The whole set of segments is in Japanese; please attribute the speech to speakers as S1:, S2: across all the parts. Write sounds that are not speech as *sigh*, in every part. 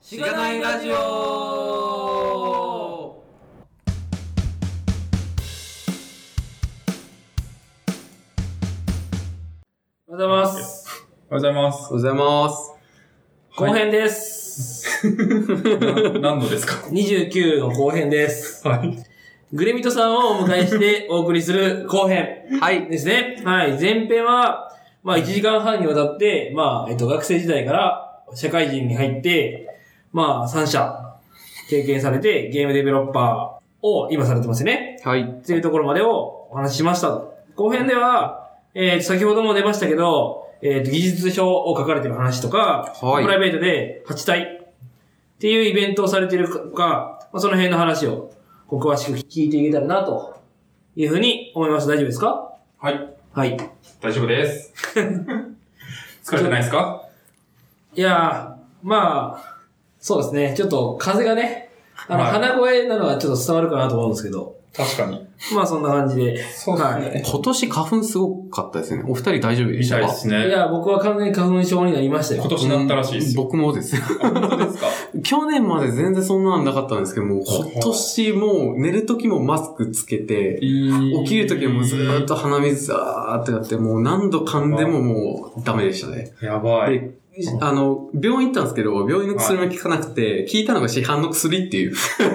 S1: しがないラジオ
S2: おはようございます。
S3: おはようございます。
S1: おはようございます。
S2: 後編です。
S3: *laughs* な何度ですか
S2: 29の後編です。
S3: はい。
S2: グレミトさんをお迎えしてお送りする後編
S1: はい。
S2: ですね。はい。前編は、まあ1時間半にわたって、まあ、えっと、学生時代から社会人に入って、まあ、3社経験されてゲームデベロッパーを今されてますよね。
S1: はい。
S2: っていうところまでをお話ししましたと。後編では、えー、先ほども出ましたけど、えー、技術書を書かれてる話とか、
S1: はい
S2: プライベートで8体っていうイベントをされてるかとか、まあ、その辺の話をこう詳しく聞いていけたらなというふうに思います。大丈夫ですか
S3: はい。
S2: はい。
S3: 大丈夫 *laughs* です。疲れてないですか
S2: いやー、まあ、そうですね。ちょっと風がね、あの、
S3: はい
S2: 鼻声なのはちょっと伝わるかなと思うんですけど、
S3: 確かに。
S2: まあそんな感じで。
S3: そう
S2: ですね
S1: 今年花粉すごかったですよね。お二人大丈夫で
S3: み
S1: した
S3: たい
S1: か
S3: です
S2: い
S3: ね。
S2: や、僕は完全に花粉症になりましたよ
S3: 今。年だったらしいですよ。
S1: 僕もです。 *laughs*
S3: 本当 *laughs* ですか
S1: 去年まで全然そんなんなかったんですけども、今年もう寝る時もマスクつけて、起
S3: 起
S1: きる時もずーっ。と鼻水ザーってなって、もう何度噛んでももうダメでしたね。
S3: やばい。
S1: であの、病院行ったんですけど、病院の薬も効かなくて、効いたのが市販の薬っていう。 *laughs*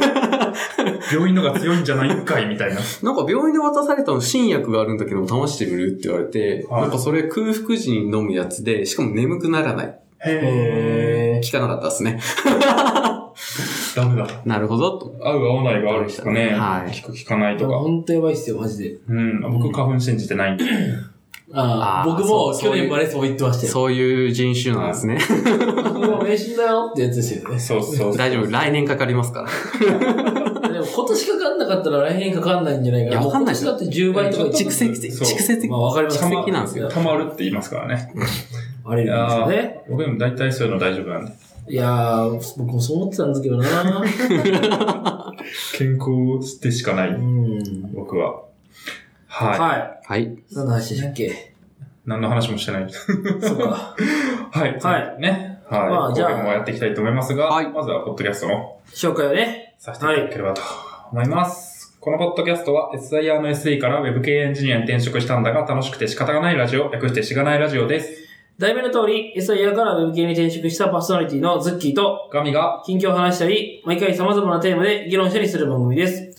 S3: 病院のが強いんじゃないんかいみたいな。
S1: なんか病院で渡されたの新薬があるんだけど、試してみるって言われて、
S3: はい
S1: なんかそれ空腹時に飲むやつで、しかも眠くならない。
S3: *laughs* へ
S1: 効かなかったですね。
S3: ー。ダメだ。
S1: なるほど、と。
S3: 合う合わないがあるんですかね。
S1: はい
S3: 聞く聞かない
S2: いや
S3: とか。
S2: ほんとやばいっすよ、マジで。
S3: うん。僕、花粉信じてないんで。
S2: ああ、
S1: あー
S2: 僕も
S1: そう
S2: 去年までそう言ってましたよ。
S1: そういう人種なんですね。
S2: 僕も迷信だよってやつですよね。
S3: そうそう。
S1: 大丈夫、来年かかりますから。
S2: でも今年かかんなかったら来年かかんないんじゃないかな。
S1: いやわかんない
S2: もう今年だって10倍とか
S1: 蓄積的、
S3: そう
S1: 蓄積的
S2: ま。あわかります
S1: 蓄積なんですよ。
S3: 溜まるって言いますからね。
S2: あれなんですよね。
S3: 僕でも大体そういうの大丈夫なんで。
S2: いやー、僕もそう思ってたんですけど *laughs* な
S3: 健康でしかな
S2: う
S3: い、
S2: ん。
S3: 僕は。はい。
S2: は
S1: はい。
S2: い。何の話でしたっけ
S3: 何の話もしてない。
S2: そうか。
S3: *laughs* はい。
S2: はい
S3: ね。はい。
S2: まあじゃあ
S3: これもやっていきたいと思いますが、
S1: はい
S3: まずはポッドキャストの
S2: 紹介をね。
S3: させていただければと思います。このポッドキャストは SIR の SE から Web 系エンジニアに転職したんだが楽しくて仕方がないラジオ、略してしがないラジオです。
S2: 題名の通り、SIR から Web 系に転職したパーソナリティのズッキーと、
S3: ガミが、
S2: 近況を話したり、毎回様々なテーマで議論したりする番組です。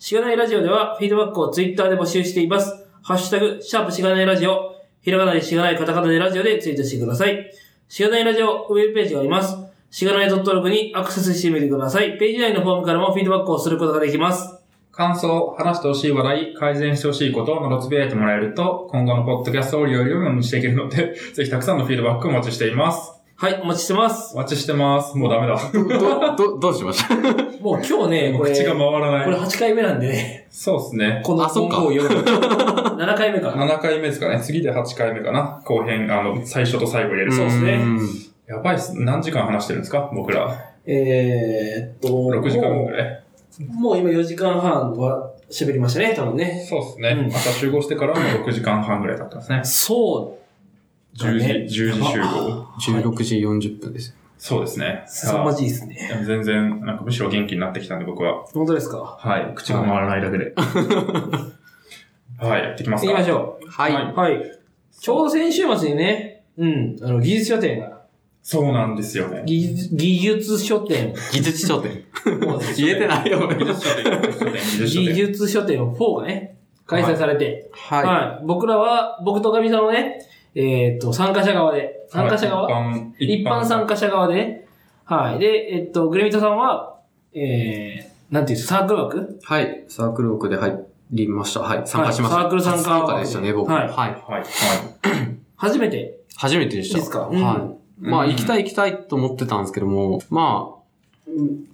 S2: しがないラジオでは、フィードバックをツイッターで募集しています。ハッシュタグ、シャープしがないラジオ、ひらがなでしがないカタカナでラジオでツイートしてください。しがないラジオウェブページがあります。しがない .log にアクセスしてみてください。ページ内のフォームからもフィードバックをすることができます。
S3: 感想、話してほしい話題、改善してほしいことなどつぶやいてもらえると、今後のポッドキャストを利用よりようにしていけるので、 *laughs* ぜひたくさんのフィードバックをお待ちしています。
S2: はい、お待ちしてます。
S3: お待ちしてます。もうダメだ。
S1: ど、ど、どうしました
S2: もう今日ね、これ、
S3: *laughs* 口が
S2: こ
S3: 回ら
S2: れ
S3: ない。
S2: 8回目なんでね、
S3: そうですね。
S2: この
S1: あそっか
S2: 文を読む。7回目
S3: *laughs*
S2: か。
S3: 7回目ですかね。次で8回目かな。後編、あの、最初と最後入れる。
S2: そうっすね
S1: ん
S3: やばいっす。何時間話してるんですか僕ら。
S2: えーっと、
S3: 6時間ぐらい。
S2: もう今4時間半は喋りましたね、多分ね。
S3: そうですね。
S2: うん
S3: 朝集合してからも6時間半ぐらいだったんですね。
S2: そ
S3: 10時、
S2: ね
S3: 10時集合。
S1: 16時40分です。
S3: そうですね。
S2: う、凄まじいですね。
S3: あ全然、なんかむしろ元気になってきたんで僕は。
S2: 本当ですか
S3: はい。口が回らないだけで。はい。やっていきます
S2: 行きま
S3: か。
S2: しょ
S1: は
S3: はい
S1: い。
S2: う。はい。ちょうど先週末にね、うん、あの、技術書店が、
S3: そうなんです
S2: *laughs*
S3: よね。
S2: 技術技術書
S3: *laughs*
S2: 店、
S1: 技術書店。
S2: 技
S1: 言えてないよ、
S3: 技
S1: 俺。
S3: 術書店、技術書店、技術書店。
S2: 術書店4がね、開催されて、はい。
S1: は
S2: 僕らは、僕とかみさんのね、えーっと、参加者側で、参加者側、
S3: はい
S2: 一
S3: 一般、
S2: 般参
S3: 加。
S2: 加者側でね、はい。で、えっと、グレミトさんは、えー、なんていうんですか、サークル枠
S1: い。はい。サークルオークで入りました。はい。参加しました。
S2: はいサークル参加
S1: 初参加でしたね、僕。
S2: は
S1: はいい。
S3: はい。はい。
S2: 初めて
S1: 初めてでし
S2: で
S1: た。
S2: すかうん
S1: はい。まあ、行きたい行きたいと思ってたんですけども、まあ、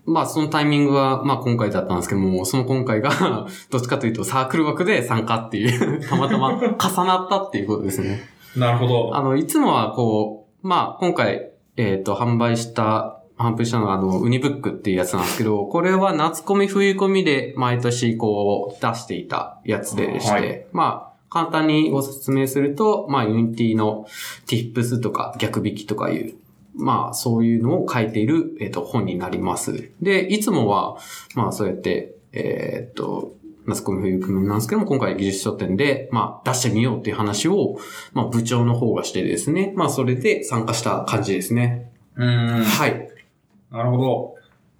S1: まあ、そのタイミングは、まあ、今回だったんですけども、その今回が、 *laughs* どっちかというと、サークル枠で参加っていう、たまたま重なったっていうことですね。
S3: なるほど。
S1: あの、いつもはこう、まあ、今回、えっ、と、販売した、販売したのが、あの、ウニブックっていうやつなんですけど、これは夏コミ、冬コミで毎年こう、出していたやつでして、
S3: はい
S1: まあ、簡単にご説明すると、まあ、ユニティの tips とか逆引きとかいう、まあ、そういうのを書いている、えっ、と、本になります。で、いつもは、まあ、そうやって、えーっと、ナスコミ冬組なんですけども、今回技術書店で、まあ、出してみようっていう話を、まあ、部長の方がしてですね、まあ、それで参加した感じですね。
S3: うん。
S1: はい。
S3: なるほど。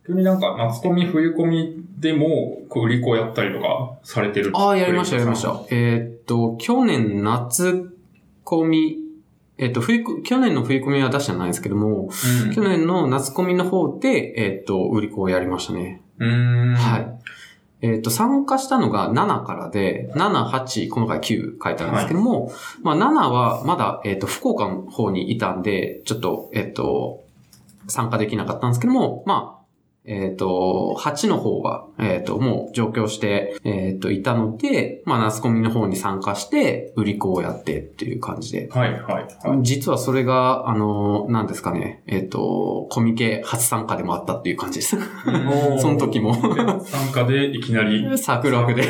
S3: 急になんか、夏コミ、冬コミでも、こう、売り子をやったりとか、されてる。
S1: ああ、やりました、やりまし
S3: は
S1: た。えーっと、去年夏コミ、えーっと、冬こ、去年の冬コミは出してないんですけども、
S3: い。
S1: 去年の夏コミの方で、えーっと、売り子をやりましたね。
S3: うん。うん
S1: はい。えっ、と、参加したのが7からで、7、8、今回9書いてあるんですけども、まあ7はまだ、えっ、と、福岡の方にいたんで、ちょっと、えっ、と、参加できなかったんですけども、まあ、えっ、と、8の方は、えっ、と、もう上京して、えっ、と、いたので、まあ、ナスコミの方に参加して、売り子をやってっていう感じで。
S3: はい、はい、はい。
S1: 実はそれが、あの、何ですかね、えっ、と、コミケ初参加でもあったっていう感じです。
S2: おー
S1: その時も。
S3: 参加でいきなり
S1: サークル枠で。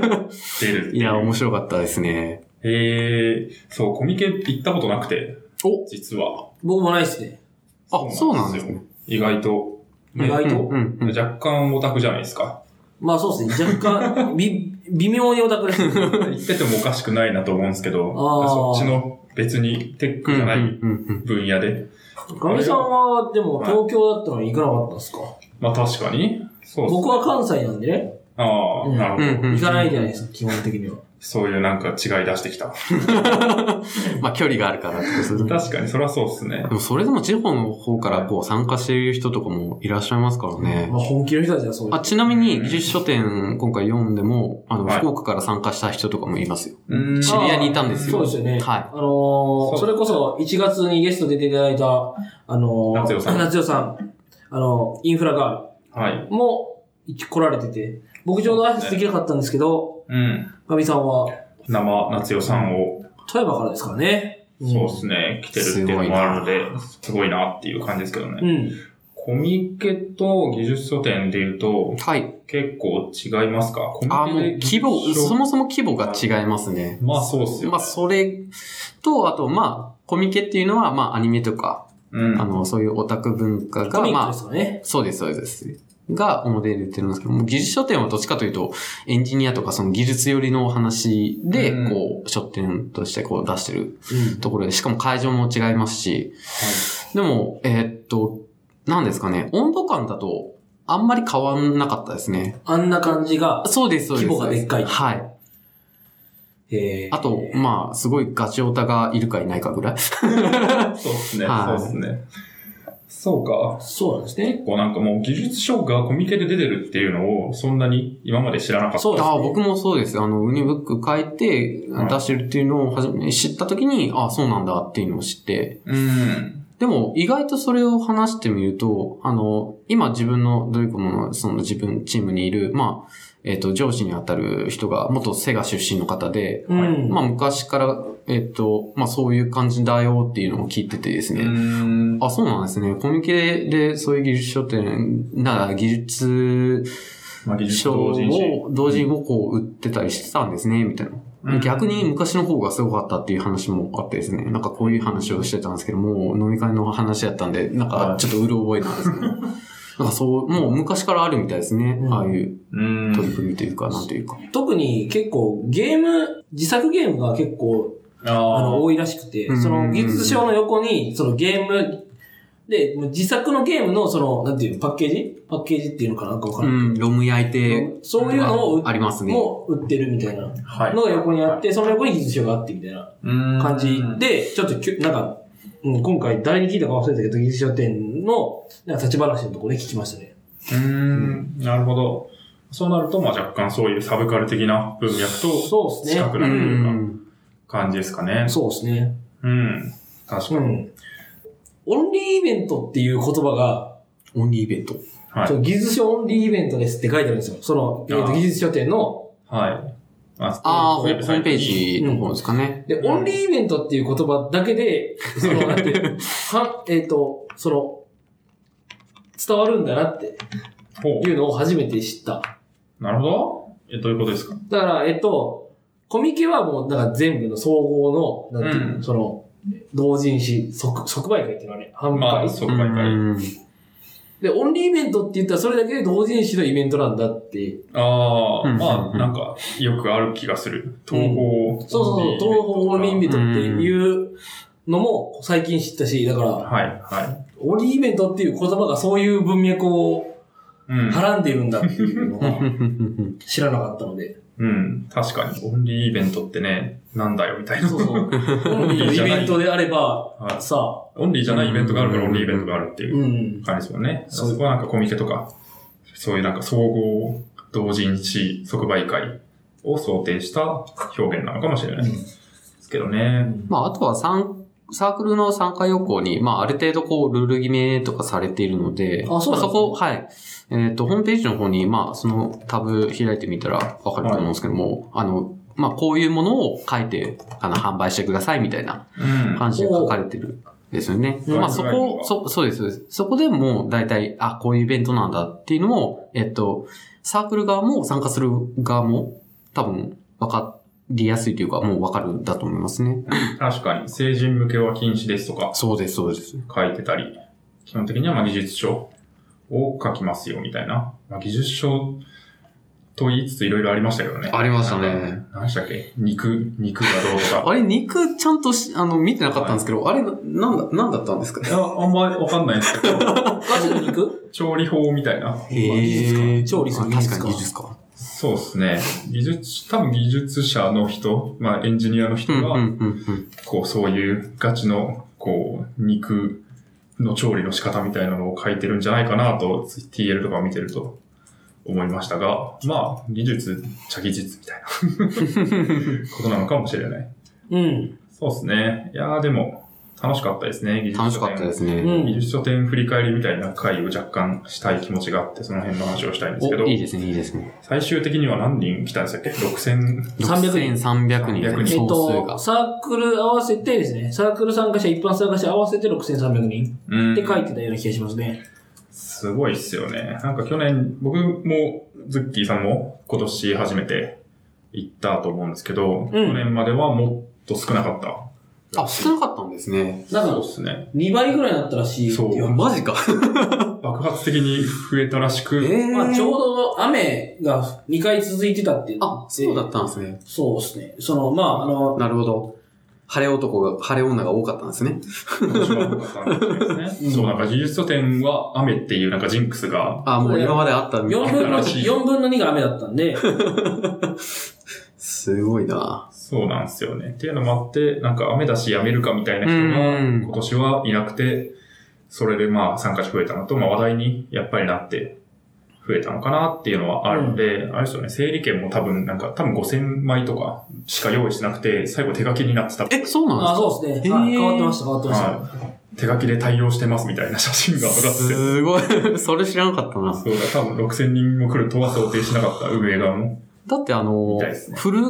S3: 出るってう。
S1: いや、面白かったですね。
S3: えー、そう、コミケ行ったことなくて、
S1: お
S3: 実は。
S2: 僕もないっすね。
S1: あ、そうなんです
S3: よ
S1: ね。
S3: 意外と。ね
S2: 意外と
S1: うんうんうん
S3: 若干オタクじゃないですか。
S2: まあそうですね。若干、 *laughs* び、微妙にオタク
S3: *laughs*
S2: ですね。
S3: 行っててもおかしくないなと思うんですけど、
S2: あー
S3: そっちの別にテックじゃな
S1: うん
S3: い
S1: うんうん
S3: 分野で。
S2: ガミさんは、でも東京だったのに行かなかったんですか
S3: まあ確かに。そう
S2: 僕は関西なんでね、
S3: ああ、
S2: うん
S3: なるほど、
S1: うんうん
S2: 行かないじゃないですか、基本的には。
S3: そういうなんか違い出してきた。
S1: まあ、距離があるからってことですね
S3: 確かに、それはそうですね
S1: で。も、それでも地方の方からこう参加している人とかもいらっしゃいますからね
S2: *laughs* ま。あ本気の人たちはそうで
S1: あ、
S2: す。
S1: ちなみに、技術書店、今回読んでも、あの、
S3: はい
S1: 福岡から参加した人とかもいますよ。
S3: うん
S1: 渋谷にいたんですよ。
S2: そうですよね。
S1: は
S2: あの
S3: そ
S2: ー、
S3: う
S2: それこそ1月にゲスト出ていただいた、あのー、
S3: 夏代さん
S2: 夏代さんあのー、インフラガ
S3: はい。
S2: ールも来られてて、僕ちょうど挨拶できなかったんですけど、
S3: うん。
S2: ガミさんは
S3: 生夏代さんを
S2: 富山からですからね。
S3: そうですね。来てるっていうのもあるので、すごいなっていう感じですけどね。
S2: うん。
S3: コミケと技術書店で言うと
S1: い。、はい。
S3: 結構違いますかコミ
S1: あ、
S3: ケ
S1: もう
S3: で
S1: 規模、
S3: 技術書
S1: そもそも規模が違いますね。
S3: まあそうっすよ。
S1: まあ、それと、あと、まあ、コミケっていうのは、まあ、アニメとか、
S3: うん。
S1: あの、そういうオタク文化が、
S2: コミッ
S1: ま
S2: ク
S1: あ
S2: で、すかね。
S1: そうです、そうですそうです。が表に出てるんですけども、技術書店はどっちかというと、エンジニアとかその技術寄りのお話で、
S3: うん
S1: こう、書店としてこう出してる
S2: うん。
S1: ところで、しかも会場も違いますし、でも、えーっと、なんですかね、温度感だと、あんまり変わんなかったですね。
S2: あんな感じが、
S1: そうです、そうで
S2: 規
S1: す。
S2: 模がでっかい
S1: はい。
S2: えー
S1: あと、まあ、すごいガチオタがいるかいないかぐらい。
S3: そうっすね。
S1: はい
S3: そうっすね。そうか。
S2: そうなんですね。
S3: 結構なんかもう技術書がコミケで出てるっていうのを、そんなに今まで知らなかった。
S2: そうです
S1: あ
S2: ね。
S1: あ僕もそうです。あの、ウニブック書いて
S3: うん
S1: 出してるっていうのをはじめ知ったときに、ああ、そうなんだっていうのを知って。
S3: うん。
S1: でも、意外とそれを話してみると、あの、今自分の、どういうこの、その自分、チームにいる、まあ、えっ、と、上司にあたる人が、元セガ出身の方で、
S2: うん。
S1: まあ、昔から、えっ、と、まあ、そういう感じだよっていうのを聞いててです
S3: う
S1: ね。
S3: ん。
S1: あ、そうなんですね。コミケで、そういう技術書店、なら、技術
S3: まあ技術書
S1: 書
S3: 同人誌。
S1: を、同時をこう売ってたりしてたんですね、みたい
S3: うん
S1: な。逆に昔の方がすごかったっていう話もあってですね、なんかこういう話をしてたんですけども、飲み会の話だったんで、なんかちょっとうる覚えなんですけ *laughs* ど、なんかそう、もう昔からあるみたいですね
S2: う、ん
S1: ああいう
S3: うん。
S1: 取り組みというか、なんというか。
S2: 特に結構ゲーム、自作ゲームが結構あ
S3: あ
S2: の
S3: ー
S2: 多いらしくて
S1: う、ん
S2: その技術書の横にそのゲームで、もう自作のゲームのその、なんていうの、パッケージパッケージっていうのかななんかわか
S1: う
S2: な
S1: ん
S2: い。
S1: ん、ロム焼いて、
S2: そういうのを売っ
S1: ありますね。
S2: もう売ってるみたいな
S3: はい。
S2: のが横にあって、その横に技術書があってみたいな
S3: 感
S2: 感じで、ちょっときゅ、なんか、うん今回誰に聞いたか忘れたけど、技術書店のなんか立ち話のところで聞きましたね。
S3: うーん、なるほど。そうなると、まあ若干そういうサブカル的な文脈と
S2: そうですね
S3: 近。く
S1: う。
S3: なるというんか感じですかね。
S2: そうですね。
S3: うん。確か
S2: う
S3: に。
S2: ん。オンリーイベントっていう言葉が、
S1: オンリーイベント。
S3: は
S2: そ
S3: い。
S2: の技術書オンリーイベントですって書いてあるんですよ。その、えー
S3: あ
S2: と
S3: ー
S2: 技術書店の。
S3: はい。あ
S1: ああ、ホ
S3: ウ
S1: ー
S3: ェブ
S1: ム
S3: サイト
S1: ペー
S3: に
S1: ジの方ですかね。
S2: で、
S3: うん
S2: オンリーイベントっていう言葉だけで、その、なんて
S3: *laughs*
S2: いう、はえっ、と、その、伝わるんだなって
S3: ほ
S2: いうのを初めて知った。
S3: う。なるほど。え、どういうことですか
S2: だから、えっ、と、コミケはもう、なんか全部の総合の、なんていうの、
S3: うん
S2: その、同人誌、即、即売会っていうのはね、販売。
S3: まあ、即売会。
S1: うん
S2: で、オンリーイベントって言ったらそれだけで同人誌のイベントなんだって。
S3: ああ、
S1: うん
S3: まあ、なんか、よくある気がする。東方。
S2: そうそうそう、東
S3: 東
S2: 方オンリーイベントっていうのも最近知ったし、だから、
S3: はい、は
S2: オンリーイベントっていう言葉がそういう文脈を
S3: い。うん。
S2: はらんでいるんだっていうの *laughs*
S1: う
S2: は
S1: ん
S2: 知らなかったので。
S3: うん。確かに、オンリーイベントってね、なんだよ、みたいな。
S2: そうそう。 *laughs* オンリーのイベントであれば、
S3: はい
S2: さ、。
S3: オンリーじゃないイベントがあるから、オンリーイベントがあるっていううん感じですもんね。
S2: そう
S3: そこはなんかコミケとか、そういうなんか総合同人誌即売会を想定した表現なのかもしれないですけどね。
S1: まあ、あとは参サークルの参加要項に、まあ、ある程度こう、ルール決めとかされているので、
S2: あそうなんですね
S1: まそこ、はい。えっ、と、ホームページの方に、まあ、そのタブ開いてみたらわかると思うんですけども、あの、まあ、こういうものを書いて、あの、販売してくださいみたいな
S3: うん。
S1: 感じで書かれてるんですよね。
S2: お
S1: まあそ
S3: ガイドライン
S1: こ
S3: が、
S1: そ、そうですそうです。そこでもう大体、あ、こういうイベントなんだっていうのを、えっと、サークル側も参加する側も多分分かりやすいというか、もう分かるんだと思いますね。
S3: 確かに、成人向けは禁止ですとか
S1: そうです、そうです。
S3: 書いてたり、基本的にはまあ技術書を書きますよ、みたいな。まあ、技術書と言いつついろいろありましたけどね。
S1: ありましたね
S3: なんか。何でしたっけ肉、肉がどうとか。
S1: あれ、肉ちゃんとし、あの、見てなかったんですけど、あれ、なんだ、なんだったんですか
S3: いや、あんまりわかんないんですけど、
S2: ガチの肉
S3: 調理法みたいな。
S2: へー調理する
S1: あ
S2: 技術
S1: 確
S2: か
S1: かに技術か。
S3: そうですね。技術、多分技術者の人、まあエンジニアの人
S1: うん、うん、う
S3: が、
S1: ん、
S3: こうそういうガチの、こう、肉の調理の仕方みたいなのを書いてるんじゃないかなと、TL とかを見てると思いましたが、まあ、技術、茶技術みたいな
S1: *laughs*
S3: ことなのかもしれない。
S2: うん。
S3: そうですね。いやーでも、楽しかったです
S1: う
S3: ね、技
S1: ん。
S3: 術。
S1: 楽しかったですすね。
S2: う
S3: 技
S2: ん。
S3: 術書店振り返りみたいな回を若干したい気持ちがあって、その辺の話をしたいんですけど
S1: お、いいですね、いいですね。
S3: 最終的には何人来たんでしたっけ ?6000
S2: 300
S1: 6300人
S3: 300
S2: えっ
S1: 人、総数
S2: と、
S1: が。
S2: サークル合わせてですね、サークル参加者、一般参加者合わせて6300人
S3: うん
S2: って書いてたような気がしますね。
S3: すごいっすよね。なんか去年、僕も、ズッキーさんも今年初めて行ったと思うんですけど、去年まではもっと少なかった。
S1: あ、少なかったんですね。
S2: なん
S3: そう
S2: か
S3: っ、すね。
S2: 2倍ぐらいになったらしいってい
S3: そうう
S1: マジか。
S3: 爆発的に増えたらしく、
S1: え
S2: まあ、ちょうど雨が2回続いてたって言って
S1: あ、そうだったんですね。
S2: そうですね。その、まあ、あの、
S1: なるほど。晴れ男が、晴れ女が多かったんですね。
S3: 今年は多かったんですね。そう、なんか技術書店は雨っていうなんかジンクスが、
S1: あ、もう今まであったみたい
S2: 4分の
S3: らしい
S2: 4分の2が雨だったんで、
S1: すごいな。
S3: そうなんですよね。っていうのもあって、なんか雨だしやめるかみたいな人が
S1: うん
S3: 今年はいなくて、それでまあ参加者増えたのと、まあ話題にやっぱりなって増えたのかなっていうのはあるんで、あれですよね、整理券も多分なんか多分5000枚とかしか用意してなくて、最後手書きになってた。
S1: え、そう
S2: あ
S1: なんで
S2: そうですね。
S1: へー
S2: はい変わってました、変わってました。
S3: はい手書きで対応してますみたいな写真が上
S1: すか
S3: がってて。
S1: すごい。 *laughs* それ知らなかったな。
S3: そうだ、多分6000人も来るとは想定しなかった、運営側も。
S1: だってあの
S3: みたいです、ね
S1: フル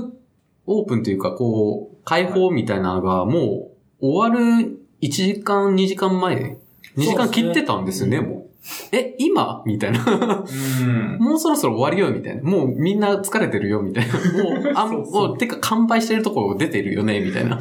S1: オープンというか、こう、開放みたいなのが、もう、終わる1時間、2時間前、2時間切ってたんですよね、
S2: そう
S1: もう。え、今みたいな。 *laughs*
S3: うん。
S1: もうそろそろ終わるよ、みたいな。もうみんな疲れてるよ、みたいな。もう、あ、
S3: そうそう
S1: もう、てか完売してるところ出てるよね、みたいな。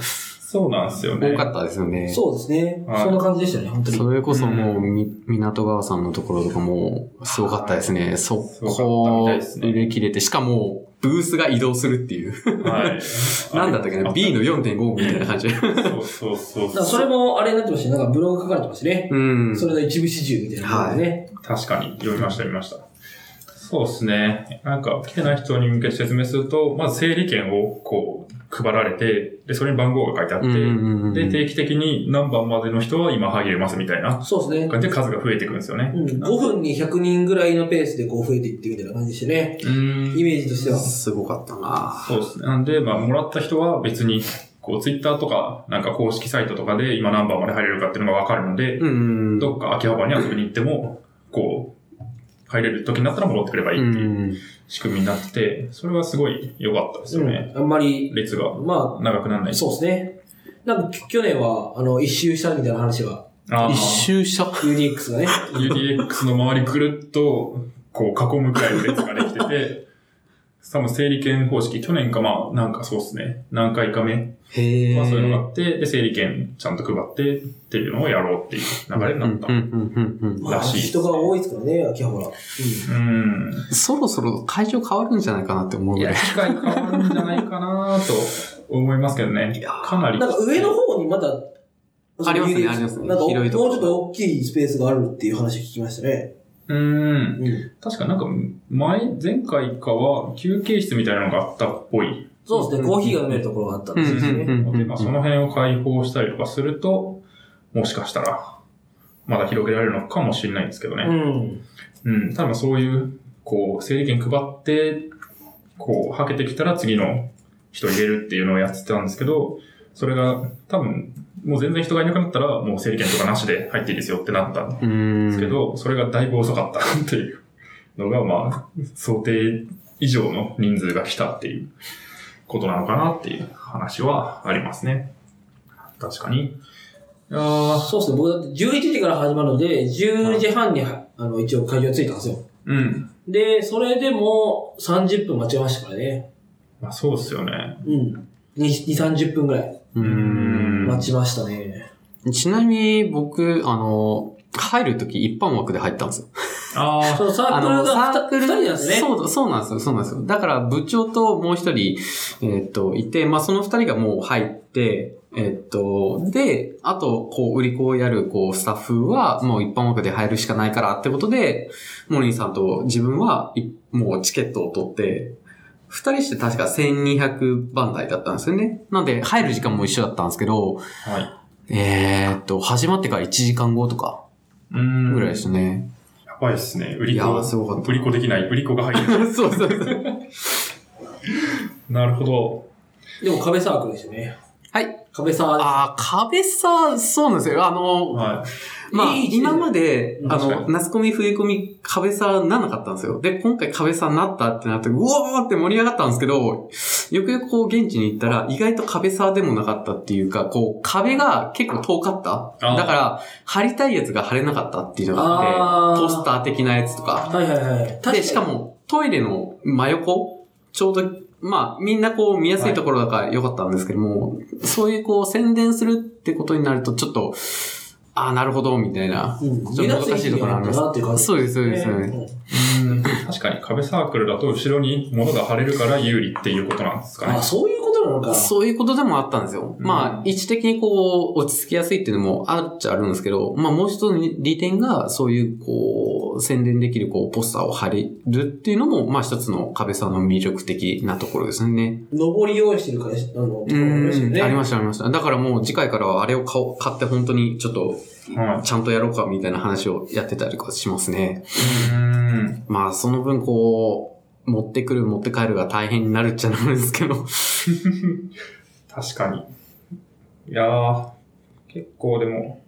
S3: そうなんですよね。
S1: 多かったですよね。
S2: そうですね。
S3: はい
S2: そんな感じでしたね、本当に。
S1: それこそもう、み、港川さんのところとかも、すごかったですね。速攻売れ切れて、しかも、ブースが移動するっていう。。
S3: はい
S1: *laughs* なんだったっけね ?B の4.5みたいな感
S3: *laughs*
S1: じ。
S3: そうそうそう
S2: だか
S3: そう
S2: らそれもあれになってましたね。なんかブログ書かれてましたね。
S1: うん。
S2: それの一部始終みたいな感じでね。
S3: 確かに、読みました、読みました。そうですね。なんか、来てない人に向けて説明すると、まず整理券をこう、配られて、で、それに番号が書いてあって、
S1: うんうんうん
S3: で、定期的に何番までの人は今入れますみたいな
S2: そうですね。
S3: 感じで数が増えていくんですよね
S2: う。ん、5分に100人ぐらいのペースでこう増えていってみたいな感じでしたね。
S3: うん
S2: イメージとしては。
S1: すごかったな
S3: そうですね。なんで、まあ、もらった人は別に、こう、ツイッターとか、なんか公式サイトとかで今何番まで入れるかっていうのがわかるので、
S1: うん。
S3: どっか秋葉原に遊びに行っても、こう、入れる時になったら戻ってくればいいっ
S1: う。
S3: ていうん仕組みになってて、それはすごい良かったですよね。
S2: うん、あんまり、
S3: 列が
S2: ま
S3: 長くならな
S2: あ、
S3: い。
S2: そうですね。なんかき去年は、あの、一周したみたいな話は、
S3: あー
S1: 一周した。
S2: UDX がね。
S3: UDX の周りぐるっと、こう囲むくらいの列ができてて、多分整理券方式、去年かまあ、なんかそうですね。何回か目
S1: へえ。
S3: まあそういうのがあって、で、整理券ちゃんと配ってっていうのをやろうっていう流れになった。
S1: う
S3: うんん。
S1: うんうんうん
S4: まあ
S3: らしいです
S4: 人が多いですからね、秋葉原。うん。
S1: そろそろ会場変わるんじゃないかなって思う
S3: い
S1: ぐら
S3: や、
S1: い。
S3: 機会変わるんじゃないかなと思いますけどね。かなり。
S4: なんか上の方にまだ、
S1: あります
S4: そ
S1: ね
S4: の
S1: ありますね
S4: なんか
S1: 広いとこ
S4: もうちょっと大きいスペースがあるっていう話聞きましたね。
S3: うん。
S4: うん。
S3: 確かなんか、前、前回かは休憩室みたいなのがあったっぽい。
S4: そうですね、コーヒーが飲めるところがあったんですよ
S1: うんうん
S4: ね。
S1: うん
S3: でまあその辺を開放したりとかすると、もしかしたら、まだ広げられるのかもしれないんですけどね。
S4: うん。
S3: うん、多分そういう、こう、整理券配って、こう、はけてきたら次の人入れるっていうのをやってたんですけど、それが多分、もう全然人がいなくなったら、もう整理券とかなしで入っていいですよってなったんで
S1: うーん。
S3: すけど、それがだいぶ遅かったっていうのが、まあ、想定以上の人数が来たっていうことなのかなっていう話はありますね。確かに。いやー
S4: そうですね、僕だって11時から始まるので、10時半には、あの、一応会場着いたんですよ。
S3: うん。
S4: で、それでも30分待ちましたからね。
S3: まあそうですよね。
S4: うん。2、2 30分ぐらいう
S1: ーん。
S4: 待ちましたね。
S1: ちなみに僕、あの、入るとき一般枠で入ったんですよ。
S3: ああ、
S4: そのサークルが 2, 人なんですね。
S1: そう、そうなんですよ、そうなんですよ。だから部長ともう一人、えーっと、いて、まあその二人がもう入って、えーっと、で、あと、こう、売り子をやる、こう、スタッフは、もう一般枠で入るしかないからってことで、モリンさんと自分は、いもうチケットを取って、二人して確か1200番台だったんですよね。なんで、入る時間も一緒だったんですけど、
S3: はい。
S1: えーっと、始まってから1時間後とか、
S3: うーん
S1: ぐらいでしたね。
S3: やばいっすね。売り
S1: いや
S3: 子
S1: ー、。すごかった
S3: 売。り子できない。売り子が入
S1: *laughs*
S3: る。 *laughs*
S1: そうそうそう。
S3: なるほど。
S4: でも壁サークルでしたね。
S1: はい。
S4: 壁サーです
S1: ああ、壁さ、そうなんですよ。あの、
S3: は
S1: まあ、
S4: いい位置で
S1: 今まで
S4: う、ん
S1: あ
S3: 確か
S1: の、ナスコミ、冬コミ、壁さなんなかったんですよ。で、今回壁さになったってなって、うおーって盛り上がったんですけど、よくよくこう現地に行ったら、意外と壁さでもなかったっていうか、こう、壁が結構遠かった。
S3: あー
S1: だから、貼りたいやつが貼れなかったっていうのがあ
S4: あ
S1: っ
S4: ー
S1: て、ポスター的なやつとか。
S4: はいはいはい。確
S1: で、しかも、トイレの真横、ちょうど、まあ、みんなこう見やすいところだから良かったんですけども、そういうこう宣伝するってことになると、ちょっと、ああ、なるほど、みたいな。
S4: うん
S1: ちょっと難しいところあり
S4: 目立つ意味があるん
S1: ます。
S4: だなっていう感じ
S1: そうです、そうです。そうです
S4: ね
S3: い。うん。確かに壁サークルだと後ろに物が貼れるから有利っていうことなんですか
S4: あ、
S3: ね。
S4: そういうことなのか。
S1: そういうことでもあったんですよ。
S3: うん
S1: まあ、位置的にこう、落ち着きやすいっていうのもあっちゃあるんですけど、まあ、もう一つの利点が、そういう、こう、宣伝できる、こう、ポスターを貼れるっていうのも、まあ、一つの壁さんの魅力的なところですね。
S4: 上り用意してる会社、あの、
S1: う
S4: ね
S1: ん、ありました、ありました。だからもう次回からはあれを買おう買って本当にちょっと
S3: は
S1: ちゃんとやろうかみたいな話をやってたりとかしますね。
S3: い。うん。
S1: まあその分こう、持ってくる持って帰るが大変になるっちゃなるんですけど。
S3: 確かに。いやー、結構でも、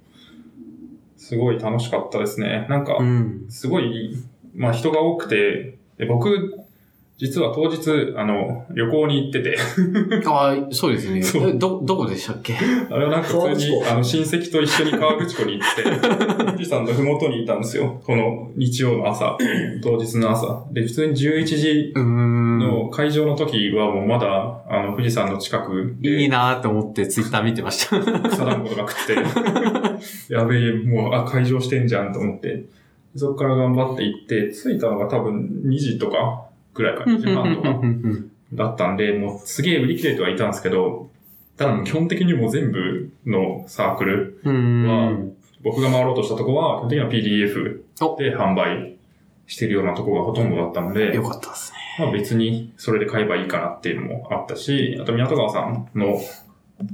S3: すごい楽しかったですね。なんか
S1: う、ん。
S3: すごい、まあ人が多くて、で僕、実は当日、あの、旅行に行って *laughs* て、
S1: ああ、そうですね。
S3: そう
S1: えど、どこでしたっけ
S3: あれはなんか普通
S4: 河口
S3: に、
S4: 湖
S3: あの、親戚と一緒に河口湖に行って、
S1: *laughs*
S3: 富士山のふもとにいたんですよ。この日曜の朝、当日の朝。で、普通に11時
S1: うーん。
S3: の会場の時はもうまだ、あの、富士山の近く
S1: いい
S3: で、
S1: なーって思ってツイッター見てました。
S3: 草団子とか食
S1: *laughs*
S3: って、やべえ、もう、あ、会場してんじゃんと思って、そこから頑張って行って、着いたのが多分2時とかぐらいか、2時半とか。だったんで、もうすげえ売り切れてはいたんですけど、ただもう基本的にもう全部のサークル、
S1: うん。
S3: 僕が回ろうとしたとこは、基本的には PDF
S1: お
S3: で販売してるようなとこがほとんどだったので
S1: よ、かったですね。
S3: まあ、別にそれで買えばいいかなっていうのもあったし、あと港川さんの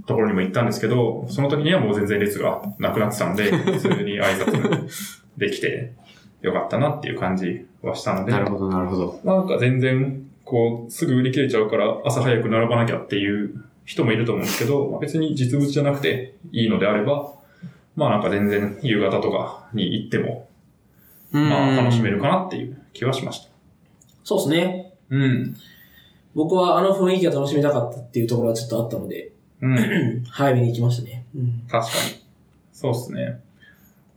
S3: ところにも行ったんですけど、その時にはもう全然列がなくなってたんで、普通に挨拶できて *laughs* よかったなっていう感じはしたので、
S1: なるほど、なるほど。
S3: なんか全然、こう、すぐ売り切れちゃうから朝早く並ばなきゃっていう人もいると思うんですけど、まあ別に実物じゃなくていいのであれば、まあなんか全然夕方とかに行っても、まあ楽しめるかなっていう気はしました。
S4: そうですね。
S3: うん。
S4: 僕はあの雰囲気が楽しみたかったっていうところはちょっとあったので、
S3: うん。
S4: 早めに行きましたね。うん。
S3: 確かに。そうっすね。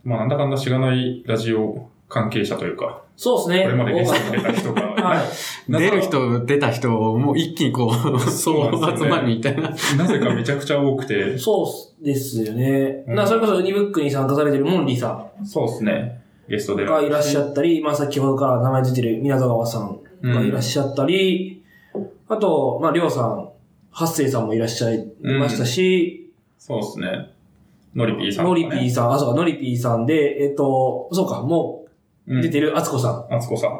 S3: まあなんだかんだしがないラジオ関係者というか、
S2: そうですね。
S3: これまでゲ
S2: 多かっ
S3: ストに出た人
S2: た *laughs* は
S3: が、
S2: い。
S3: なんか
S1: 出る人、出た人をもう一気にこう、
S3: そ
S1: *laughs* 総
S3: うなんですよね
S1: 集まりみたいな。
S3: なぜかめちゃくちゃ多くて、
S2: そうですよね。
S3: うん
S2: なそれこそウニブックに参加されてるモンリーさ
S3: そうですね。ゲストで。
S2: んがいらっしゃったり、まあ先ほどから名前出てる港川さん
S3: うん
S2: がいらっしゃったり、あと、まありょうさん、ハッセイさんもいらっしゃいましたし、
S3: そうですね。ノリピーさんと
S2: ノ
S3: かね、
S2: リピーさん、あ、そうか、ノリピーさんで、えっと、そうか、も
S3: う
S2: うん出てるあつこさ
S3: あつこさん。
S2: ん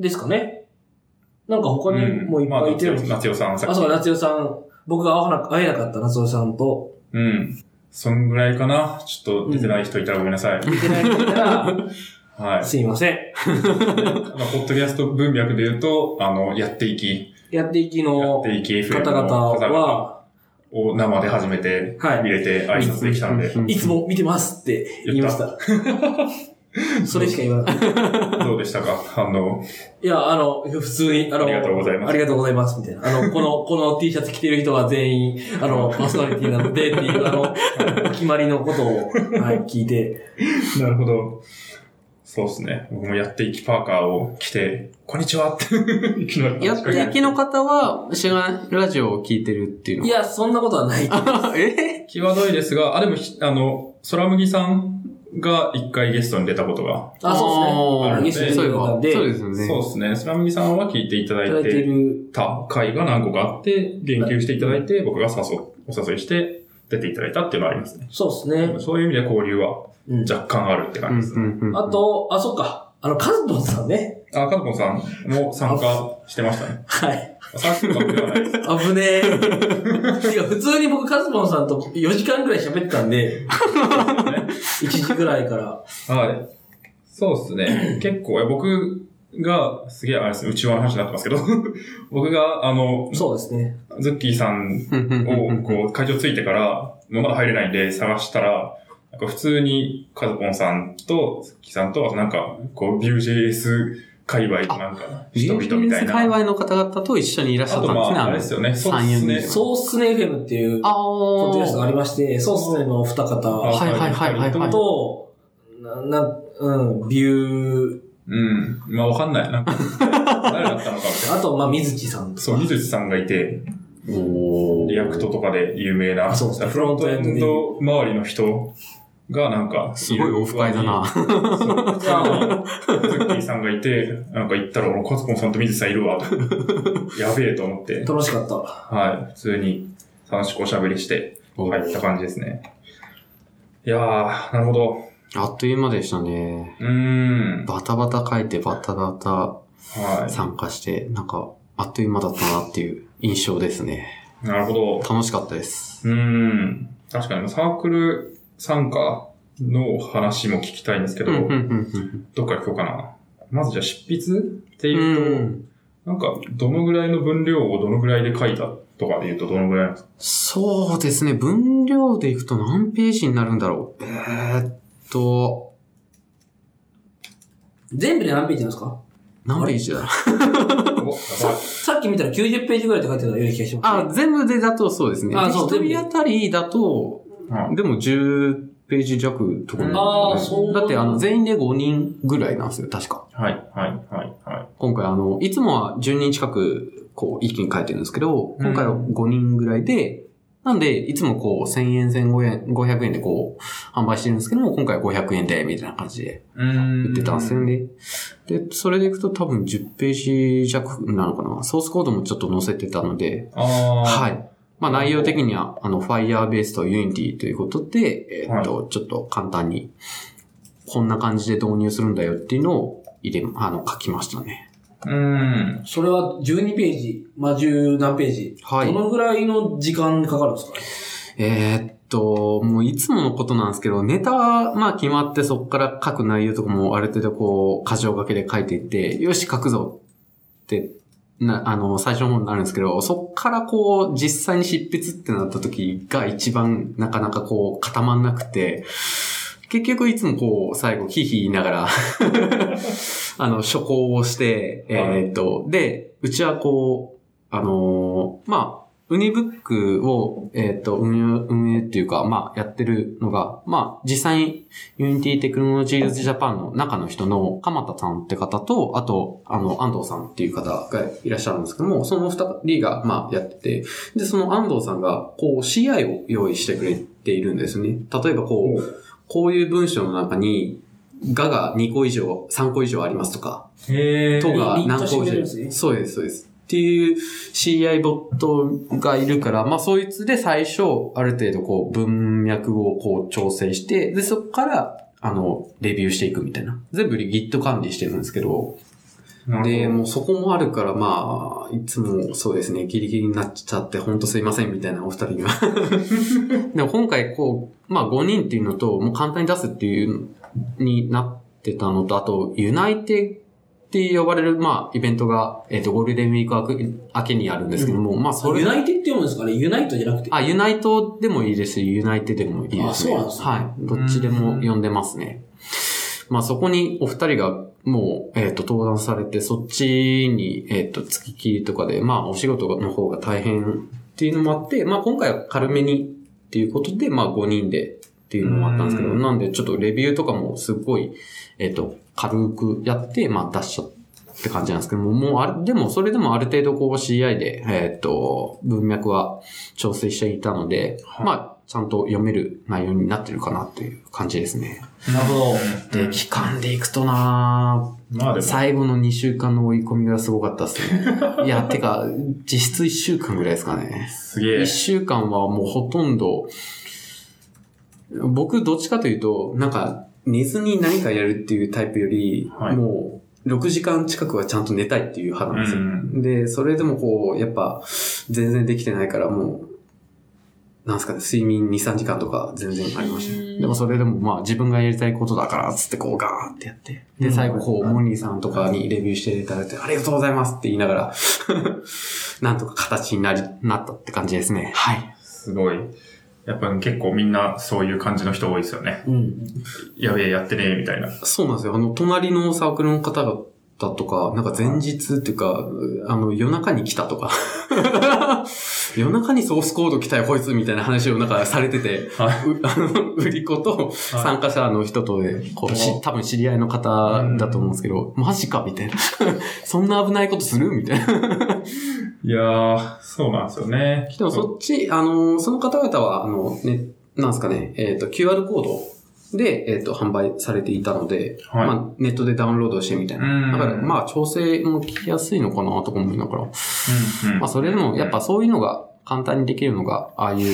S2: ですかね。なんか他に
S3: うん
S2: もいっぱいいてる
S3: まあ夏代夏代さん、さっ
S2: あ、
S3: き
S2: そうか、夏代さん。僕が会わな会えなかった夏代さんと、
S3: うん。そんぐらいかな。ちょっと出てない人いたらごめんなさい。
S2: 見てない人いた
S3: *laughs*
S2: ら、
S3: はい。
S2: すいません。
S3: まあポッドキャスト文脈で言うと、あの、やっていき、
S2: やっていき
S3: や
S2: の
S3: っていき FM
S2: 方
S3: の
S2: 々
S3: 方々
S2: は、
S3: を生で初めて
S2: はい
S3: 見れて挨拶できたので、
S1: うん
S2: いつも見てますって言いました。
S3: *laughs*
S2: それしか言わなかった。
S3: どうでしたか反応。
S2: いや、あの、普通に、あの、
S3: ありがとうございます
S2: ありがとうございます、みたいな。あの、この、この T シャツ着てる人は全員、あの、パーソナリティなので、っていう、あの、
S3: *laughs*
S2: お決まりのことを、はい、聞いて、
S3: なるほど。そうですね。僕もやっていきパーカーを着て、こんにちはって、いきなり
S1: やっ
S3: 話しか
S1: て
S3: けられ
S1: い
S3: て
S1: きの方は、知らないラジオを聞いてるっていうの
S2: いや、そんなことはない。
S1: は。 *laughs* え
S3: 際どいですが、あ、でもひ、あの、空麦さんが一回ゲストに出たことが、
S2: あ、そうですね。
S3: あー
S2: ゲスト
S1: そうい
S2: に
S1: えば、
S2: 呼
S1: そ
S2: ん
S1: う
S2: で、い
S1: ですよね。
S3: そうですね。空麦さんは聞いていただ
S2: ただ
S3: い
S2: いて
S3: て
S2: る、
S3: た回が何個かあって、言及していただいて、僕が誘う、お誘いして出ていただいたっていうのはありますね。
S2: そうですね。
S3: そういう意味で交流は
S2: うん。
S3: 若干あるって
S1: うん
S3: 感じです
S1: う
S3: ね。
S1: んうん
S2: あと、あ、そっか。あの、カズポンさんね。
S3: あ、カズポンさんも参加してましたね。
S2: はい。
S3: 参加ではないです。
S2: 危ねえ。いや、普通に僕、カズボンさんと4時間くらい喋ってたん
S1: *laughs*
S2: で、1時くらいから。
S3: はい。そうですね。結構、え僕が、すげえ、あれですね、内輪の話になってますけど、 *laughs* 僕が、あの、
S2: そうですね。
S3: ズッキーさ
S1: うん
S3: ん
S1: うんうんう
S3: を、
S1: ん
S3: こう、会場ついてから、まだ入れないんで探したら、なんか普通に、カズポンさんと、ズッキーさんと、あとなんか、こう、ビュー JS 界隈のなんか、人々み
S1: BFMS
S3: たい
S1: 界
S3: な。あ
S1: 隈の方々と一緒にいらっしゃっ
S3: と
S1: たん
S3: ま
S1: ですね、
S3: あ、あれ
S1: の
S3: ですよね。そう
S1: 三
S3: で
S1: 四
S3: す
S1: 人
S3: ね。
S2: ソースネ FM っていう、
S1: あ
S2: ポッドキャストがあ
S1: ー
S2: りまして、ソースネのお二
S3: あ
S2: 方
S1: はいはいはいはいはい
S2: と、な、な、うん、ビュー、
S3: うん。まあ、わかんない。なんか、誰だったのか
S1: *laughs*
S3: みたいな。
S2: あと、まあ、水木さんと
S3: そう、技術さんがいて、
S1: おー
S3: リアクトとかで有名な、
S2: あそう
S3: フロントエンド周りの人がなんか、
S1: すごいオフ会だな。
S3: そう。ズ
S2: いや
S3: ッキーさんがいて、なんか行ったら、俺、カツコンさんと水木さんいるわ、と。やべえと思って、
S2: 楽しかった。
S3: はい、普通に楽しくおしゃべりして入った感じですね。いやー、なるほど。
S1: あっという間でしたね。
S3: うーん。
S1: バタバタ書いて、バタバタ
S3: は
S1: 参加して、なんか、あっという間だったなっていう印象ですね。
S3: い。なるほど。
S1: 楽しかったです。
S3: うーん。確かに、サークル参加の話も聞きたいんですけ
S1: う
S3: ど、
S1: んうんうん
S3: どっから聞こうかな。まずじゃあ執筆って
S1: うんう
S3: いう
S1: ん。
S3: と、なんか、どのぐらいの分量をどのぐらいで書いたとかで言うとどのぐらいなんですか
S1: そうですね。分量でいくと何ページになるんだろう。えーっと、
S2: 全部で何ページなんですか
S1: 何ページだ
S3: おやばい
S2: さっき見たら90ページぐらいって書いてたような気がします、
S1: あ、全部でだとそうですね。
S2: あ
S1: で
S2: そう
S1: 一人当たりだと、
S3: うん
S1: でも10ページ弱とかになる
S2: あ
S1: ん
S2: あ、
S1: です
S2: そう。
S1: だってあの、全員で5人ぐらいなんですよ、確か。
S3: はい、はい、はい、は
S1: 今回あの、いつもは10人近く、こう、一気に書いてるんですけど、今回は
S3: うん
S1: 5人ぐらいで、なんで、いつもこう、1000円、1500円、500円でこう、販売してるんですけども、今回は500円で、みたいな感じで
S3: い。うん
S1: 売ってたんですよね。で、それでいくと多分10ページ弱なのかな。ソースコードもちょっと載せてたので、
S3: ああ。。
S1: はいい。まあ内容的には、あの、Firebase と Unity ということで、えーっと、ちょっと簡単に、こんな感じで導入するんだよっていうのを入れ、あの、書きましたね。
S3: うん。
S2: それは12ページ、まあ、10何ページ。
S1: はい
S2: ど。のぐらいの時間かかるんですかね
S1: えーっと、もういつものことなんですけど、ネタは、まあ決まってそこから書く内容とかもある程度こう、箇条書きで書いていって、よし、書くぞって、な、あの、最初の方になるんですけど、そこからこう、実際に執筆ってなった時が一番なかなかこう、固まんなくて、結局いつもこう、最後、ヒーヒー言いながら、 *laughs* あの、初行をして、えーっと、で、うちはこう、あのーまあ、ウニブックを、えっ、と、運用、運営っていうか、まあ、やってるのが、まあ、実際に、ユニティテクノロジーズジャパンの中の人の、鎌田さんって方と、あと、あの、安藤さんっていう方がいらっしゃるんですけども、その二人が、まあ、やってて、で、その安藤さんが、こう、CI を用意してくれているんですね。例えば、こう、こういう文章の中に、がが2個以上、3個以上ありますとか、
S4: へ
S1: とが
S4: リンク
S1: 何
S4: して
S1: 個
S4: く
S1: 以
S4: れるん
S1: 上
S4: ですね。
S1: そうです、そうです。っていう CI ボットがいるから、まあそいつで最初、ある程度こう文脈をこう調整して、で、そこから、あの、レビューしていくみたいな。全部 Git 管理してるんですけど、
S3: なるほど
S1: で、もうそこもあるから、まあ、いつもそうですね、ギリギリになっちゃって、ほんとすいませんみたいなお二人には。
S3: *laughs*
S1: でも今回こう、まあ5人っていうのと、もう簡単に出すっていうになってたのと、あと、ユナイテって呼ばれる、まあ、イベントが、えっ、と、ゴールデンウィーク明け明けにあるんですけども、まあ、それ
S4: ユナイテって読むんですかねユナイトじゃなくて。
S1: あ、ユナイトでもいいですし、ユナイテでもいいですね。
S4: あそうなんですね
S1: はい。どっちでも呼んでますね。まあそこにお二人がもう、えっ、と、登壇されて、そっちに、えっ、と、月切りとかで、まあお仕事の方が大変っていうのもあって、まあ今回は軽めにっていうことで、まあ5人でっていうのもあったんですけど、
S3: うん
S1: なんでちょっとレビューとかもすごい、えっ、と、軽くやって、まあ出しちゃった。って感じなんですけども、もうあれ、でも、それでもある程度こう CI で、えっ、と、文脈は調整していたので、
S3: はい
S1: まあ、ちゃんと読める内容になってるかなっていう感じですね。
S4: なるほど。
S3: うん
S1: で、期間でいくとなぁ
S3: まあでも、
S1: 最後の2週間の追い込みがすごかったですね。いや、てか、実質1週間ぐらいですかね。
S3: すげえ
S1: 1。週間はもうほとんど、僕どっちかというと、なんか、寝ずに何かやるっていうタイプより、
S3: はい
S1: もう、6時間近くはちゃんと寝たいっていう派なんですよ。
S3: うん
S1: で、それでもこう、やっぱ、全然できてないから、もう、なんすかね、睡眠2、3時間とか全然ありました
S4: う
S1: ね。
S4: ん
S1: でもそれでもまあ自分がやりたいことだから、つってこうガーってやって。
S3: う
S1: で、
S3: ん
S1: 最後こう、モニーさんとかにレビューしていただいて、ありがとうございますって言いながら、 *laughs* なんとか形になり、なったって感じですね。はい。
S3: すごい。やっぱ結構みんなそういう感じの人多いですよね。
S4: うん。
S3: やべえ、やってねえ、みたいな。
S1: そうなんですよ。あの、隣のサークルの方々とか、なんか前日っていうか、あの、夜中に来たとか。 *laughs* 夜中にソースコード来たよ、こいつみたいな話をなんかされてて、
S3: は
S1: うあの、売り子と参加者の人とで、こう、し多分知り合いの方だと思うんですけど、マジかみたいな。 *laughs* そんな危ないことするみたいな。
S3: いやー、そうなんですよね。
S1: *laughs* でもそっち、あの、その方々は、あの、ね、なんですかね、えっ、と、QR コードで、えっ、と、販売されていたので、
S3: はい
S1: まあ、ネットでダウンロードしてみたい
S3: うん
S1: な。だから、まあ、調整も聞きやすいのかなとか思いながら。
S3: うんうん *laughs*
S1: まあ、それでも、やっぱそういうのが簡単にできるのが、ああいう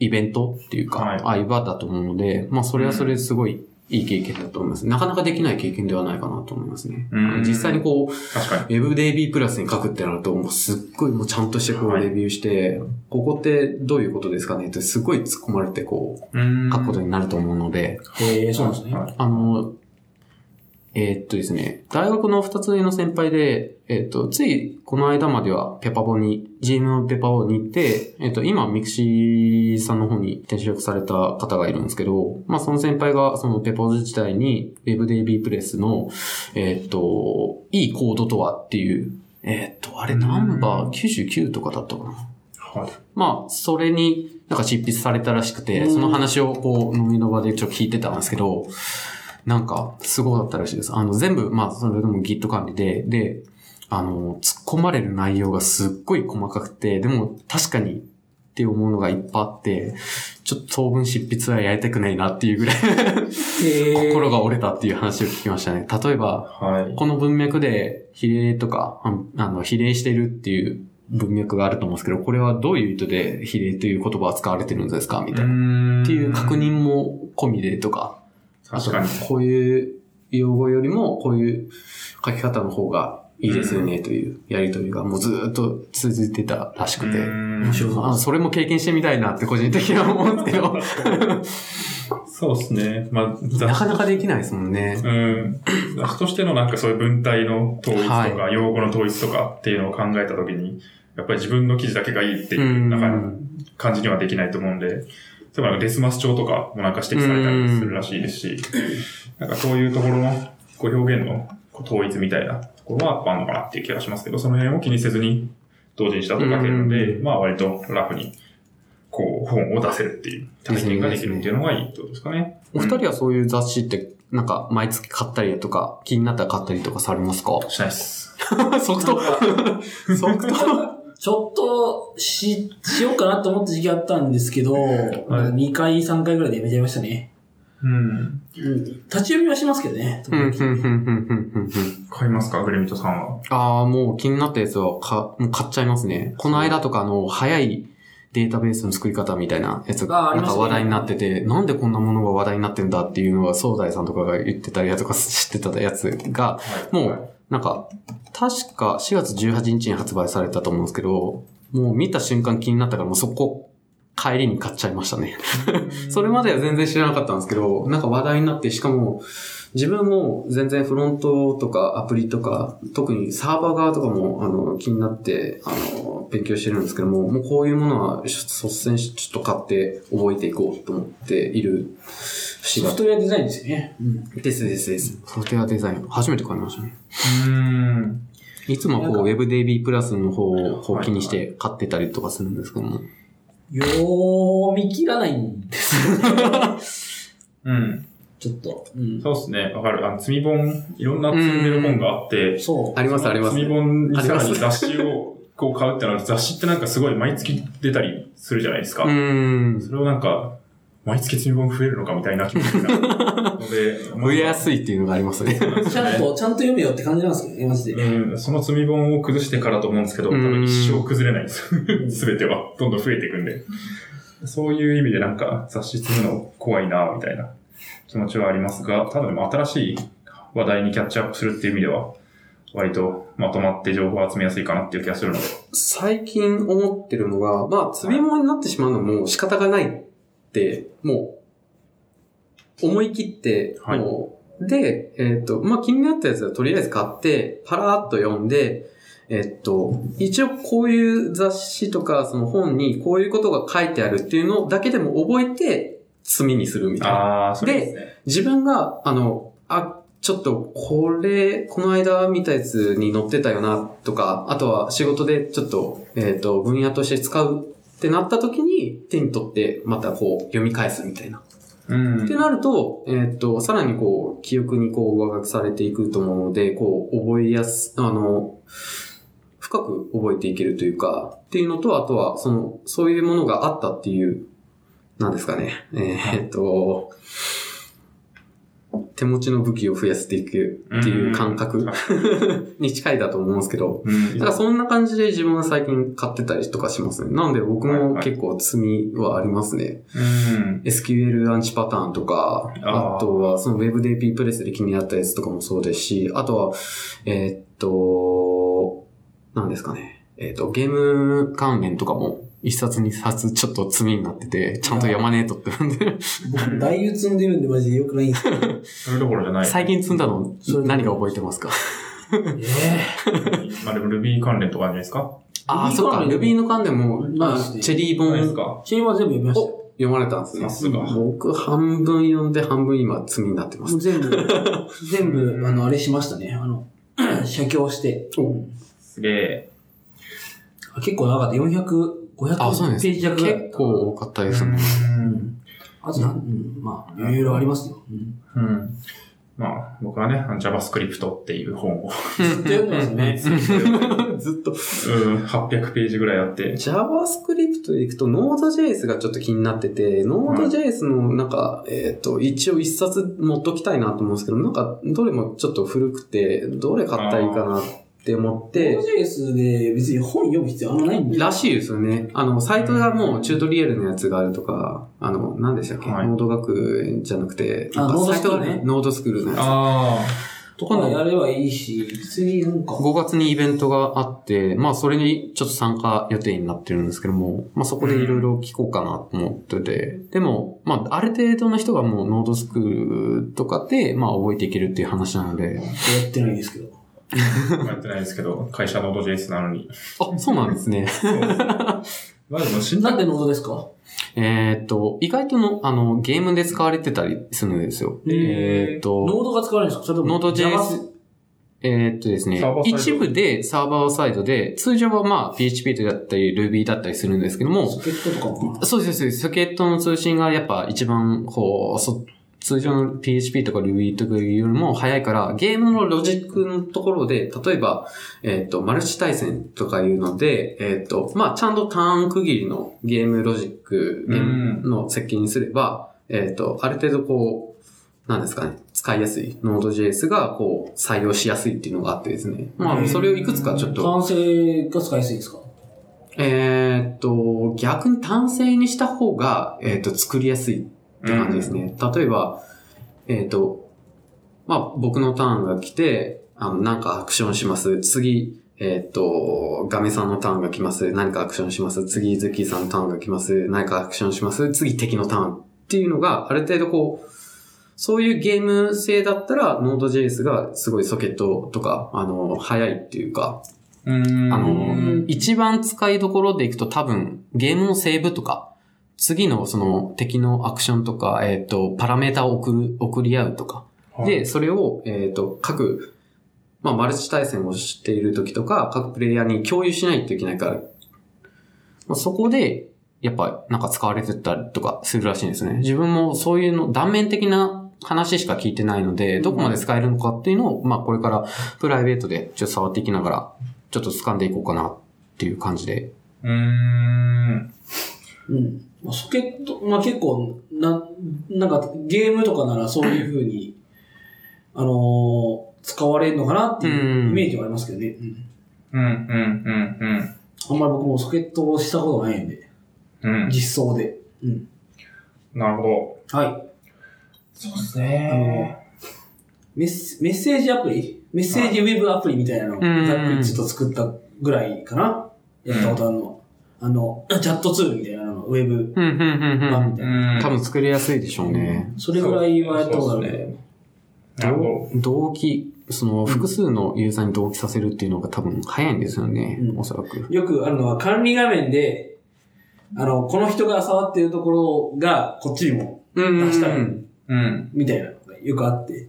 S1: イベントっていうか、
S3: はい
S1: ああいう場だと思うので、まあ、それはそれですごいいい経験だと思います。なかなかできない経験ではないかなと思いますね。
S3: うん
S1: 実際にこう、
S3: 確かに。
S1: WebDB プラスに書くってなると、もうすっごいもうちゃんとしてこう
S3: はい
S1: レビューして、ここってどういうことですかねってすごい突っ込まれてこう
S3: うーん
S1: 書くことになると思うので、
S4: へえ、そうなんですね。
S3: はい
S1: あの、えーっとですね、大学の二つ上の先輩で、えーっと、ついこの間まではペパボに、GM のペパボに行って、えーっと、今ミクシーさんの方に転職された方がいるんですけど、まあその先輩がそのペパボ自体に WebDB プレスの、えーっと、いいコードとはっていう、えーっと、あれナンバー99とかだったかな。
S3: はい。
S1: まあ、それになんか執筆されたらしく
S4: う
S1: て、
S4: ん
S1: その話をこう、飲みの場でちょっと聞いてたんですけど、なんか、すごかったらしいです。あの、全部、まあ、それでも Git 管理で、で、あの、突っ込まれる内容がすっごい細かくて、でも確かにって思うのがいっぱいあって、ちょっと当分執筆はやりたくないなっていうぐらい
S4: へえ。
S1: 心が折れたっていう話を聞きましたね。例えば、
S3: はい。
S1: この文脈で比例とか、ああの、比例してるっていう文脈があると思うんですけど、これはどういう意図で比例という言葉は使われてるんですかみたいな。
S3: っ
S1: っていう確認も込みでとか、あ
S3: 確
S1: と
S3: かに。、
S1: こういう用語よりも、こういう書き方の方がいいですよねというやりとりがもうずーっと続いてたらしくて。
S3: うーん
S4: 面白い
S1: まあ、それも経験してみたいなって個人的には思うんですけど、
S3: そうですね。ま
S1: *laughs*
S3: あ、
S1: な
S3: 雑
S1: かなかできないですもんね。
S3: うん。雑誌としてのなんかそういう文体の統一とか、
S1: は
S3: 用語の統一とかっていうのを考えたときに、やっぱり自分の記事だけがいいっていうう、
S1: ん
S3: なんか感じにはできないと思うんで、例えばなんかデスマス帳とかもなんか指摘されたりするらしいですし、なんかそういうところのこう表現のこう統一みたいなところはやっぱあるのかなっていう気がしますけど、その辺を気にせずに同時にしたと書けるので、
S1: うん
S3: まあ割とラフに、こう、本を出せるっていう体験ができるっていうのがいいってことですかね。
S1: お二人はそういう雑誌って、なんか、毎月買ったりとか、気になったら買ったりとかされま
S2: *laughs*
S1: すか
S3: しないっす。
S1: 即答 *laughs* 即答
S2: ちょっとし、しようかなと思った時期あったんですけど、2回、3回ぐらいでやめちゃいましたね。
S3: うん。
S2: うん、立ち読みはしますけどね。
S1: うん、うん、うん、うん、うん、うん。
S3: 買いますか、グレミトさんは。
S1: ああ、もう気になったやつはか、もう買っちゃいますね。この間とかあの、早いデータベースの作り方みたいなやつ
S2: あー
S1: が、
S2: あ
S1: な
S2: り
S1: ん
S2: ま
S1: か
S2: すね
S1: 話題になってて、なんでこんなものが話題になってんだっていうのが、総大さんとかが言ってたりだとか知ってたやつが、
S3: はい
S1: もう、なんか、確か4月18日に発売されたと思うんですけど、もう見た瞬間気になったから、もうそこ、帰りに買っちゃいましたね。それまでは全然知らなかったんですけど、なんか話題になって、しかも、自分も全然フロントとかアプリとか、特にサーバー側とかも、あの、気になって、あの、勉強してるんですけども、もうこういうものは率先してちょっと買って覚えていこうと思っている節
S2: ソ
S1: が
S2: フトウェアデザインですよね。うん、
S1: ですですです。ソフトウェアデザイン、初めて買いましたね。
S3: うん。
S1: いつも
S2: な
S1: こ
S2: ん
S1: う、
S2: か
S1: WebDB プラスの方をこう
S3: はい
S1: 気にして買ってたりとかするんですけども。
S2: よー見切らないんで、
S3: うん。
S2: ちょっと。うん、
S3: そうですね。わかる。あの、積み本、いろんな積んでる本があって、
S2: そう。
S1: ありますあります。
S3: 積み本にさら
S1: ありま
S3: に
S1: す
S3: 雑誌をこう買うってのは、雑誌ってなんかすごい毎月出たりするじゃないですか。
S1: うーん。
S3: それをなんか、毎月積み本増えるのかみたいな気持ちになるので、
S1: *laughs* 増えや
S3: い。
S1: すいっていうのがありますね。
S2: ちゃんと、ちゃんと読めよって感じなんですけどね、マジで。
S3: うん、その積み本を崩してからと思うんですけど、多
S1: うん
S3: 分一生崩れないです。 *laughs* すべては。どんどん増えていくんで。そういう意味でなんか雑誌積むの怖いなみたいな気持ちはありますが、ただでも新しい話題にキャッチアップするっていう意味では、割とまとまって情報を集めやすいかなっていう気がするので。
S1: 最近思ってるのが、まあ、積み物になってしまうのも仕方がないって、もう、思い切って、
S3: はい
S1: もう、で、えっ、と、まあ、気になったやつはとりあえず買って、パラーっと読んで、えっと、一応こういう雑誌とか、その本にこういうことが書いてあるっていうのだけでも覚えて、積みにするみたいな。
S3: ああ、そ
S1: れ
S3: れ
S1: で
S3: ですすね。
S1: 自分が、あの、あ、ちょっと、これ、この間見たやつに載ってたよな、とか、あとは仕事でちょっと、えっ、と、分野として使うってなった時に、手に取って、またこう、読み返すみたいな。
S3: うん。
S1: ってなると、えっ、と、さらにこう、記憶にこう、上書きされていくと思うので、こう、覚えやす、あの、深く覚えていけるというか、っていうのと、あとは、その、そういうものがあったっていう、なんですかね。えっ、と、手持ちの武器を増やしていくっていう感覚 *laughs* に近いだと思うんですけど、
S3: うん。
S1: だからそんな感じで自分は最近買ってたりとかしますね。なんで僕も結構積みはありますね。
S3: うん。
S1: SQL アンチパターンとか、
S3: あー
S1: あとはその WebDP プレスで気になったやつとかもそうですし、あとは、えーっと、何ですかね。えーっと、ゲーム関連とかも、一冊二冊ちょっと積みになってて、ちゃんとやまねえとって思うんで、
S2: 僕、大優積んでるんで、マジで良くないん *laughs* ですよ。
S3: それどころじゃない。
S1: 最近積んだの何が覚えてますか
S2: ね
S3: まあでも Ruby 関連とかじゃないですか。
S1: ああ、そうか、Ruby の関連も、まあ、チェリー
S3: ないです
S1: 本
S3: か。
S2: え。チームは全部読みました。
S1: を読まれたんですね
S3: さ。すが。
S1: 僕、半分読んで、半分今積みになってま
S2: も
S1: す
S2: う。全部、 *laughs* 全部、あの、あれしましたね。あの、 *clears throat* 写経して。
S3: すげえ。
S2: あ結構長かった。400、
S1: あ、そうなん
S2: 500
S1: です
S2: ページ弱ぐらい
S1: 結構多かったですね。
S3: うん。
S2: あとなん、うん、まあ、いろいろありますよ。うん。
S3: うん。まあ、僕はね、あの JavaScript ってい
S1: *laughs*
S3: う本を、
S2: ずっと読んでますね。
S1: ずっと
S3: うん、800ページぐらいあって、
S1: JavaScript でいくと Node.js がちょっと気になってて、Node.js のなんか、えっ、と、一応一冊持っときたいなと思うんですけど、なんか、どれもちょっと古くて、どれ買ったらいいかなって思って、
S2: JS で別に本読む必要あんまないんで。
S1: らしいですよね。あの、サイトがもうチュートリアルのやつがあるとか、あの、何でしたっけ、
S3: はい
S1: ノード学園じゃなくて、
S2: あ
S1: なんか
S2: Node
S1: サイト
S2: スクー
S1: が
S2: ルね
S1: ノードスクールのやつ。
S3: あ
S2: とかやればいいし、別になんか。
S1: 5月にイベントがあって、まあそれにちょっと参加予定になってるんですけども、まあそこでいろいろ聞こうかなと思ってて、でも、まあある程度の人がもうノードスクールとかで、まあ覚えていけるっていう話なので、
S2: やってないんですけど。
S3: あ、やってないですけど、会社の Node.js なのに。
S1: あ、そうなんですね。
S3: そうまあでも、死ん
S2: な
S3: だ
S2: んでノードですか
S1: *laughs* えーっと、意外との、あの、ゲームで使われてたりするんですよ。
S3: へー
S1: えーっと、
S2: ノードが使われるんですかそれとも
S1: ノード
S2: Java
S1: JS、えーっとですね
S3: サーバーサイド
S1: 一部でサーバーサイドで、通常はまあ PHP だったり Ruby だったりするんですけども、
S2: ソケットとかも
S1: そうです、そうです。ソケットの通信がやっぱ一番、こう、そ通常の PHP とか Ruby とかいうよりも早いから、ゲームのロジックのところで、例えば、えーっ、と、マルチ対戦とかいうので、えーっ、と、まあ、ちゃんとターン区切りのゲームロジック、ゲームの設計にすれば、えーっ、と、ある程度こう、なんですかね、使いやすい Node.js がこう、採用しやすいっていうのがあってですね。まあ、それをいくつかちょっと、
S2: 男性が使いやすいですか
S1: えーっと、逆に単性にした方が、えーっと、作りやすいって感じですね。例えば、えーっと、まあ、僕のターンが来て、あの、なんかアクションします。次、えーっと、ガメさんのターンが来ます。何かアクションします。次、ズッキーさんのターンが来ます。何かアクションします。次、敵のターンっていうのが、ある程度こう、そういうゲーム性だったら、Node.js がすごいソケットとか、あの、早いっていうか、
S3: うん
S1: あ
S2: うん
S1: の、一番使いどころでいくと多分、ゲームのセーブとか、次のその敵のアクションとか、えっ、と、パラメータを送る、送り合うとか。で、それを、えっ、と、各、まあ、マルチ対戦をしている時とか、各プレイヤーに共有しないといけないから、まあ、そこで、やっぱ、なんか使われてたりとかするらしいんですね。自分もそういうの、断面的な話しか聞いてないので、どこまで使えるのかっていうのを、まあ、これからプライベートでちょっと触っていきながら、ちょっと掴んでいこうかなっていう感じで。
S3: うーん。
S2: うん。まあソケット、まあ結構、な、なんかゲームとかならそういう風に、あのー使われるのかなっていうイメージはありますけどね。うん。
S3: うん、うん、うん、
S2: あんまり僕もソケットをしたことがないんで、
S3: うん。うん。
S2: 実装で。うん。
S3: なるほど。
S2: はい。
S3: そうですね。
S2: メッセメッセージアプリメッセージウェブアプリみたいなのを
S1: うん
S2: ざっくりちょっと作ったぐらいかなやったことあるのは。あの、チャットツールみたいなの、ウェブ
S1: うん、うん、うん、
S2: 版み
S1: ん。
S2: た
S3: う
S2: いな。
S3: ん。
S1: 多分作りやすいでしょうね。
S2: それぐらいはやったことある
S3: そうで
S2: ね。
S3: なるほど。
S1: 同期、その複数のユーザーに同期させるっていうのが多分早いんですよね。
S2: うん
S1: おそらく。
S2: よくあるのは管理画面で、あの、この人が触ってるところがこっちにも、
S1: うん
S2: 出したい
S3: うん。
S2: みたいなのがよくあって。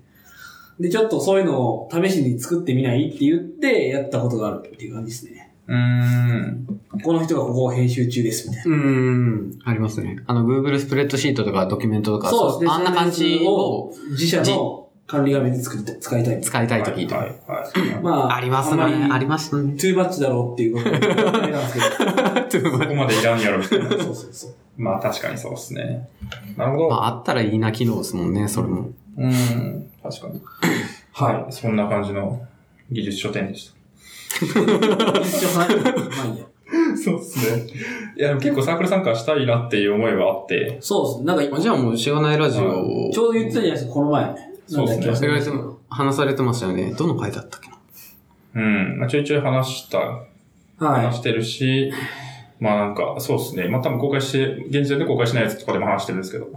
S2: で、ちょっとそういうのを試しに作ってみないって言ってやったことがあるっていう感じですね。
S3: うーん。
S2: この人がここを編集中ですみたいな。
S1: うん。ありますね。あの、Google スプレッドシートとかドキュメントとか、
S2: そうですね
S1: あんな感じを
S2: 自社の管理画面で作って使いたい。
S1: 使いたいときと
S3: は
S1: か。
S3: い、はい。
S2: まあ、
S1: ありますね。
S2: あ
S1: あ
S2: んま
S1: り
S2: り、
S1: ますね。 *laughs*
S2: トゥーマッチだろうっていうことなんですけど。
S3: ここまでいらんやろ、みたいな。
S2: そうそうそう。
S3: *laughs* まあ確かにそうですね。なるほど。
S1: まあ、あったらいいな機能ですもんね、それも。
S3: うん、確かに。はい、そんな感じの技術書店でした。
S2: 一応話してもまあいいや。
S3: そうですね。いや、でも結構サークル参加したいなっていう思いはあって、
S2: そうですね。なんか今、
S1: じゃあもう、しがないラジオを。
S2: ちょうど言ってたじゃないですか、この前。
S3: そうですね
S2: なんだっけ
S1: それぐらいでも話されてましたよね。どの回だったっけな
S3: うん、まあ、ちょいちょい話した、
S2: はい。
S3: 話してるし、まあなんか、そうですね。まあ多分公開して、現時点で公開しないやつとかでも話してるんですけど、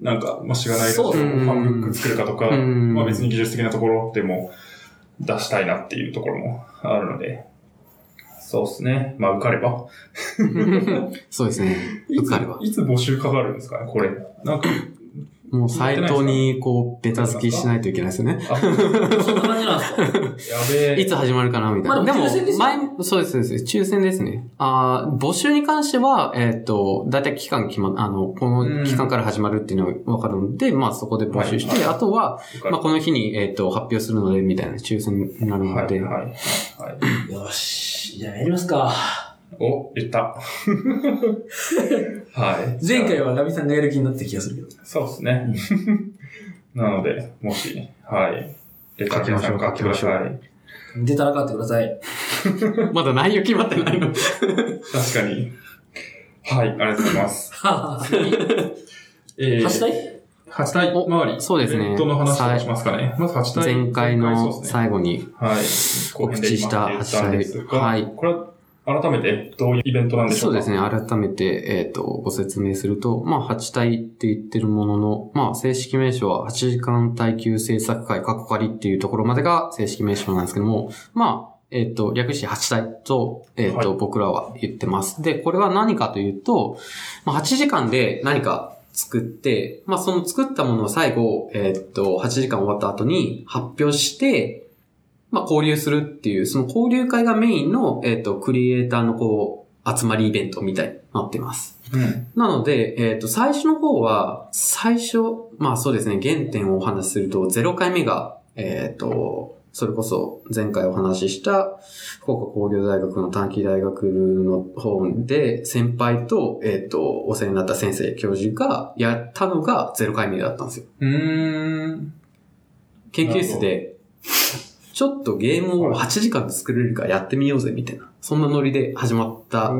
S3: なんか、まあ、しがない
S2: そう
S3: フ
S2: です
S1: ね
S3: ァンブック作るかとか、
S1: うん
S3: まあ別に技術的なところでも出したいなっていうところもあるので、そうですね。まあ受かれば。
S1: そうですね。
S3: い
S1: 受
S3: つ
S1: かれば。
S3: いつ募集かかるんですかね、これ。なんか、
S1: もうサイトにこう、ベタ付きしないといけないですよね。 *laughs*
S3: あ、
S2: そんな感じなんですか
S3: やべえ。
S1: いつ始まるかなみたいな。
S2: まあでも抽選ですよ
S1: 前、そうです、そうです。抽選ですね。あー募集に関しては、えっ、と、だいたい期間決ま、あの、こ
S3: うん
S1: の期間から始まるっていうのがわかるので、まあそこで募集して、
S3: はい
S1: あとは、まあ
S3: は
S1: この日に、えっ、と、発表するので、みたいな抽選になる
S3: い、は
S1: の
S3: い、
S1: で、
S3: はい。
S2: *laughs* よし。じゃあやりますか。
S3: お、言った。
S1: *laughs*
S3: はい。
S2: 前回はラビさんがやる気になってた気がするけど。
S3: そうですね。 *laughs* なので、もし、はい。レター皆さん書きましょう。
S2: 出たらかってくださ *laughs* い。
S1: *laughs* まだ内容決まってないので。
S3: 確かに。はい、ありがとうございます。
S2: は
S3: え
S2: は。したい
S3: 八体周り。
S1: そうですね
S3: イベントの話をしますかね。まず八体。
S1: 前回の
S3: そうですね
S1: 最後に。
S3: はい。
S1: 告知した
S3: 後編で今まで言ったんですが
S1: はい
S3: これは改めてどういうイベントなんでしょ
S1: そうう
S3: か
S1: ですね。改めて、えっ、と、ご説明すると、まあ、8体って言ってるものの、まあ、正式名称は8時間耐久制作会、過去仮っていうところまでが正式名称なんですけども、まあ、えっ、と、略して8体と、えっ、と、
S3: は
S1: 僕らは言ってます。で、これは何かというと、まあ、8時間で何か作って、まあ、その作ったものを最後、えっ、と、8時間終わった後に発表して、まあ、交流するっていう、その交流会がメインの、えっ、と、クリエイターのこう、集まりイベントみたいになってます。
S3: うん。
S1: なので、えっ、と、最初の方は、最初、まあそうですね、原点をお話しすると、0回目が、えっ、と、それこそ前回お話しした、福岡工業大学の短期大学の方で、先輩と、えっ、と、お世話になった先生、教授がやったのが0回目だったんですよ。
S3: うーん。
S1: 研究室で、ちょっとゲームを8時間で作れるからやってみようぜ、みたいな。そんなノリで始まった
S3: お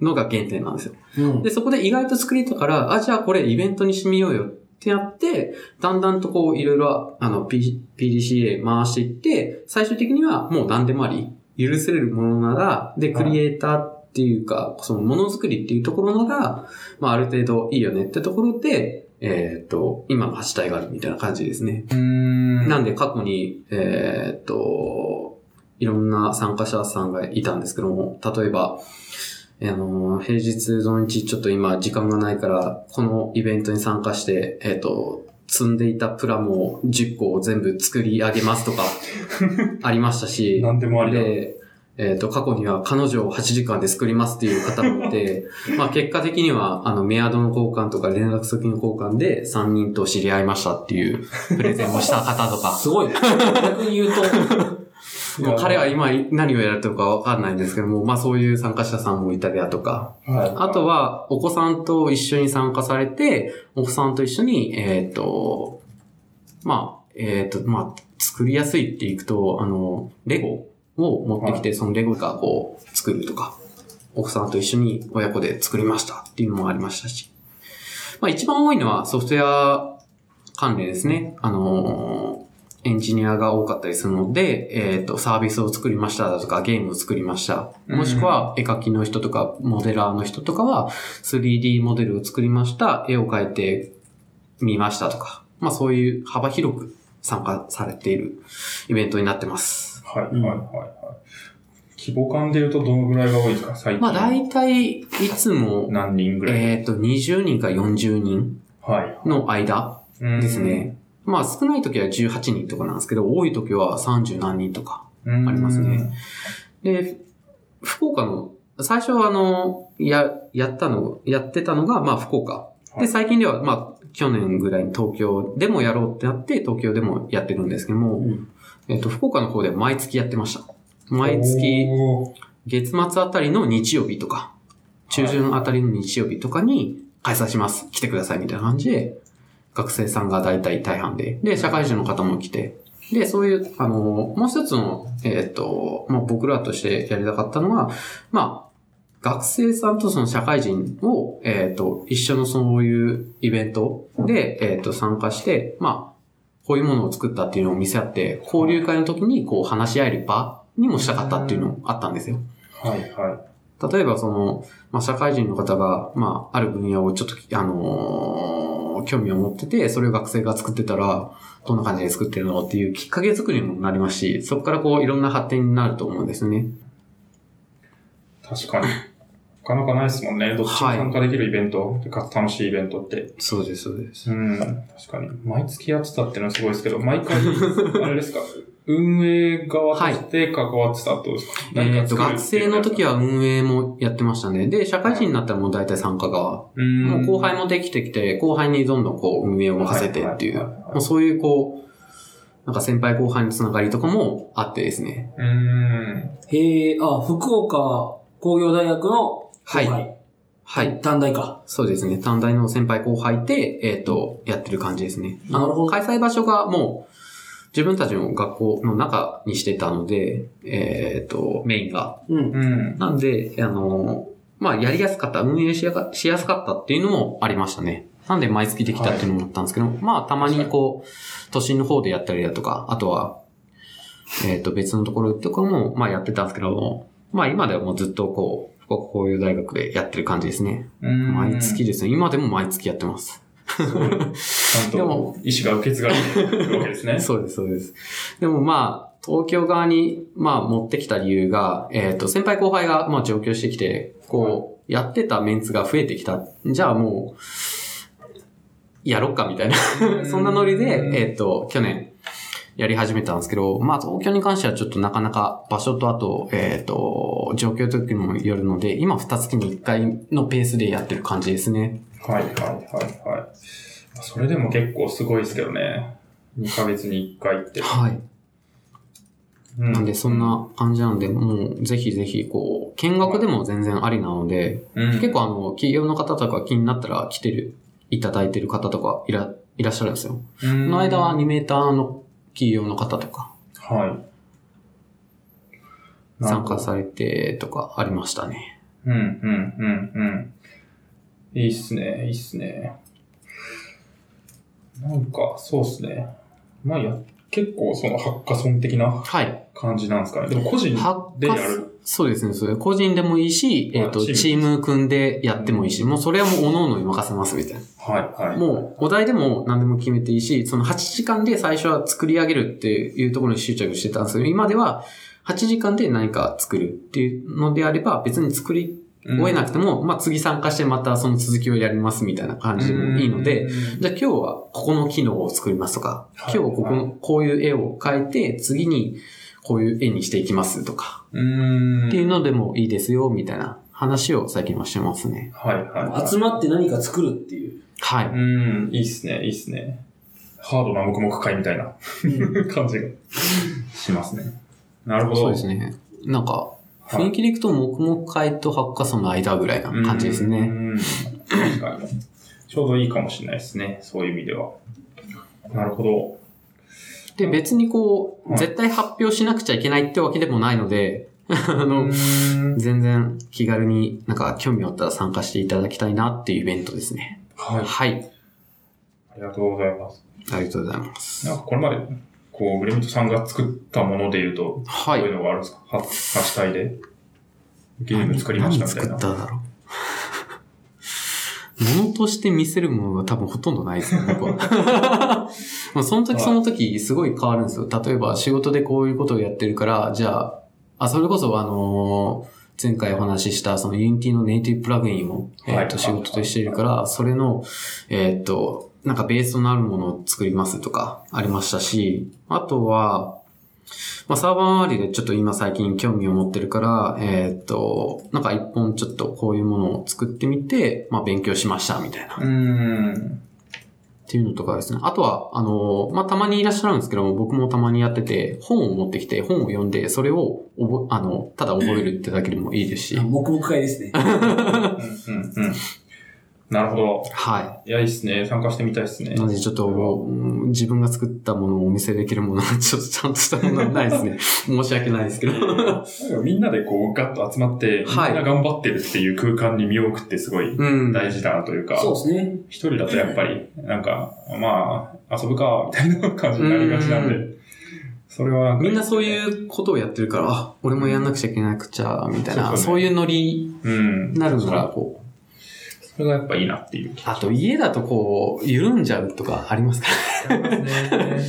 S1: のが原点なんですよ。
S2: うん。
S1: で、そこで意外と作りたから、あ、じゃあこれイベントにしてみようよってやって、だんだんとこういろいろ、あの、P- PDCA 回していって、最終的にはもう何でもあり、許せるものなら、で、クリエイターっていうか、そのものづくりっていうところなら、まあある程度いいよねってところで、えーっと、今の8体があるみたいな感じですね。
S3: ー。うーん。
S1: なんで過去に、えーっと、いろんな参加者さんがいたんですけども、例えば、あの、平日土日ちょっと今時間がないから、このイベントに参加して、えーっと、積んでいたプラモを10個を全部作り上げます
S3: *laughs*
S1: とか、ありましたし、
S3: なんでもありだ。
S1: で、えっ、と、過去には彼女を8時間で作りますっていう方もいて、まあ結果的には、あの、メアドの交換とか連絡先の交換で3人と知り合いましたっていうプレゼンをした方と
S2: *laughs*
S1: か、
S2: すごい。逆に言うと、 *laughs*
S1: もう彼は今何をやるとかわかんないんですけども、まあそういう参加者さんもいたりだとか、
S3: はい、
S1: あとは、お子さんと一緒に参加されて、お子さんと一緒に、えっ、と、まあ、えっ、と、まあ、作りやすいっていくと、あの、レゴを持ってきて、そのレゴがこう、作るとか、お子さんと一緒に親子で作りましたっていうのもありましたし。まあ、一番多いのはソフトウェア関連ですね。あのーエンジニアが多かったりするので、えっ、と、サービスを作りましただとか、ゲームを作りました。もしくは、絵描きの人とか、モデラーの人とかは、3D モデルを作りました、絵を描いてみましたとか、まあそういう幅広く参加されているイベントになってます。
S3: はい、はい、はい、はい。規模感で言うとどのぐらいが多いですか最近。
S1: まあ大体いつも、
S3: 何人ぐらい、
S1: えっ、と、20人から40人
S3: はい。
S1: の間
S3: うん
S1: です。ね。まあ少ない時は18人とかなんですけど、多い時は30何人とか。
S3: あ
S1: ありますね。で、福岡の、最初はあの、や、やったの、やってたのが、まあ福岡。
S3: は
S1: で、
S3: い
S1: 最近では、まあ、去年ぐらいに東京でもやろうってなって、東京でもやってるんですけども、
S2: うん
S1: えっと、福岡の方では毎月やってました。毎月、
S3: おー
S1: 月末あたりの日曜日とか、中旬あたりの日曜日とかに開催します。来てくださいみたいな感じで、学生さんが大体大半で、で、社会人の方も来て、で、そういう、あの、もう一つの、えっ、と、まあ、僕らとしてやりたかったのは、まあ、学生さんとその社会人を、えっ、と、一緒のそういうイベントで、えっ、と、参加して、まあ、こういうものを作ったっていうのを見せ合って、交流会の時にこう話し合える場にもしたかったっていうのもあったんですよ。
S3: はい、は
S1: 例えばその、まあ、社会人の方が、まあ、ある分野をちょっと、あのー興味を持ってて、それを学生が作ってたら、どんな感じで作ってるのっていうきっかけ作りにもなりますし、そこからこう、いろんな発展になると思うんですよね。
S3: い。確かに。なかなかないですもんね。どっちも参加できるイベント、でかつ楽しいイベントって。
S1: そうです、そうです。
S3: うん、確かに。毎月やってたっていうのはすごいですけど、毎回、あれですか、運営側として関わってたってことですか、
S1: えっと、学生の時
S3: は、
S1: は運営もやってましたね。で、社会人になったらもう大体参加が、
S3: うん
S1: もう後輩もできてきて、後輩にどんどんこう、運営を任せてっていう、
S3: はいはいはいはい
S1: もうそういうこう、なんか先輩後輩のつながりとかもあってですね。
S3: うん。
S2: へえ、あ、福岡工業大学の、
S1: はい
S2: い。
S1: はい。
S2: 短大か。
S1: そうですね。短大の先輩後輩で、えっ、と、やってる感じですね。あ
S2: なるほ
S1: の、
S2: ど
S1: 開催場所がもう、自分たちの学校の中にしてたので、えっ、と、メインが。
S2: うん。
S3: うん。
S1: なんで、あの、まあ、やりやすかった、運営しやがしやすかったっていうのもありましたね。なんで毎月できたっていうのもあったんですけど、まあ、たまにこう、都心の方でやったりだとか、あとは、えっ、と、別のところとかも、まあ、やってたんですけども、まあ、今ではもうずっとこう、福岡工業大学でやってる感じですね。
S3: うん
S1: 毎月ですね。今でも毎月やってます。
S3: ちゃん
S1: で
S3: と
S1: も、
S3: 意思が受け継がれてるわけ
S1: *laughs*
S3: ですね。
S1: そうです、そうです。でもまあ、東京側に、まあ、持ってきた理由が、えっ、と、先輩後輩が、まあ、上京してきて、こう、やってたメンツが増えてきた。じゃあもう、やろっか、みたいな。そんなノリで、えっ、と、去年、やり始めたんですけど、まあ東京に関してはちょっとなかなか場所とあと、えっ、と、状況というのもよるので、今2月に1回のペースでやってる感じですね。
S3: はいはいはいはい。それでも結構すごいですけどね。2ヶ月に1回って。
S1: はい。
S3: う
S1: なん
S3: ん。
S1: で、そんな感じなので、もう、ぜひぜひ、こう、見学でも全然ありなので、
S3: うん、
S1: 結構あの、企業の方とか気になったら来てる、いただいてる方とかいら、いらっしゃるんですよ。
S3: こ
S1: この間は
S3: に。
S1: 2メーターの企業の方とか、
S3: はい。
S1: 参加されてとかありましたね。
S3: うん、うん、うん、うん。いいっすね、いいっすね。なんか、そうっすね。まあや、結構そのハッカソン的な
S1: はい。
S3: 感じなんですかね。でも個人
S1: は
S3: でやる。
S1: そうですね、それ。個人でもいいし、えっ、と、
S3: チーム
S1: チーム組んでやってもいいし、もうそれはもう各々に任せますみたいな。
S3: はい、はい。
S1: もう、お題でも何でも決めていいし、その8時間で最初は作り上げるっていうところに執着してたんですけど、今では8時間で何か作るっていうのであれば、別に作り
S3: うん、
S1: 終えなくても、まあ次参加してまたその続きをやりますみたいな感じでもいいので、
S3: うん、
S1: じゃあ今日はここの機能を作りますとか、
S3: はい
S1: 今日ここの、こういう絵を描いて、次にこういう絵にしていきますとか、
S3: うん。
S1: っていうのでもいいですよ、みたいな話を最近はしてますね。
S3: はい、はいはい。
S2: 集まって何か作るっていう。
S1: は
S3: う
S1: い。
S3: ん、いいっすね、いいっすね。ハードな黙々会みたいな感じがしますね。なるほど。
S1: そうですね。なんか、雰囲気でいくと、黙々会とハッカソンの間ぐらいな感じです
S3: う
S1: ね。
S3: ん。確かに。ちょうどいいかもしれないですね。そういう意味では。なるほど。
S1: で、別にこ
S3: は
S1: う、
S3: い
S1: 絶対発表しなくちゃいけないってわけでもないので、 *laughs* あ
S3: う
S1: の、
S3: ん
S1: 全然気軽になんか興味あったら参加していただきたいなっていうイベントですね。
S3: はい。
S1: はい。
S3: ありがとうございます。
S1: ありがとうございます。
S3: なんかこれまで、こう、グレミットさんが作ったもので言うと、
S1: は
S3: どうい
S1: い。
S3: うのがあるんですかは発体で。ゲーム作りましたみたいな。
S1: 何作っただろう。 *laughs* 物として見せるものが多分ほとんどないですね、僕
S3: *laughs*
S1: は。まあその時その時すごい変わるんですよ。例えば仕事でこういうことをやってるから、じゃあ、あ、それこそあのー前回お話ししたその Unity のネイティブプラグインを、え
S3: はい
S1: ーと仕事としているから、それの、えっ、と、なんかベースとなるものを作りますとかありましたし、あとは、まあ、サーバー周りでちょっと今最近興味を持ってるから、えーっと、なんか一本ちょっとこういうものを作ってみて、まあ、勉強しましたみたいな。っ
S3: うん。
S1: ていうのとかですね。あとは、あの、まあ、たまにいらっしゃるんですけども、僕もたまにやってて、本を持ってきて、本を読んで、それを覚え、あの、ただ覚えるってだけでもいいですし
S2: あ。黙々会ですね。
S3: うんうんうん。なるほど。
S1: はい
S3: や、いいっすね。参加してみたいっすね
S1: い。な。ので、ちょっと、うん自分が作ったものをお見せできるものは、ちょっとちゃんとしたものはないですね。申し訳ないですけど。
S3: なんかみんなでこう、ガッと集まって、みん
S1: はい
S3: な頑張ってるっていう空間に身を置くってすごい
S1: うん。
S3: 大事だなというか、
S2: そうですね。
S3: 一人だとやっぱり、なんか、まあ、遊ぶか、みたいな感じになりがちなん
S1: う
S3: で、それは、
S1: みんなそう
S3: う、
S1: いうことをやってるから、あ、俺もやんなくちゃいけなくちゃ、みたいな、
S3: そう
S1: そう
S3: そう
S1: いうノリ
S3: うん
S1: に。なるなら、こう。
S3: それがやっぱいいなっていう。
S1: あと、家だとこう、緩んじゃうとかありますか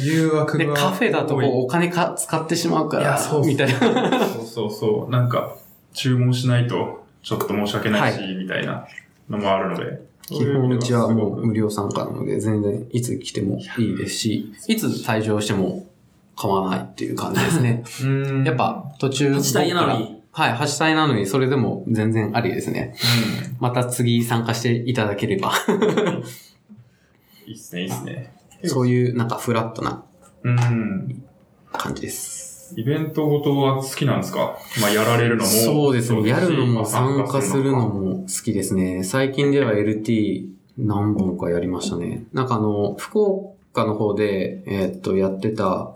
S3: 誘惑
S1: で、カフェだとこう、お金か使ってしまうか
S3: いや
S1: ら、
S3: そうそう
S1: みたいな。
S3: そうそうそう。なんか、注文しないと、ちょっと申し訳ないし、みたいなのもあるので。
S1: 基本うちはもう無
S3: 理。
S1: 料参加なので、全然いつ来てもいいですし、いつ退場しても構わないっていう感じです *laughs* ね。
S3: うん
S1: やっ、ぱ、途中。
S2: 8対なのに。
S1: はい、8歳なのに、それでも全然ありですね。
S3: う
S1: また次参加していただければ、
S3: ん。いいっすね、いいっすね。
S1: そういうなんかフラットな
S3: うん。
S1: 感じです。
S3: イベントごとは好きなんですかまあ、やられるのも。
S1: そうですね。やるのも
S3: し
S1: 参加するの。も好きですね。最近では LT 何本かやりましたね。なんかあの、福岡の方で、えーっと、やってた、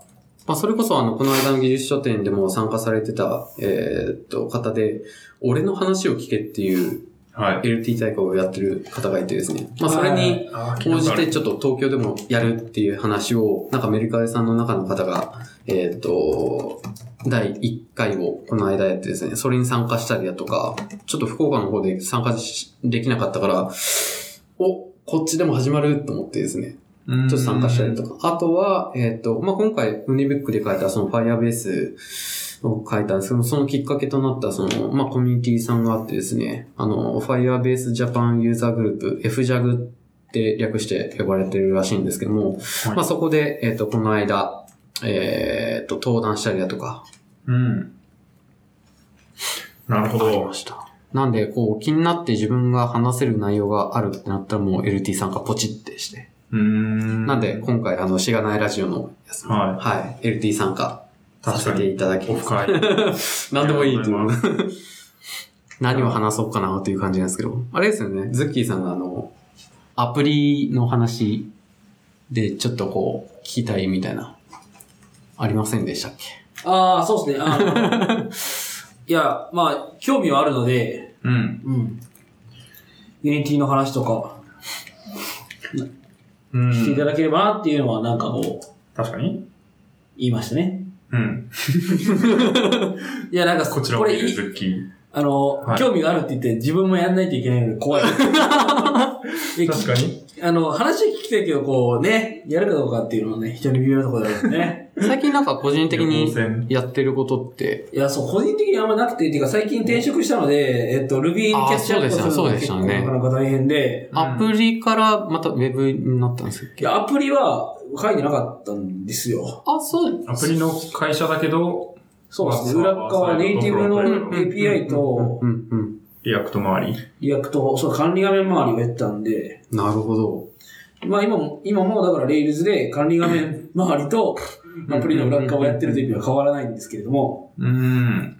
S1: まあ、それこそあの、この間の技術書店でも参加されてた、えーっと、方で、俺の話を聞けっていう
S3: はい。
S1: LT 大会をやってる方がいてですね。まあ、それに、応じてちょっと東京でもやるっていう話を、なんかメルカリさんの中の方が、えっ、と、第1回をこの間やってですね、それに参加したりだとか、ちょっと福岡の方で参加しできなかったから、お、こっちでも始まると思ってですね、
S3: ちょ
S1: ちょっと参加したり
S3: か。
S1: とか。あとは、えっ、と、まあ、今回、ウニブックで書いたその Firebase を書いたんですけど、そのきっかけとなったその、まあ、コミュニティさんがあってですね、あの、Firebase Japan ユーザーグループ、FJAG って略して呼ばれてるらしいんですけども、
S3: はい
S1: まあ、そこで、えっ、と、この間、えっと、登壇したりだとか、
S3: うん。なるほ
S1: あり
S3: ど
S1: ま。した。なんで、こう、気になって自分が話せる内容があるってなったら、もう LT さんがポチってして。
S3: うーん。
S1: なんで、今回、あの、しがないラジオのやつも、
S3: は
S1: はい、LT 参加させていただき
S3: オ
S1: ま
S3: フ
S1: す。 *laughs*
S3: 会。
S1: 何でもいいと思う
S3: ありが。
S1: *laughs* 何を話そうかなという感じなんですけど、あれですよね、ズッキーさんがあの、アプリの話でちょっとこう、聞きたいみたいな、ありませんでしたっけ
S2: ああ、そうですね。あの *laughs*
S4: いや、
S2: まあ、興味はあるので、
S3: うん。
S2: うん。ユニティの話とか
S3: う
S2: していた
S3: ん。
S2: だければなっていうのはなんかこう、
S3: 確かに。
S2: 言いましたね。
S3: うん。
S2: いや、なんか、
S3: こちら
S2: こ
S3: を見
S2: れ
S3: る
S2: いい
S3: ズ、ッキー。
S2: あの、
S3: はい
S2: 興味があるって言って自分もやんないといけないので怖い。え
S3: 確かに。
S2: あの、話は聞きたいけど、こうね、やるかどうかっていうのはね、非常に微妙なところだよ
S1: *laughs*
S2: ね。
S1: 最近なんか個人的
S3: 予防
S1: に
S3: 線
S1: やってることって、
S2: いや、そう、個人的にあんまなくて、っていうか最近転職したので、えっと、Ruby にキャッチアップするの
S1: あーそう
S2: が
S1: でし
S2: 結
S1: た
S2: 構
S1: そうでしたね
S2: なかなか大変で、
S3: うん
S1: アプリからまたウェブになったんですっ
S2: い
S1: け
S2: や、アプリは書いてなかったんですよ。
S1: あ、そう。
S3: アプリの会社だけど、
S2: そうですね。
S3: まあ
S2: 裏っ側、ネイティブの
S3: そう
S1: そう
S2: API と、
S1: うんうん。
S3: リアクト周り。
S2: リアクト、そう、管理画面周りをやったんで、
S1: なるほど。
S2: まあ今も、今もだからレイルズで管理画面周りとアプリの裏っ側をやってるという意味は変わらないんですけれども、
S3: うん。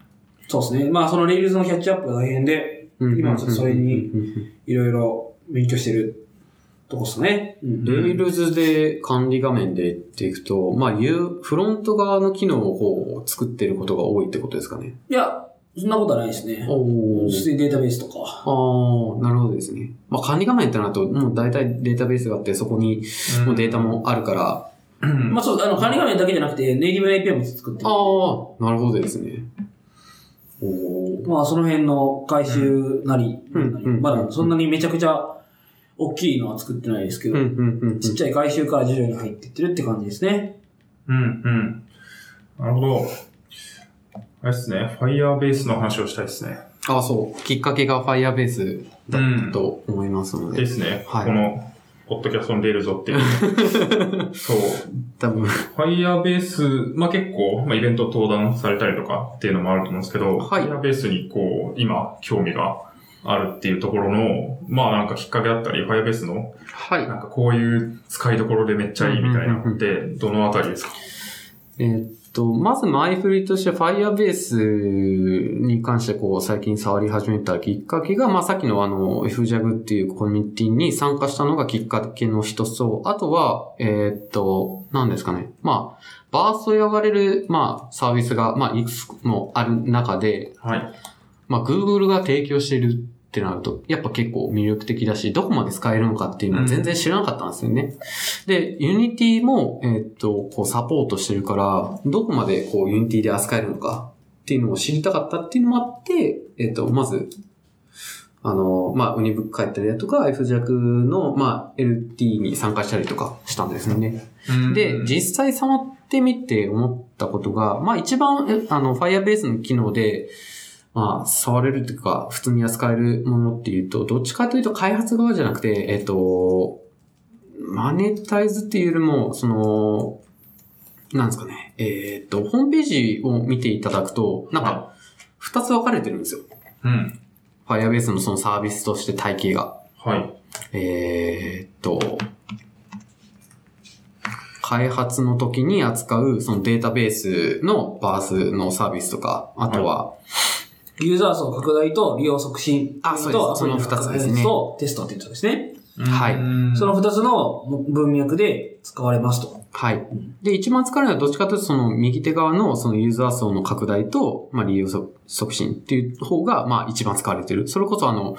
S2: そうですね。まあそのレイルズのキャッチアップが大変で、今はちょっとそれに
S1: うんうんうん
S2: いろいろ勉強してるとこっすね。うん
S1: レイルズで管理画面で言っていくと、まあ、いうフロント側の機能をこう作ってることが多いってことですかね。
S2: いや、そんなことはないですね。
S1: お
S2: 普
S1: ー
S2: 通にデータベースとか。
S1: ああ、なるほどですね。まあ、管理画面ってなると、もう大体データベースがあって、そこにもうデータもあるから、
S3: うん。
S2: まあそう、あの管理画面だけじゃなくて、ネイティブの API も作ってるんで
S1: ああ、なるほどですね。おお。
S2: まあ、その辺の回収なり、
S1: うん
S2: なり
S1: うん
S2: まだそんなにめちゃくちゃ大きいのは作ってないですけ
S1: うん、う
S2: ど、
S1: ん、うん。
S2: ちっちゃい回収から徐々に入ってってるって感じですね。
S3: うんうん。なるほど。あれですね。Firebase の話をしたいですね。
S1: ああ、そう。きっかけが Firebase だったと思いますので。
S3: ですね。
S1: はい
S3: この、ポッドキャストのレールぞっていう。
S1: *laughs*
S3: そう。
S1: 多分、 *laughs*
S3: Firebase、まあ結構、まあイベント登壇されたりとかっていうのもあると思うんですけど、
S1: はい
S3: Firebase にこう、今、興味があるっていうところの、まあなんかきっかけだったり、Firebase の、
S1: はい。
S3: なんかこういう使いどころでめっちゃいいみたいな
S1: うんうんうんう
S3: の
S1: ん
S3: って、どのあたりですか
S1: えーっと、まず前振りとして Firebase に関してこう最近触り始めたきっかけが、まあさっきのあの FJAG っていうコミュニティに参加したのがきっかけの一つと、あとは、えーっと、何ですかね。まあ、バースと呼ばれる、まあサービスが、まあいくつもある中で、
S3: はい。
S1: まあ Google が提供しているってなると、やっぱ結構魅力的だし、どこまで使えるのかっていうのは全然知らなかったんですよね。で、Unity も、えーっと、こうサポートしてるから、どこまでこう Unity で扱えるのかっていうのを知りたかったっていうのもあって、えーっと、まず、あの、まあ、ウニブック書いたりだとか、F 弱の、まあ、LT に参加したりとかしたんですよね。で、実際触ってみて思ったことが、まあ一番、えあの、Firebase の機能で、まあ、触れるというか、普通に扱えるものっていうと、どっちかというと開発側じゃなくて、えっと、マネタイズっていうよりも、その、なんですかね、えっと、ホームページを見ていただくと、なんか、二つ分かれてるんですよ。
S3: うん。
S1: Firebase のそのサービスとして体系が。
S3: はい。
S1: えーっと、開発の時に扱うそのデータベースのバースのサービスとか、あとは、
S2: ユーザー層拡大と利用促進
S1: あそうです
S2: と、
S1: その二つですね
S2: とテストっていうとこですね。
S1: はい
S3: うん
S2: その二つの文脈で使われますと。
S1: はい。で、一番使うのはどっちかというとその右手側のそのユーザー層の拡大と、まあ、利用促促進っていう方が、まあ、一番使われてる。それこそあの、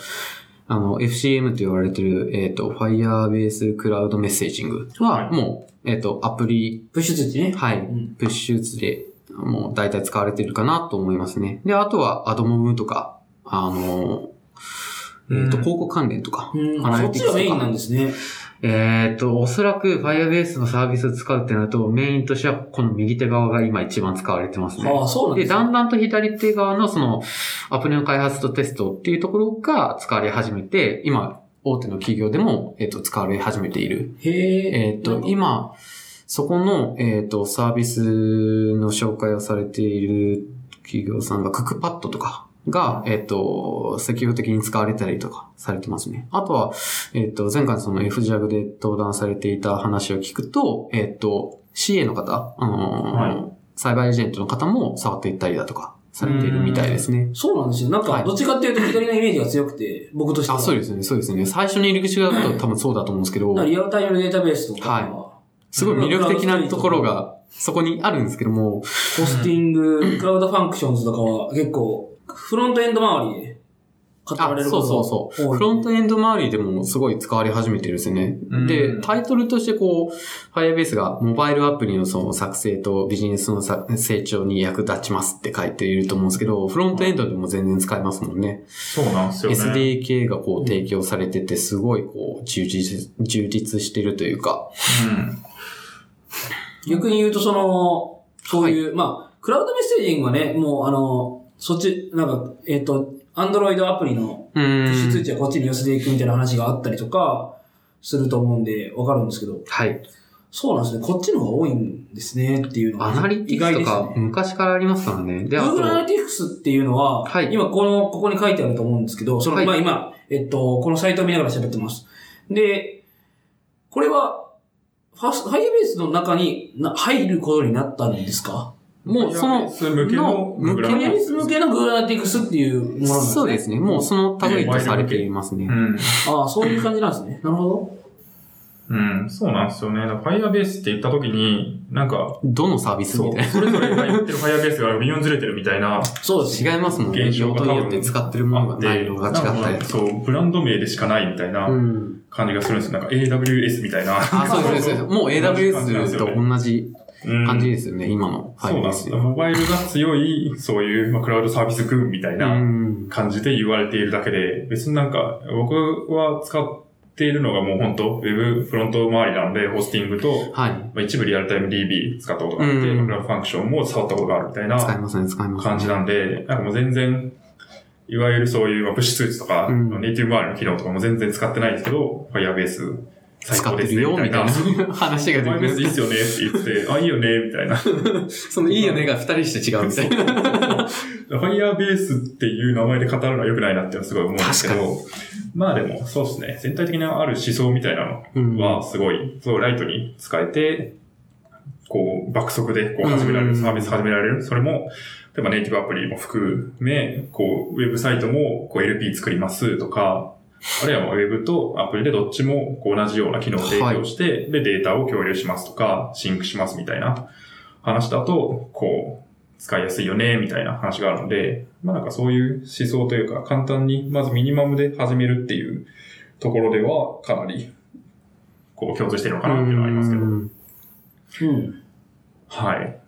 S1: あの、FCM と言われてる、えーっ、と、Firebase Cloud Messaging
S3: は
S1: は、
S3: い
S1: もう、えーっ、と、アプリ
S2: プッシュ通知ね。
S1: はい。
S2: ん
S1: プッシュ打つで、もう大体使われてるかなと思いますね。で、あとは、アドモムとか、あのー、えっ、と、
S3: う
S1: 広
S3: ん
S1: 告関連とか、
S2: うん、
S1: アナ
S2: あそ
S1: リ
S2: っ
S1: ティ
S2: ち
S1: ク
S2: が
S1: スとか
S2: メインなんですね。
S1: えっ、と、おそらく Firebase のサービスを使うってなると、メインとしてはこの右手側が今一番使われてますね。
S2: ああ、そうなん
S1: で、
S2: です
S1: だ
S2: ね。
S1: んだんと左手側のその、アプリの開発とテストっていうところが使われ始めて、今、大手の企業でも、えっ、と、使われ始めている
S2: へえ。
S1: えっ、と、今、そこの、えっ、と、サービスの紹介をされている企業さんが、クックパッドとかが、えっ、と、積極的に使われたりとかされてますね。あとは、えっ、と、前回その FJAG で登壇されていた話を聞くと、えっ、と、CA の方、あのー
S3: は
S1: 栽培エージェントの方も触っていったりだとかされているみたいですね。
S2: そうなんですよ。なん
S1: は
S2: か、
S1: い
S2: どっちかっていうと左のイメージが強くて、僕としては。
S1: あ、そう
S2: う
S1: ですね、そうですね。最初に入り口があった多分そうだと思うんですけど、
S2: リアルタイムデータベースとか、
S1: はすごい魅力的なところがそこにあるんですけども、
S2: ホスティン
S1: *laughs*
S2: グ、クラウドファンクションズとかは結構、フロントエンド周りで語られ
S1: あ、
S2: る
S1: そ
S2: こ
S1: うそ
S2: と
S1: うそう。
S2: が多い。
S1: フロントエンド周りでもすごい使われ始めてるんですよね。
S3: うん
S1: で、タイトルとしてこう、Firebase がモバイルアプリのその作成とビジネスのさ成長に役立ちますって書いていると思うんですけど、フロントエンドでも全然使えますもんね。
S3: そうなんですよね。
S1: SDK がこう提供されてて、すごいこう、充実、充実してるというか。
S2: 逆に言うと、その、そういう、まあ、クラウドメッセージングはね、もう、あの、そっち、なんか、えっ、と、アンドロイドアプリの
S1: う
S2: プッシュ通
S1: ん。
S2: 知はこっちに寄せていくみたいな話があったりとか、すると思うんで、わかるんですけど、
S1: はい。
S2: そうなんですね。こっちの方が多いんですね、っていうのが。
S1: アナリティクスと
S2: 意
S1: か
S2: 外ですね
S1: 昔からありますからね。で、あ
S2: Google
S1: と、
S2: Analytics っていうのは、
S1: はい
S2: 今この、ここに書いてあると思うんですけど、その、
S1: はい
S2: まあ今、えっと、このサイトを見ながら喋ってます。で、これは、ファースト、ハイベースの中にな入ることになったんですか
S1: もうその、
S3: そ向けの、
S1: の
S2: ハ
S3: グラフ
S2: イベース向けの Google Analytics っていうものなんですね。
S1: そうですね。もうその類とされていますね
S3: う。ん。
S2: ああ、そういう感じなんですね。なるほど。
S3: うん、そうなんですよね。ファイアベースって言った時に、なんか、
S1: どのサービス
S3: そ
S1: みた
S3: う、
S1: い
S3: それぞれが言ってるファイアベースが微妙にずれてるみたいな、
S2: そうですね。
S1: な。違いますもんね。
S3: 現象
S1: 用
S3: が
S1: 途
S3: 多分
S1: によって使ってるものが内容が違った
S3: なん
S1: りと
S3: か
S1: か。。
S3: そう、ブランド名でしかないみたいうなん感じがするんですよ。なんか AWS みたいな。
S1: あ、そうです、そうです。もう AWS
S3: そう
S1: と同じ感
S3: 感
S1: じですよね、今の
S3: そうなんで
S1: Firebase。
S3: すよ。モバイルが強い、そういう、まあ、クラウドサービス群みたいうなん感じで言われているだけで、別になんか、僕は使っているのがもう本当、ウェブフロント周りなんで、ホスティングと、
S1: はい。
S3: まあ、一部リアルタイム DB 使ったことがあって、
S1: うん
S3: クラウドファンクションも触ったことがあるみたいな
S1: 使いますね、使います。
S3: 感じなんで、なんかもう全然、いわゆるそういうまあプッシュ通知とか、
S1: うん
S3: ネイティブ周りの機能とかも全然使ってないんですけど、Firebase *laughs* 最
S1: 使っ
S3: 高
S1: て
S3: です
S1: る
S3: ね、
S1: よ、
S3: みた
S1: み
S3: い
S1: たい *laughs*
S3: な。
S1: な話が出
S3: Firebase い
S1: て
S3: いっ
S1: く
S3: す
S1: る。
S3: よねって言って、あ、いいよね、みたいな。
S1: そのいいよねが二人して違うみたいな。
S3: ファイヤーベースっていう名前で語るのは良くないなってすごい思うんですけど、まあでもそうですね、全体的なある思想みたいな
S1: うん
S3: のはすごい、そうライトに使えて、こう爆速でこう始められ
S1: うん
S3: る、サービス始められる、それも、例えばネイティブアプリも含め、こうウェブサイトもこう LP 作りますとか、あるいはまあウェブとアプリでどっちもこう同じような機能を提供して、で、データを共有しますとか、シンクしますみたいな話だと、こう、使いやすいよね、みたいな話があるので、まあなんかそういう思想というか、簡単に、まずミニマムで始めるっていうところでは、かなり、こう共通してるのかなっていうのはありますけど
S1: う、ん
S2: うん。
S3: はい。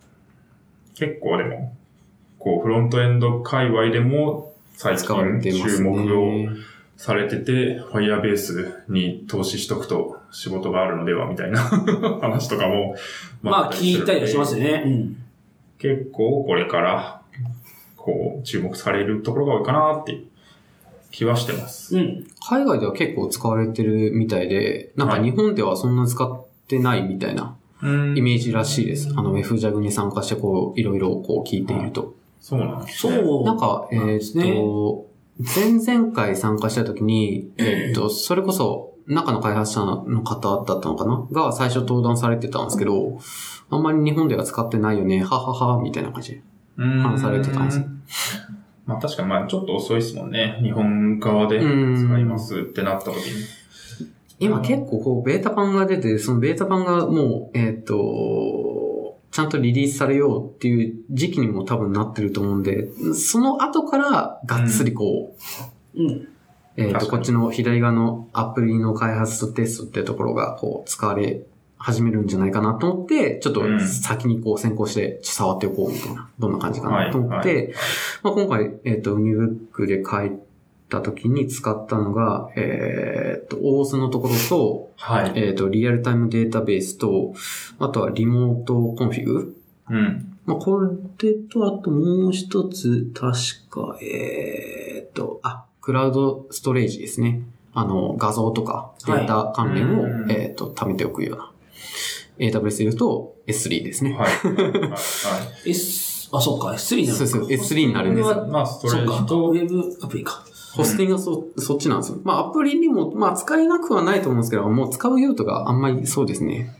S3: 結構でも、こう、フロントエンド界隈でも、最近
S1: 使われていま
S3: 注
S1: す
S3: 目を
S1: ね。
S3: されてて、Firebase に投資しとくと仕事があるのではみたいな *laughs* 話とかも、
S2: ま
S3: あ
S2: あ、聞いたりはしますよね。うん。
S3: 結構これから、こう、注目されるところが多いかなっていう気はしてます。
S2: うん。
S1: 海外では結構使われてるみたいで、なんか日本ではそんな使ってないみたいなイメージらしいです。あの、FJAG に参加してこう、いろいろこう聞いていると。
S3: そうなんです、
S2: そ
S3: ね。
S2: う。
S1: なんか、え
S2: なん
S1: ー
S2: ですね
S1: っと、前々回参加した時に、えーっと、それこそ、中の開発者の方だったのかなが最初登壇されてたんですけど、あんまり日本では使ってないよね、はははは、みたいな感じ。
S3: うん
S1: 話されてたんですよ
S3: まあ確かにまあちょっと遅いですもんね。日本側で
S1: うん
S3: 使いますってなった時に。
S1: 今結構こう、ベータ版が出て、そのベータ版がもう、えーっと、ちゃんとリリースされようっていう時期にも多分なってると思うんで、その後からがっつりこう、
S2: うん。
S1: えっ、と、
S3: 確か
S1: こ
S3: に
S1: っちの左側のアプリの開発とテストってところが、こう、使われ始めるんじゃないかなと思って、ちょっと
S3: うん
S1: 先にこう先行して、ちょっと触っておこうみたいな、どんな感じか
S3: は
S1: ないと思って、
S3: はい
S1: まあ、今回、えっ、と、ウニブックで書いた時に使ったのが、えっ、と、オースのところと、
S3: はい。
S1: えっ、と、リアルタイムデータベースと、あとはリモートコンフィグ
S3: うん。
S1: まあ、これと、あともう一つ、確か、えーっと、あ、クラウドストレージですね。あの、画像とか、データ関連を、
S3: うん
S1: えーっと、貯めておくような AWS で言うと S3 ですね。
S3: はい。はい。は
S2: S、あ、そっか、S3 になる
S1: そ
S2: の
S1: うそ
S2: か
S1: う、S3 になるんです
S2: これ
S1: よ。
S3: い。まあ、スト
S2: そ
S3: レ
S2: っ
S3: ー
S2: か、ウ
S3: ジと、
S2: ェブアプリか。
S1: ホスティングがそ、そっちなんですよ。まあ、アプリにも、まあ、使えなくはないと思うんですけど、もう使う用途があんまりそうですね。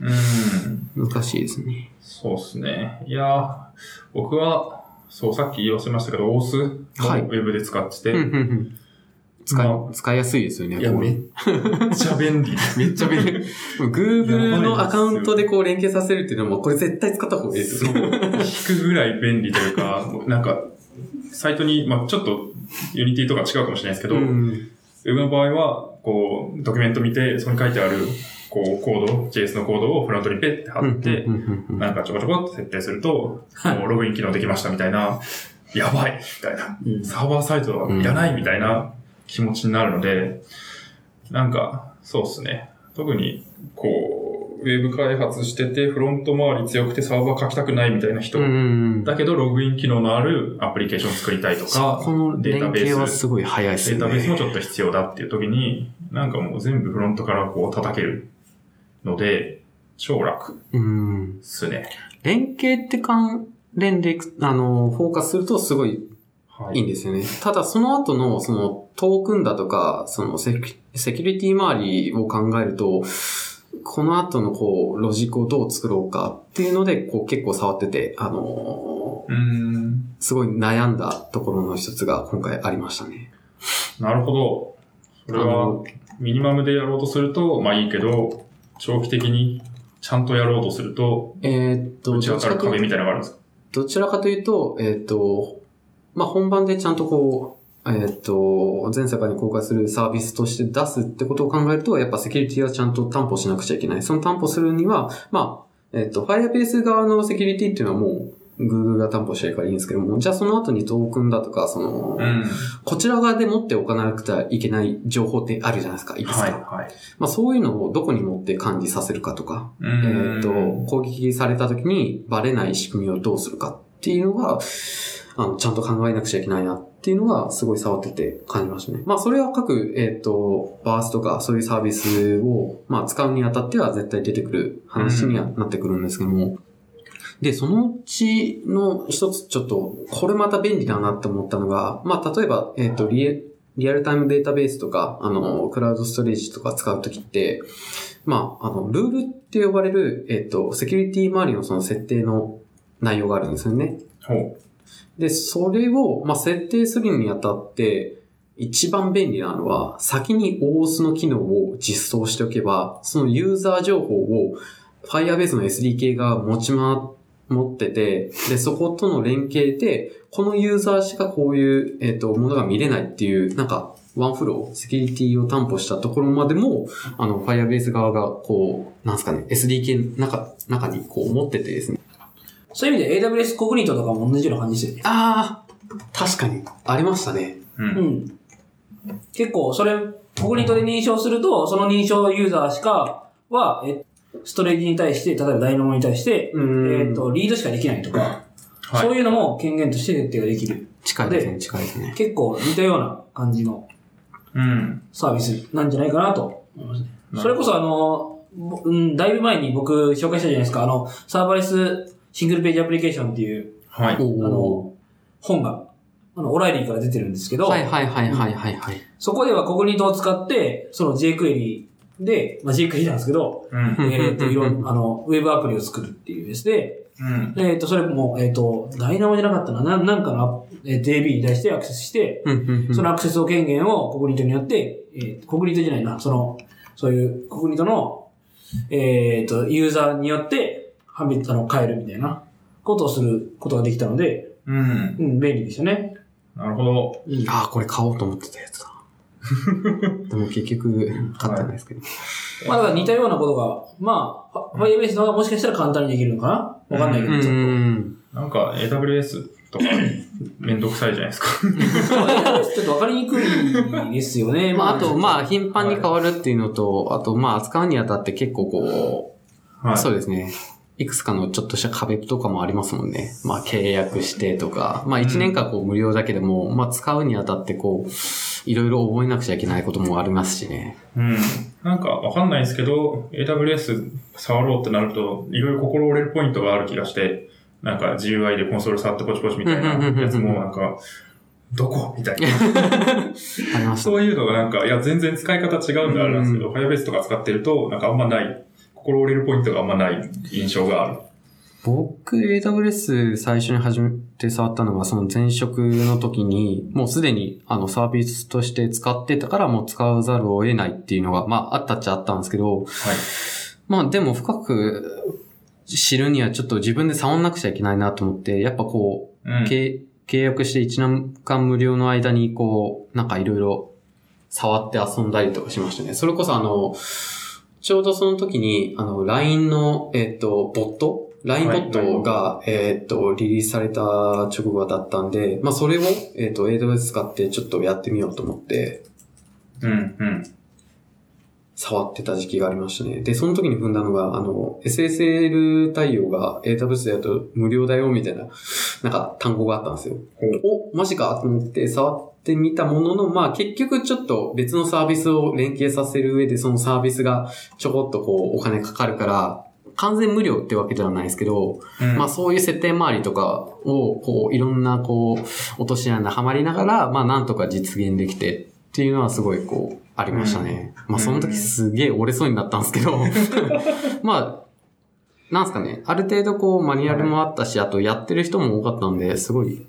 S3: うん。
S1: 難しいですね。
S3: そうですね。いやー、僕は、そう、さっき言い忘れましたけど、オースの
S1: はい
S3: ウェブで使ってて、
S1: うん、うん、うん。使い、
S3: ま
S1: 使いやすいですよね。
S3: いや、
S1: こう
S3: めっちゃ便利。
S1: *laughs* めっちゃ便利。Google のアカウントでこう連携させるっていうのも、これ絶対使った方がいいです
S3: そう
S1: よね。
S3: 引くぐらい便利というか、
S1: *laughs*
S3: なんか、サイトに、まあちょっと、ユニティとか違うかもしれないですけど、ウ
S1: ん。
S3: ェブの場合は、こう、ドキュメント見て、そこに書いてある、こう、コード、JS のコードをフロントにペッて貼って、
S1: うんうんうんうん
S3: なんかちょこちょこって設定すると、もうログイン機能できましたみたいな、やばいみたいな、
S2: うん
S3: サーバーサイトはいらないみたいな気持ちになるので、なんか、そうっすね。特に、こう、ウェブ開発してて、フロント周り強くてサーバー書きたくないみたいな人、
S1: うん。
S3: だけどログイン機能のあるアプリケーション作りたいと
S1: そ
S3: か、
S1: この
S3: データ
S1: 連
S3: ベ
S1: 携
S3: ー
S1: は
S3: ス、
S1: すごい早いです
S3: デ
S1: よ
S3: ータベースも
S1: ね。
S3: ちょっと必要だっていう時に、なんかもう全部フロントからこう叩けるので、超楽っ
S1: うん。
S3: すね。
S1: 連携って関連でいく、あの、フォーカスするとすごい
S3: はい
S1: いんですよね。ただ、その後の、その、トークンだとか、そのセキュ、セキュリティ周りを考えると、この後の、こう、ロジックをどう作ろうかっていうので、こう、結構触ってて、あの
S3: うーん、
S1: すごい悩んだところの一つが今回ありましたね。
S3: なるほど。それは、ミニマムでやろうとすると、まあいいけど、長期的にちゃんとやろうとすると、
S1: あのえーっと、
S3: 打ち当たる
S1: どっちかというと
S3: 壁みたいなのがあるんですか
S1: どちらかというと、えっ、と、まあ、本番でちゃんとこう、えっ、と、全世界に公開するサービスとして出すってことを考えると、やっぱセキュリティはちゃんと担保しなくちゃいけない。その担保するには、まあ、えっ、と、Firebase 側のセキュリティっていうのはもう、Google が担保してるからいいんですけども、じゃあその後にトークンだとか、その、
S3: うん。
S1: こちら側で持っておかなくてはいけない情報ってあるじゃないですか、いくつか。
S3: はい、はい。
S1: まあそういうのをどこに持って管理させるかとか、
S3: え
S1: えーっ、と、攻撃された時にバレない仕組みをどうするかっていうのが、あの、ちゃんと考えなくちゃいけないなっていうのが、すごい触ってて感じましたね。まあ、それは各、えーっ、と、バースとか、そういうサービスを、まあ、使うにあたっては絶対出てくる話にはなってくるんですけども、で、そのうちの一つ、ちょっと、これまた便利だなって思ったのが、まあ、例えば、えーっ、と、リエ、リアルタイムデータベースとか、あの、クラウドストレージとか使うときって、まあ、あの、ルールって呼ばれる、えっ、と、セキュリティ周りのその設定の内容があるんですよね。
S3: ほ
S1: で、それを、まあ、設定するにあたって、一番便利なのは、先に OS の機能を実装しておけば、そのユーザー情報を Firebase の SDK が持ちま、持ってて、で、そことの連携で、このユーザーしかこういう、えっ、と、ものが見れないっていう、なんか、ワンフロー、セキュリティを担保したところまでも、あの、Firebase 側が、こう、なんですかね、SDK の中、中にこう持っててですね。
S2: そういう意味で AWS コグニートとかも同じような感じですよね。
S1: ああ確かに、ありましたね。
S3: う。うん。
S2: うん。結構、それ、コグニートで認証すると、その認証ユーザーしかは、えストレージに対して、例えばダイナモに対して、
S1: う
S2: え
S1: ん
S2: っ、と、リードしかできないとか、
S3: はい。
S2: そういうのも権限として設定ができる。
S1: 近いですね、近いですね。
S2: 結構似たような感じの
S3: うん。
S2: サービスなんじゃないかなと思いますね。
S3: なるほど
S2: それこそあの、ぼうん、だいぶ前に僕紹介したじゃないですか、あの、サーバレスシングルページアプリケーションっていう、
S3: はい。
S1: お
S2: あの、本が、あの、オライリーから出てるんですけど、
S1: はいはいはいはいはいはい。
S2: そこではコグニートを使って、その JQuery で、まあ、JQuery なんですけど、
S3: うん
S1: う。ん
S2: えっ、と、いろ
S1: うん
S2: ん、あの、ウェブアプリを作るっていうですね、
S3: うん。
S2: えっ、と、それも、えっ、と、ダイナモじゃなかったな、なんなんかの、えー DB に対してアクセスして、
S1: うんうんうん
S2: そのアクセスを権限をコグニトによって、えーコグニトじゃないな、その、そういうコグニトの、えっ、と、ユーザーによって判別、あの、変えるみたいなことをすることができたので、
S3: うん。
S2: うん、便利でしたね。
S3: なるほど。
S2: うん
S1: ああ、これ買おうと思ってたやつ *laughs* だ。でも結局、買ってないですけど。
S2: まあ、だから似たようなことが、まあ、ファイアベースの方がもしかしたら簡単にできるのかなわかんないけ
S1: う
S2: ど、ちょっ
S1: ん。
S3: なんか AWS とか、めんどくさいじゃないですか。
S2: と。まあ AWS ちょっとわかりにくいですよね。
S1: *laughs* まあ、あと、ま
S2: あ、
S1: あ、頻繁に変わるっていうのと、あと、まあ、扱うにあたって結構こ
S3: は
S1: う、
S3: い。
S1: そうですね。いくつかのちょっとした壁とかもありますもんね。まあ、契約してとか、まあ、1年間こう無料だけでも、まあ、使うにあたってこう、いろいろ覚えなくちゃいけないこともありますしね。
S3: うん。なんかわかんないんですけど、AWS 触ろうってなると、いろいろ心折れるポイントがある気がして、なんか GUI でコンソール触ってポチポチみたいなやつも、なんか、どこみたいな。
S1: ありました。
S3: そういうのがなんか、いや、全然使い方違うんであれなんですけど、Firebase とか使ってると、なんかあんまない、心折れるポイントがあんまない印象がある。
S1: 僕、AWS 最初に始めて触ったのが、その前職の時に、もうすでにあのサービスとして使ってたから、もう使わざるを得ないっていうのが、まあ、あったっちゃあったんですけど、
S3: はい。
S1: まあ、でも深く知るにはちょっと自分で触んなくちゃいけないなと思って、やっぱこう、
S3: うん。
S1: 契契約して1年間無料の間に、こう、なんかいろいろ触って遊んだりとかしましたね。それこそあの、ちょうどその時に、あの、LINE の、えっ、と、ボット ?LINE ボ
S3: はい
S1: ットが、えっ、と、リリースされた直後だったんで、まあそれを、えっ、と、AWS 使ってちょっとやってみようと思って、
S3: うん、うん。
S1: 触ってた時期がありましたね。で、その時に踏んだのが、あの、SSL 対応が AWS だと無料だよ、みたいな、なんか単語があったんですよ。
S3: ほう
S1: お、マジかと思って触ってみたものの、まあ結局ちょっと別のサービスを連携させる上で、そのサービスがちょこっとこうお金かかるから、完全無料ってわけではないですけど、
S3: うん
S1: まあそういう設定周りとかを、こう、いろんな、こう、落とし穴はまりながら、まあなんとか実現できてっていうのはすごい、こう、ありましたね。まあその時すげえ折れそうになったんです
S3: *laughs*
S1: けど、まあ、なんすかね、ある程度こう、マニュアルもあったし、あとやってる人も多かったんで、すごい、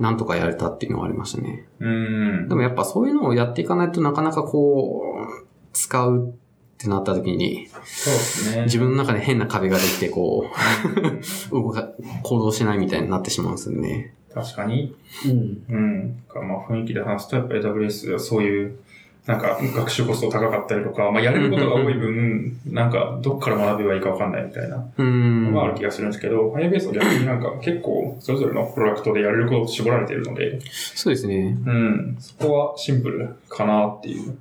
S1: なんとかやれたっていうのはありましたね。
S3: うん
S1: で。もやっぱそういうのをやっていかないとなかなかこう、使うってなった時に、
S3: そうですね。
S1: 自分の中で変な壁ができて、こう、 *laughs* 動か、行動しないみたいになってしまうんですよね。
S3: 確かに。
S2: うん。
S3: うん。かまあ、雰囲気で話すと、やっぱ AWS ではそういう、なんか、学習コスト高かったりとか、まあ、やれることが多い分、なんか、どっから学べばいいかわかんないみたいな。
S1: うーん。
S3: まあ、ある気がするんですけど、Firebase は逆になんか、結構、それぞれのプロダクトでやれること絞られているので、
S1: そうですね。
S3: うん、そこはシンプルかなっていう。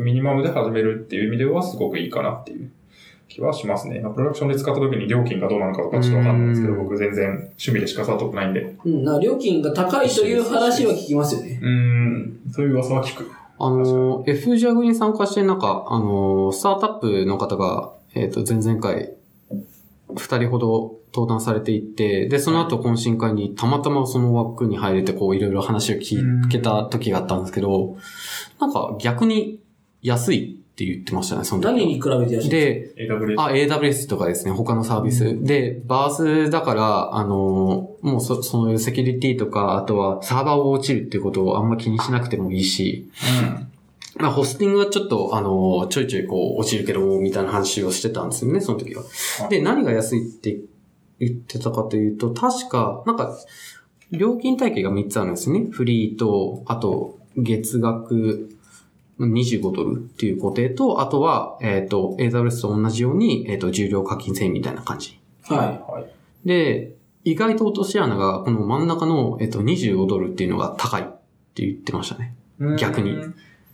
S3: ミニマムで始めるっていう意味ではすごくいいかなっていう気はしますね。まあプロダクションで使った時に料金がどうなのかとかちょっとわかんないんですけど、
S1: うん
S3: 僕全然趣味でしか触ったことないんで。
S2: うん。なんか料金が高いという話は聞きますよね。
S3: うん、そういう噂は聞く。
S1: あの、F ジャグに参加して、なんか、あの、スタートアップの方が、えっ、と、前々回、二人ほど登壇されていて、で、その後懇親会にたまたまその枠に入れて、こう、いろいろ話を聞けた時があったんですけど、なんか逆に安いって言ってましたね、その時は
S2: 何に比べて安い
S1: で、
S3: AWS。
S1: あ、AWS とかですね、他のサービス。で、バースだから、あの、もうそ、そういうセキュリティとか、あとはサーバーを落ちるっていうことをあんま気にしなくてもいいし、まあ、ホスティングはちょっと、あの、ちょいちょいこう、落ちるけど、みたいな話をしてたんですよね、その時は。で、何が安いって言ってたかというと、確か、なんか、料金体系が3つあるんですね。フリーと、あと、月額25ドルっていう固定と、あとは、えっ、と、AWS と同じように、えっ、と、重量課金制みたいな感じ。
S2: は
S3: はい。
S1: で、意外と落とし穴が、この真ん中の、えっ、と、25ドルっていうのが高いって言ってましたね。
S3: うん
S1: 逆に。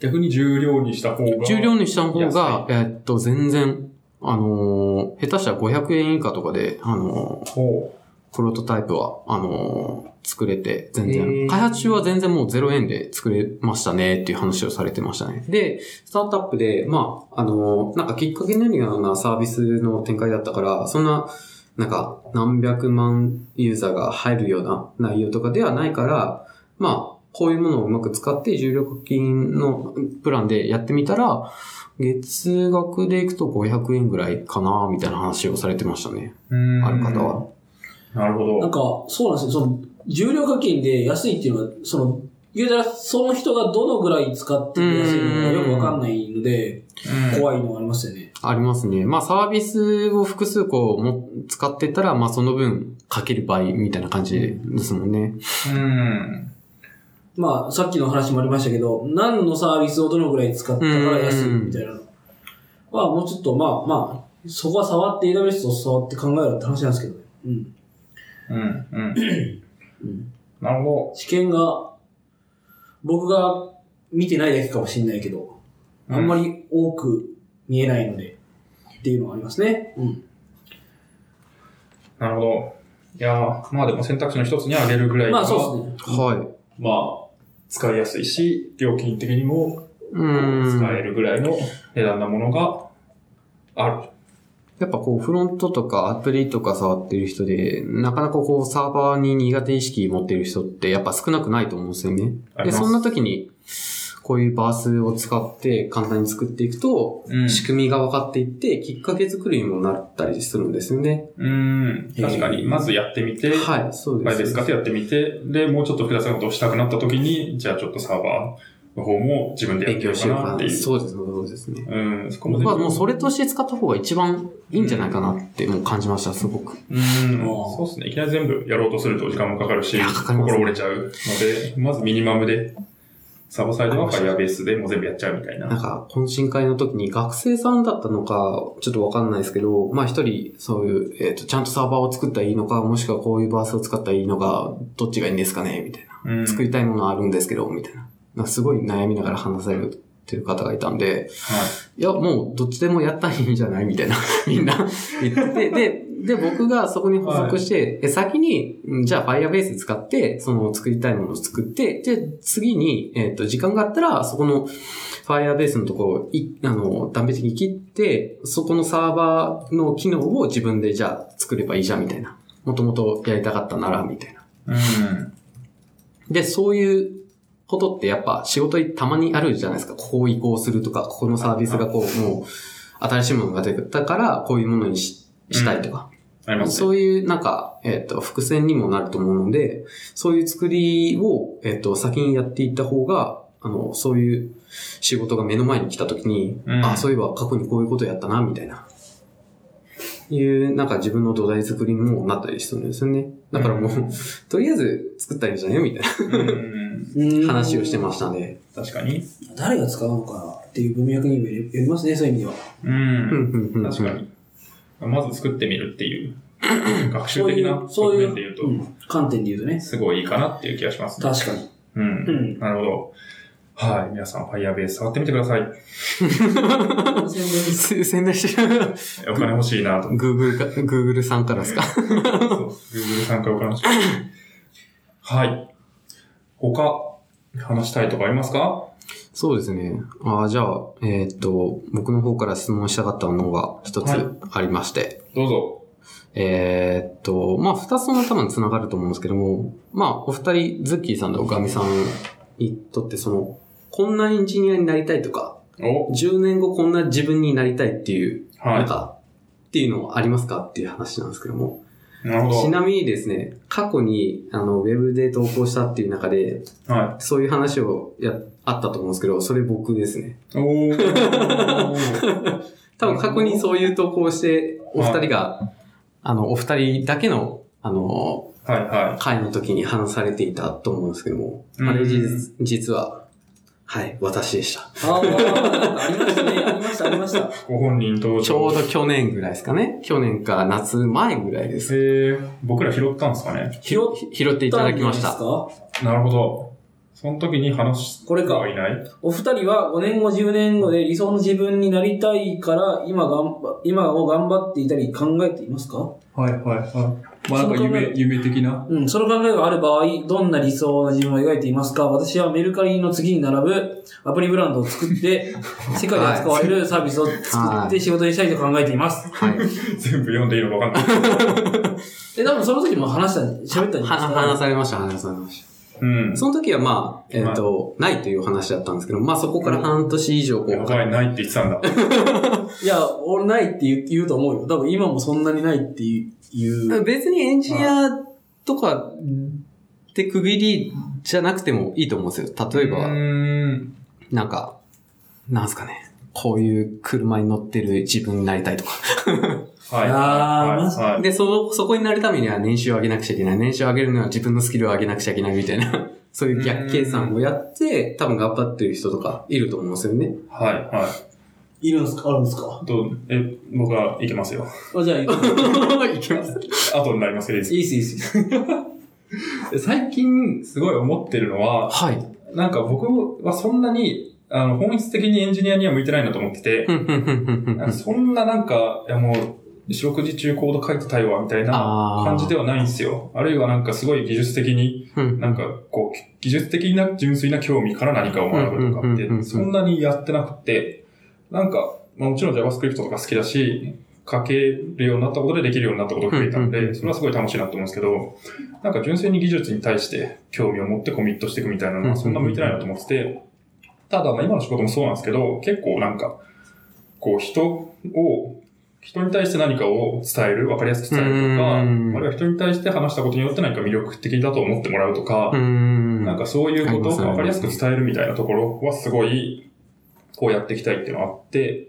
S3: 逆に重量にした方が。
S1: 重量にした方が、えっと、全然、あのー下手したら500円以下とかで、あのー
S3: ほ
S1: プロトタイプは、あのー作れて、全
S2: へ
S1: 然、
S2: ー
S1: 開発中は全然もう0円で作れましたねっていう話をされてましたね。で、スタートアップで、まあ、あのーなんかきっかけのようなサービスの展開だったから、そんな、なんか、何百万ユーザーが入るような内容とかではないから、まあ、こういうものをうまく使って、重力金のプランでやってみたら、月額でいくと500円ぐらいかな、みたいな話をされてましたね。
S3: う。うん
S1: ある方は。。
S3: なるほ
S2: い。な
S3: ど
S2: ん。か、そうなんですよ。その、重量課金で安いっていうのは、その、言うたら、その人がどのぐらい使ってて安いのかよくわかんないので、
S3: うん
S2: 怖いのはありますよね。
S1: ありますね。まあサービスを複数個も使ってたら、まあその分かける倍みたいな感じですもんね。
S3: うん。
S2: まあ、さっきの話もありましたけど、何のサービスをどのぐらい使ったから安いみたいなのは、もうちょっと、まあまあ、そこは触って AWS を触って考えろって話なんですけどね。うん。
S3: うん。うん。なるほ
S2: 試験が、僕が見てないだけかもしれないけど、
S3: ど。
S2: あんまり多く見えないので、っていうのはありますね。うん。
S3: なるほど。いやーまあでも選択肢の一つにあげるぐらい
S2: ま
S3: が
S2: あそうですね。
S1: はい。
S3: まあ、使いやすいし、料金的にも
S1: う。
S3: こうん使えるぐらいの値段なものがある。
S1: やっぱこうフロントとかアプリとか触ってる人で、なかなかこうサーバーに苦手意識持ってる人ってやっぱ少なくないと思うんですよね。
S3: あり
S1: で、
S3: ます
S1: そんな時に、こういうバースを使って簡単に作っていくと、
S3: うん
S1: 仕組みが分かっていって、きっかけ作りにもなったりするんですよね。
S3: うん。確かに、まずやってみて、
S1: はい、そうで
S3: あ
S1: す。
S3: れですかってやってみて、で、もうちょっと複雑なことをしたくなった時に、じゃあちょっとサーバーの方も自分でやっ
S1: 勉
S3: てみよ
S1: 強
S3: う
S1: し
S3: か
S1: よう
S3: な
S1: か
S3: って
S1: な。
S3: いう。
S1: そうです、そうですね。
S3: うん、そこも
S1: 僕はもう
S3: う
S1: それとして使った方が一番いいんじゃないかなってもう感じました、すごく。
S3: ん、
S2: もう
S3: そうですね。いきなり全部やろうとすると時間もかかるし、
S1: いやかかります
S3: 心折れちゃうので、まずミニマムで、サーバーサイドは Firebase でもう全部やっちゃうみたい
S1: なん
S3: な。
S1: か、懇親会の時に学生さんだったのか、ちょっとわかんないですけど、まあ一人、そういう、えっ、と、ちゃんとサーバーを作ったらいいのか、もしくはこういうバースを使ったらいいのか、どっちがいいんですかねみたいな。
S3: うん、
S1: 作りたいものはあるんですけど、みたいな。なんかすごい悩みながら話されるっていう方がいたんで、
S3: はい
S1: や、もう、どっちでもやったらいいんじゃないみたいな、 *laughs* みんな言ってて、で、で、僕がそこに補足して、え先に、うんじゃあ Firebase 使って、その作りたいものを作って、で、次に、えっ、と、時間があったら、そこの Firebase のところをい、あの、断片的に切って、そこのサーバーの機能を自分でじゃあ作ればいいじゃん、みたいな。もともとやりたかったなら、みたいな。
S3: い。うん。
S1: で、そういうことってやっぱ仕事にたまにあるじゃないですか。ここを移行するとか、ここのサービスがこう、もう、新しいものが出たから、こういうものにししたいとか。
S3: ありますね。
S1: そういう、なんか、えっ、と、伏線にもなると思うので、そういう作りを、えっ、と、先にやっていった方が、あの、そういう仕事が目の前に来た時に、
S3: うん
S1: あ、そういえば過去にこういうことやったな、みたいな。いう、なんか自分の土台作りにもなったりするんですよね。だからもう、
S3: う
S1: とりあえず作ったらいいんじゃないみたいな。
S3: うん。
S1: 話をして
S2: す
S1: ましたね。
S3: 確かに。
S2: 誰が使うのかなっていう文脈にもよりますね、そういう意味では。
S3: うん。
S1: 確
S3: 確か。に。まず作ってみるっていう、学習的な
S2: そう
S3: 側
S2: いう
S3: 面で言うと
S2: う、ん、観点で言うとね。
S3: すごいいいかなっていう気がしますね。
S2: 確かに。
S3: う。
S2: うんん。
S3: なるほど。はい。皆さん、Firebase 触ってみてください。
S1: *laughs* 宣伝してる。
S3: お金欲しいなと思って。
S1: Google か、Google さんからですか。
S3: そう Google さんからお金欲しい。はい。他、話したいとかありますか
S1: *laughs* そうですね。あーじゃあ、えーっと、僕の方から質問したかったのが一つ
S3: はい
S1: ありまして。
S3: どうぞ。
S1: えーっと、まあ、二つの多分繋がると思うんですけども、まあ、お二人、ズッキーさんとおかみさんにとって、その、こんなエンジニアになりたいとか、
S3: お
S1: 10年後こんな自分になりたいっていう、なん
S3: は
S1: か、っていうのはありますかっていう話なんですけども。
S3: い。なる
S1: ち
S3: ほ
S1: なみにですね、過去に、あの、ウェブで投稿したっていう中で、
S3: ど。は
S1: そういう話をや、あったと思うんですけど、それ僕ですね。
S3: い。おー。
S1: *laughs* 多分過去にそういう投稿をして、お二人が、あの、お二人だけの、あの、
S3: はいは
S1: 会の時に話されていたと思うんですけども、
S3: うん
S1: あれ実実は、はい、私でした。
S2: ああ、なんかありましたね。ありました、ありました。
S3: い。ご本人登場。
S1: ちょうど去年ぐらいですかね。去年か夏前ぐらいです。
S3: えー、僕ら拾ったんですかね。
S1: ひ拾っていただきま
S2: ど
S1: し
S2: う
S1: た。
S2: ですか
S3: なるほど。その時に話す
S2: これか
S3: 人はいない
S2: お二人は5年後、10年後で理想の自分になりたいから、今がんば、今を頑張っていたり考えていますか
S5: はいはいはい。まあなんか
S2: その考え
S5: 夢、夢的な。
S2: うん、その考えがある場合、どんな理想の自分を描いていますか私はメルカリの次に並ぶアプリブランドを作
S1: *laughs*
S2: って、世界で扱われるサービスを作って仕事にしたいと考えています。
S1: はい。
S3: 全部読んでいいのか分かんない。
S2: で、多分その時も話したん、喋ったんじゃないです
S1: は
S2: か。
S1: 話されました、話されました。
S3: うん。
S1: その時はまあ、えっ、と、ないという話だったんですけど、まあそこから半年以上こう、
S3: やばい、ないって言ってたんだ。
S2: いや、俺ないって言う言うと思うよ。多分今もそんなにないっていう。言う
S1: 別にエンジニアとかって区切りじゃなくてもいいと思うんですよ。例え
S3: う
S1: ば、
S3: ーん。
S1: なんか、なんすかね、こういう車に乗ってる自分になりたいと
S3: *laughs*
S1: か。
S3: はい。
S2: あー
S3: はい
S2: マジ
S3: はい。
S1: で、そ、そこになるためには年収を上げなくちゃいけない。年収を上げるには自分のスキルを上げなくちゃいけないみたい
S3: *laughs*
S1: な。そういう逆計算をやって、多分頑張ってる人とかいると思うんですよ
S3: *laughs*
S1: ね。 *laughs*
S3: はい、はい
S2: るんすかあるんすか
S3: い。どう、え、僕はいけますよ。 *laughs*
S2: あ、じゃあ、いいっす
S1: いけます。
S3: 後になりますけどいいです
S2: いいっすいいっす。
S3: か、 *laughs* 最近すごい思ってるのは、
S1: はい。
S3: なんか僕はそんなに、あの、本質的にエンジニアには向いてないなと思ってて、
S1: ふんふんふんふんふん
S3: なんかそんななんか、いやもう、四六時中コード書いてたいわ、みたいな
S1: あー
S3: 感じではないんですよ。あるいはなんかすごい技術的に、
S1: うん。
S3: なんかこう、技術的な純粋な興味から何かを学ぶとかっ
S1: うんうんうんうんう
S3: て、
S1: ん
S3: そんなにやってなくて、なんか、まあもちろん JavaScript とか好きだし、書けるようになったことでできるようになったことが増えた
S1: う
S3: の
S1: んうんう
S3: で、
S1: ん
S3: それはすごい楽しいなと思うんですけど、なんか純粋に技術に対して興味を持ってコミットしていくみたいなのはそんな向いてないなと思ってて、ただまあ今の仕事もそうなんですけど、結構なんか、こう人を、人に対して何かを伝える、わかりやすく伝えるとか、あ
S1: うん
S3: るいは人に対して話したことによって何か魅力的だと思ってもらうとか
S1: う、ん。
S3: なんかそういうこ
S1: あります
S3: と、
S1: ね
S3: わかりやすく伝えるみたいなところはすごい、こうやっていきたいっていうのがあって、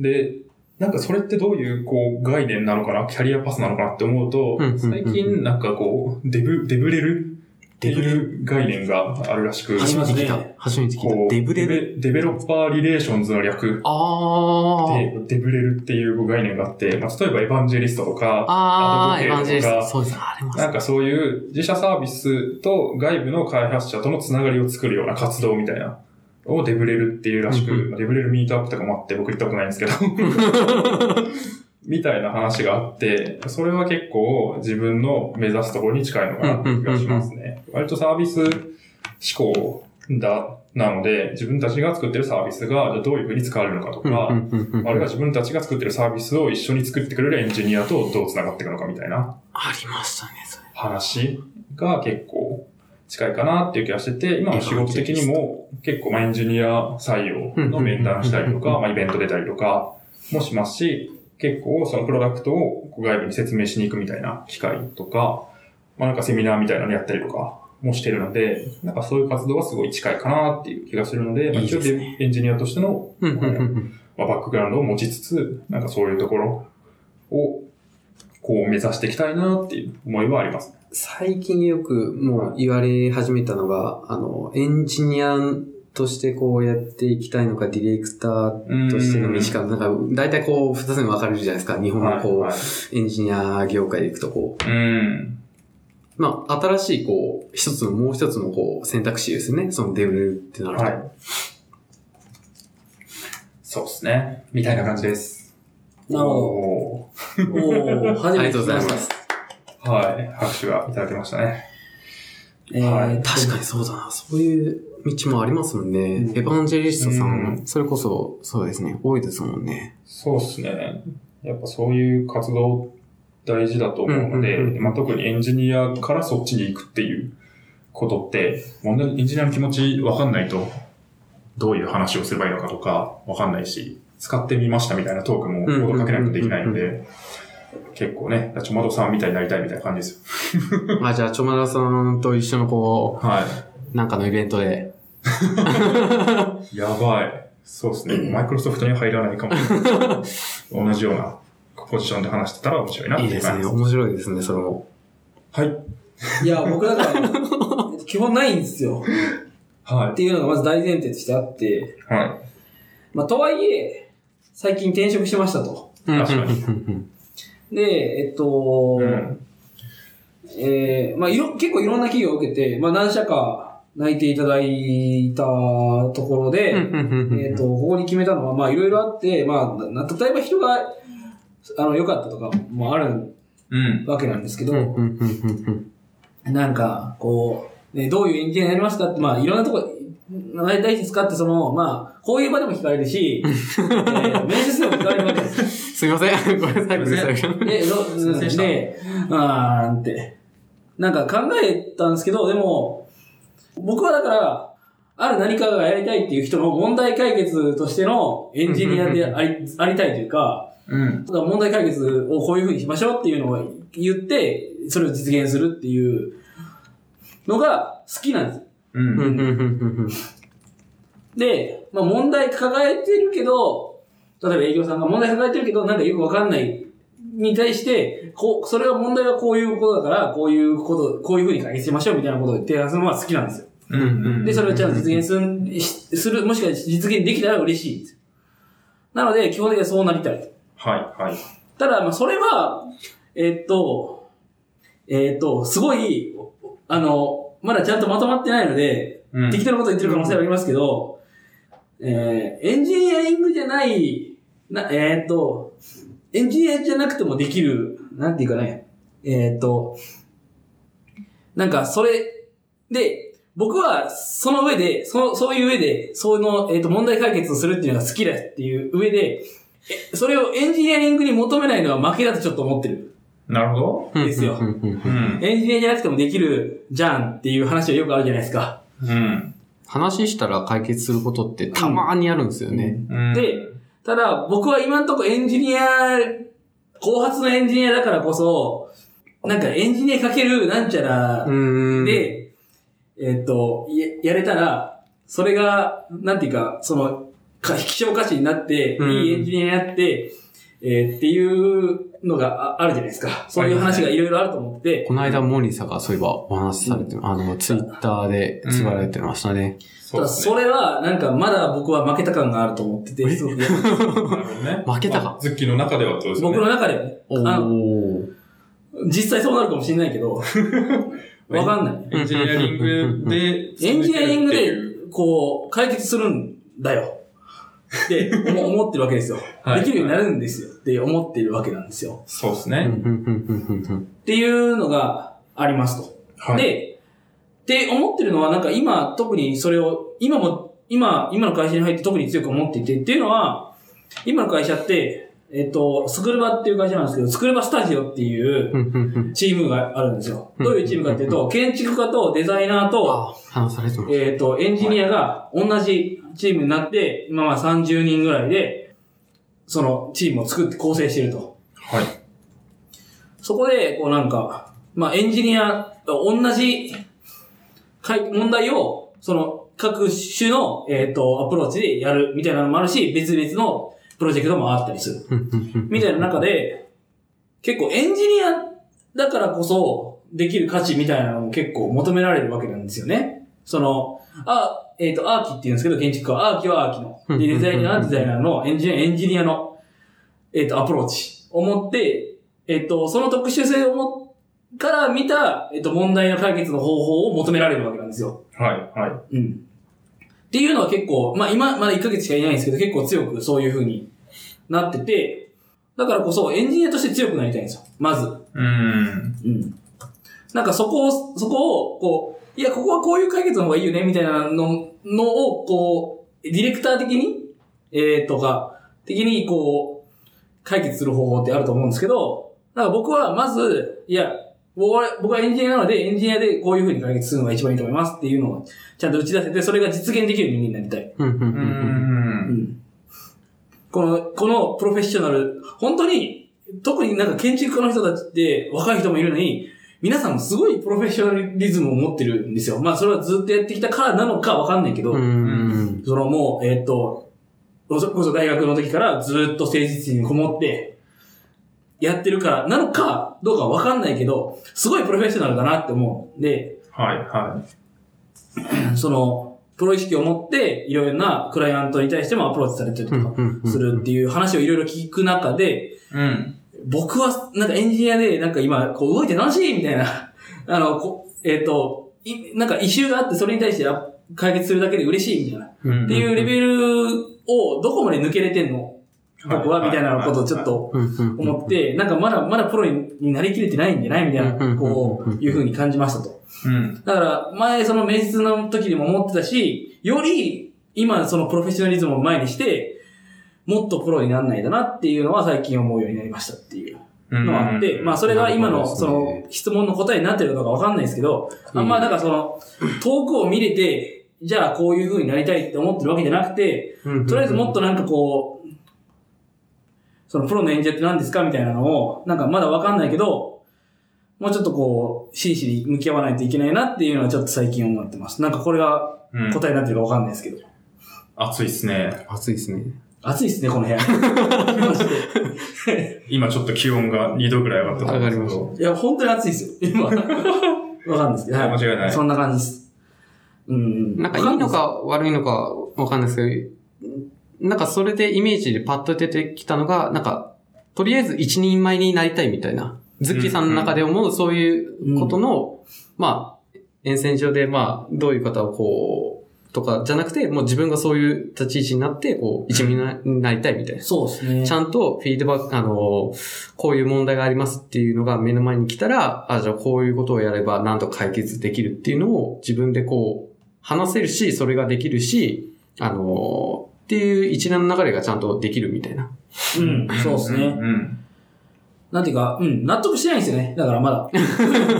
S3: で、なんかそれってどういう、こう、概念なのかな、キャリアパスなのかなって思うと
S1: うんうんうんう、ん
S3: 最近なんかこう、デブ、デブレルって
S1: デブレ
S3: いう概念があるらしく、
S1: 初めて聞い
S2: ね
S1: た。初めて聞い
S3: こう
S1: た。デブレル。
S3: デベデベロッパーリレーションズの略
S1: あー。
S3: で、デブレルっていう概念があって、まあ、例えばエヴァンジェリストとか、
S1: あー、
S3: アド
S1: エ
S3: ボ
S1: ヴァンジ
S3: ケ
S1: ェ
S3: イ
S1: リ
S3: トとか
S1: スト。そうです。あります
S3: なんかそういう自社サービスと外部の開発者とのつながりを作るような活動みたいなのをデブレルっていうらしく、
S1: うん
S3: まあデブレルミートアップとかもあって僕行ったことないんですけど、
S1: *laughs*
S3: みたいな話があって、それは結構自分の目指すところに近いのかなって気がしますね。割とサービス思考だ、なので、自分たちが作ってるサービスがじゃあどういうふうに使われるのかと
S1: うん
S3: か、
S1: うんうんうん
S3: あるいは自分たちが作ってるサービスを一緒に作ってくれるエンジニアとどう繋がっていくのかみたいな
S1: ありましたね、それ。
S3: 話が結構近いかなっていう気がしてて、今の仕事的にも結構まあエンジニア採用の面談したりと
S1: うんうんうん
S3: か、
S1: うん
S3: まあイベント出たりとかもしますし、結構そのプロダクトを外部に説明しに行くみたいな機会とか、まあなんかセミナーみたいなのやったりとかもしてるので、なんかそういう活動はすごい近いかなっていう気がするので、まあ一応
S1: いいですね
S3: エンジニアとしての
S1: うんうんうんうん。
S3: まあバックグラウンドを持ちつつ、なんかそういうところをこう目指していきたいなっていう思いはあります。
S1: 最近よくもう言われ始めたのが、あの、エンジニアとしてこうやっていきたいのか、ディレクターとしての道か、なんか、大体こう、二つに分かれるじゃないですか。日本のこう、
S3: はいはい
S1: エンジニア業界でいくとこ
S3: うん。
S1: う、まあ、新しいこう、一つの、もう一つのこう、選択肢ですね。そのデブレルってなると。
S3: はい。そうですね。みたいな感じです。
S1: *laughs*
S2: なるほど。
S3: ほ
S2: おー、初
S1: あり
S2: め
S1: が
S2: て
S1: と
S2: 聞き
S1: うござ
S2: ま
S1: い
S2: し
S1: ま
S2: た。
S1: す。
S3: ど。はい。拍手がいただけましたね。
S2: えー
S3: はい
S1: 確かにそうだな。そういう道もありますもんね。
S3: うん
S1: エヴァンジェリストさん、
S3: う
S1: それこそ、そうですね。多いですもんね。
S3: そうですね。やっぱそういう活動大事だと思うので、
S1: うんうんうん
S3: まあ、特にエンジニアからそっちに行くっていうことって、本当にエンジニアの気持ちわかんないと、どういう話をすればいいのかとかわかんないし、使ってみましたみたいなトークもコードかけないとできないの
S1: う
S3: で、結構ね、ちょまどさんみたいになりたいみたいな感じですよ。
S1: あ、じゃあ、チョマラさんと一緒のこ
S3: はい。
S1: う、なんかのイベントで。
S3: やばい。そうですね。マイクロソフトには入らないかもしれない。同じようなポジションで話してたら面白いなって
S1: い
S3: い
S1: いで
S3: う
S1: す
S3: 感
S1: ね。
S3: じ
S1: 面白いですね、それも。
S3: はい。
S2: いや、僕だから、基本ないんですよ。っ
S3: は
S2: ていうのがまず大前提としてあって、
S3: い。は
S2: まあ、とはいえ、最近転職しましたと。
S3: 確かに
S1: に。
S2: で、えっと、
S3: い。うん。
S2: えーまあいろ、結構いろんな企業を受けて、まあ、何社か泣いていただいたところで、えっ、と、ここに決めたのは、まあ、いろいろあって、まあ、な例えば人が、あの、良かったとかもある
S3: うん。
S2: わけなんですけど、
S1: うんうんうんうんうん
S2: なんか、こう、ね、どういうエンジニアになりますかって、まあ、いろんなとこ、何大事ですかって、その、まあ、こういう場でも聞かれるし、えー面接でも聞かれるわけです。
S1: すいません。ごめんなさい、
S3: すいません
S1: うるさい
S2: *laughs* で、ど
S3: いませんでした
S2: で、あーんって。なんか考えたんですけど、でも、僕はだから、ある何かがやりたいっていう人の問題解決としてのエンジニアであり、ありたいというか、
S3: うん。
S2: ただ問題解決をこういうふうにしましょうっていうのを言って、それを実現するっていうのが好きなんです。
S3: う
S1: うん
S3: ん。
S1: うんうんうん
S2: で、まあ問題抱えてるけど、例えば営業さんが問題抱えてるけど、なんかよくわかんないに対して、こう、それは問題はこういうことだから、こういうこと、こういうふうに解決しましょうみたいなことを提案するのは好きなんですよ。
S3: うん。うん。
S2: で、それをちゃんと実現する、しする、もしくは実現できたら嬉しいです。なので、基本的にはそうなりたい。
S3: はい。はい。
S2: ただ、まあそれは、えっと、えっと、すごい、あの、まだちゃんとまとまってないので、
S3: うん。
S2: 適当なこと言ってる可能性はありますけど、えー、エンジニアリングじゃない、なえーっと、エンジニアじゃなくてもできる、なんていうかね、えーっと、なんか、それ、で、僕は、その上で、その、そういう上で、その、えーっと、問題解決をするっていうのが好きだっていう上で、えそれをエンジニアリングに求めないのは負けだとちょっと思ってる。
S3: なるほど。
S1: うん
S2: ですよ
S1: うんうん
S3: う
S1: うん
S3: ん。
S2: エンジニアじゃなくてもできるじゃんっていう話はよくあるじゃないですか。
S3: うん。
S1: 話したら解決することってたまーにあるんですよね。
S3: うん
S2: で、ただ、僕は今んとこエンジニア、後発のエンジニアだからこそ、なんかエンジニアかけるなんちゃら
S1: うーん、
S2: で、えっと、ややれたら、それが、なんていうか、その、か希少価値になって、
S1: うん
S2: いいエンジニアになって、えーっていうのがああるじゃないですか。そういう話がいろいろあると思って、
S1: この間、モーリーさんがそういえばお話しされて、あの、ツイッターでつぶやられてましたね。
S3: そ
S2: た
S3: う
S2: だ
S3: ですね
S2: それは、なんか、まだ僕は負けた感があると思ってて、すごく
S3: なるほどね。
S1: 負けたか
S3: まあズッキーの中ではどうですかね
S2: 僕の中ではね、あの
S1: おー。
S2: 実際そうなるかもしれないけど、わかんない。
S3: エンジニアリングで、
S2: エンジニアリング
S3: 続け
S2: で
S3: るっていう、
S2: こう、解決するんだよ。って思思ってるわけですよ。
S3: はい
S2: できるようになるんですよ。って思ってるわけなんですよ。
S3: そうです
S1: うん
S3: ね。
S1: うんうんうんうんうん
S2: っていうのがありますと。
S3: はい。
S2: で、って思ってるのは、なんか今、特にそれを、今も、今、今の会社に入って特に強く思っていて、っていうのは、今の会社って、えっと、スクルバっていう会社なんですけど、スクルバスタジオっていう
S1: うんうんうん。
S2: チームがあるんですよ。
S1: うん
S2: どういうチームかっていうと、建築家とデザイナーと、
S1: あ、話されてました。
S2: えっ、と、エンジニアが同じチームになって、今まあ30人ぐらいで、そのチームを作って構成していると。
S3: はい。
S2: そこで、こうなんか、まあエンジニア、同じ解問題を、その各種の、えっ、と、アプローチでやるみたいなのもあるし、別々のプロジェクトもあったりする。 *laughs* みたいな中で、結構エンジニアだからこそできる価値みたいなのも結構求められるわけなんですよね。その、あ、えっ、と、アーキって言うんですけど、建築家は、アーキはアーキの。で、デザイナーはデザイナーの、エンジニア、エンジニアの、えっ、と、アプローチを持って、えっ、と、その特殊性をも、から見た、えっ、と、問題の解決の方法を求められるわけなんですよ。
S3: はい。はい。
S2: うん。っていうのは結構、まあ今、まだ1ヶ月しかいないんですけど、結構強くそういう風になってて、だからこそエンジニアとして強くなりたいんですよ。まず。
S3: うん。
S2: うん。なんかそこを、そこを、こう、いや、ここはこういう解決の方がいいよね、みたいなの、のを、こう、ディレクター的に、えー、とか、的に、こう、解決する方法ってあると思うんですけど、なんか僕はまず、いや、僕は僕はエンジニアなので、エンジニアでこういう風に解決するのが一番いいと思いますっていうのをちゃんと打ち出せて、それが実現できる人間になりたい。
S1: うんうんう
S3: うんん。
S2: この、このプロフェッショナル、本当に、特になんか建築家の人たちって若い人もいるのに、皆さんすごいプロフェッショナリズムを持ってるんですよ。まあそれはずっとやってきたからなのかわかんないけど、
S1: うん。うん
S2: そのもう、えーっと、それこそ大学の時からずっと政治室にこもって、やってるからなのかどうかわかんないけど、すごいプロフェッショナルだなって思うんで、
S3: はい。は
S2: その、プロ意識を持って、いろいろなクライアントに対してもアプローチされてると
S1: う
S2: か、
S1: んうんうん。
S2: するっていう話をいろいろ聞く中で、
S3: い。うん。
S2: 僕はなんかエンジニアでなんか今こう動いて楽しいみたいな、 *laughs* あの、こえっ、と、いなんか異臭があってそれに対してあ解決するだけで嬉しいみたいな、っ
S3: うん
S2: ていうレベルをどこまで抜けれてんの
S3: はい
S2: 僕はみたいなことをちょっと
S1: うんうんうん。
S2: 思って、なんかまだまだプロにになりきれてないんじゃないみたい
S1: うんうんうんう
S2: な、
S1: ん
S2: こういう風に感じましたと。
S3: うん。
S2: だから、前その面接の時にも思ってたし、より今そのプロフェッショナリズムを前にして、もっとプロになんないだなっていうのは最近思うようになりましたっていう
S3: うん。
S2: のがあって、まあそれが今のその質問の答えになってるのかわかんないですけど、あんまだからその遠くを見れて、じゃあこういう風になりたいって思ってるわけじゃなくて、とりあえずもっとなんかこう、そのプロの演者って何ですかみたいなのを、なんかまだわかんないけど、もうちょっとこう、真摯に向き合わないといけないなっていうのはちょっと最近思ってます。なんかこれが
S3: うん
S2: 答えになってるかわかんないですけど。
S3: 暑いっすね。
S1: 暑いですね。
S2: 暑いっすね、この部屋。マジで。
S3: 今ちょっと気温が2度ぐらい上がったと思うんですけど
S2: いや、本当に暑いっすよ。今。わかんないですけど。はい
S3: 間違いない
S2: そんな感じです。うん。
S1: なんかいいのか悪いのかわかんないですけど、なんかそれでイメージでパッと出てきたのが、なんか、とりあえず一人前になりたいみたいな。ズッキーさんの中で思うそういうことの、まあ、沿線上で、まあ、どういう方をこう、とかじゃなくて、もう自分がそういう立ち位置になって、こう、一味になになりたいみたいな。
S2: そうですね。
S1: ちゃんとフィードバック、あの、こういう問題がありますっていうのが目の前に来たら、あ、じゃあこういうことをやればなんとか解決できるっていうのを自分でこう、話せるし、それができるし、あの、っていう一連の流れがちゃんとできるみたいな。
S2: うん、そうですね。
S3: うん。
S2: なんていうか、うん、納得してないんですよね。だからま
S1: *laughs*
S2: だ。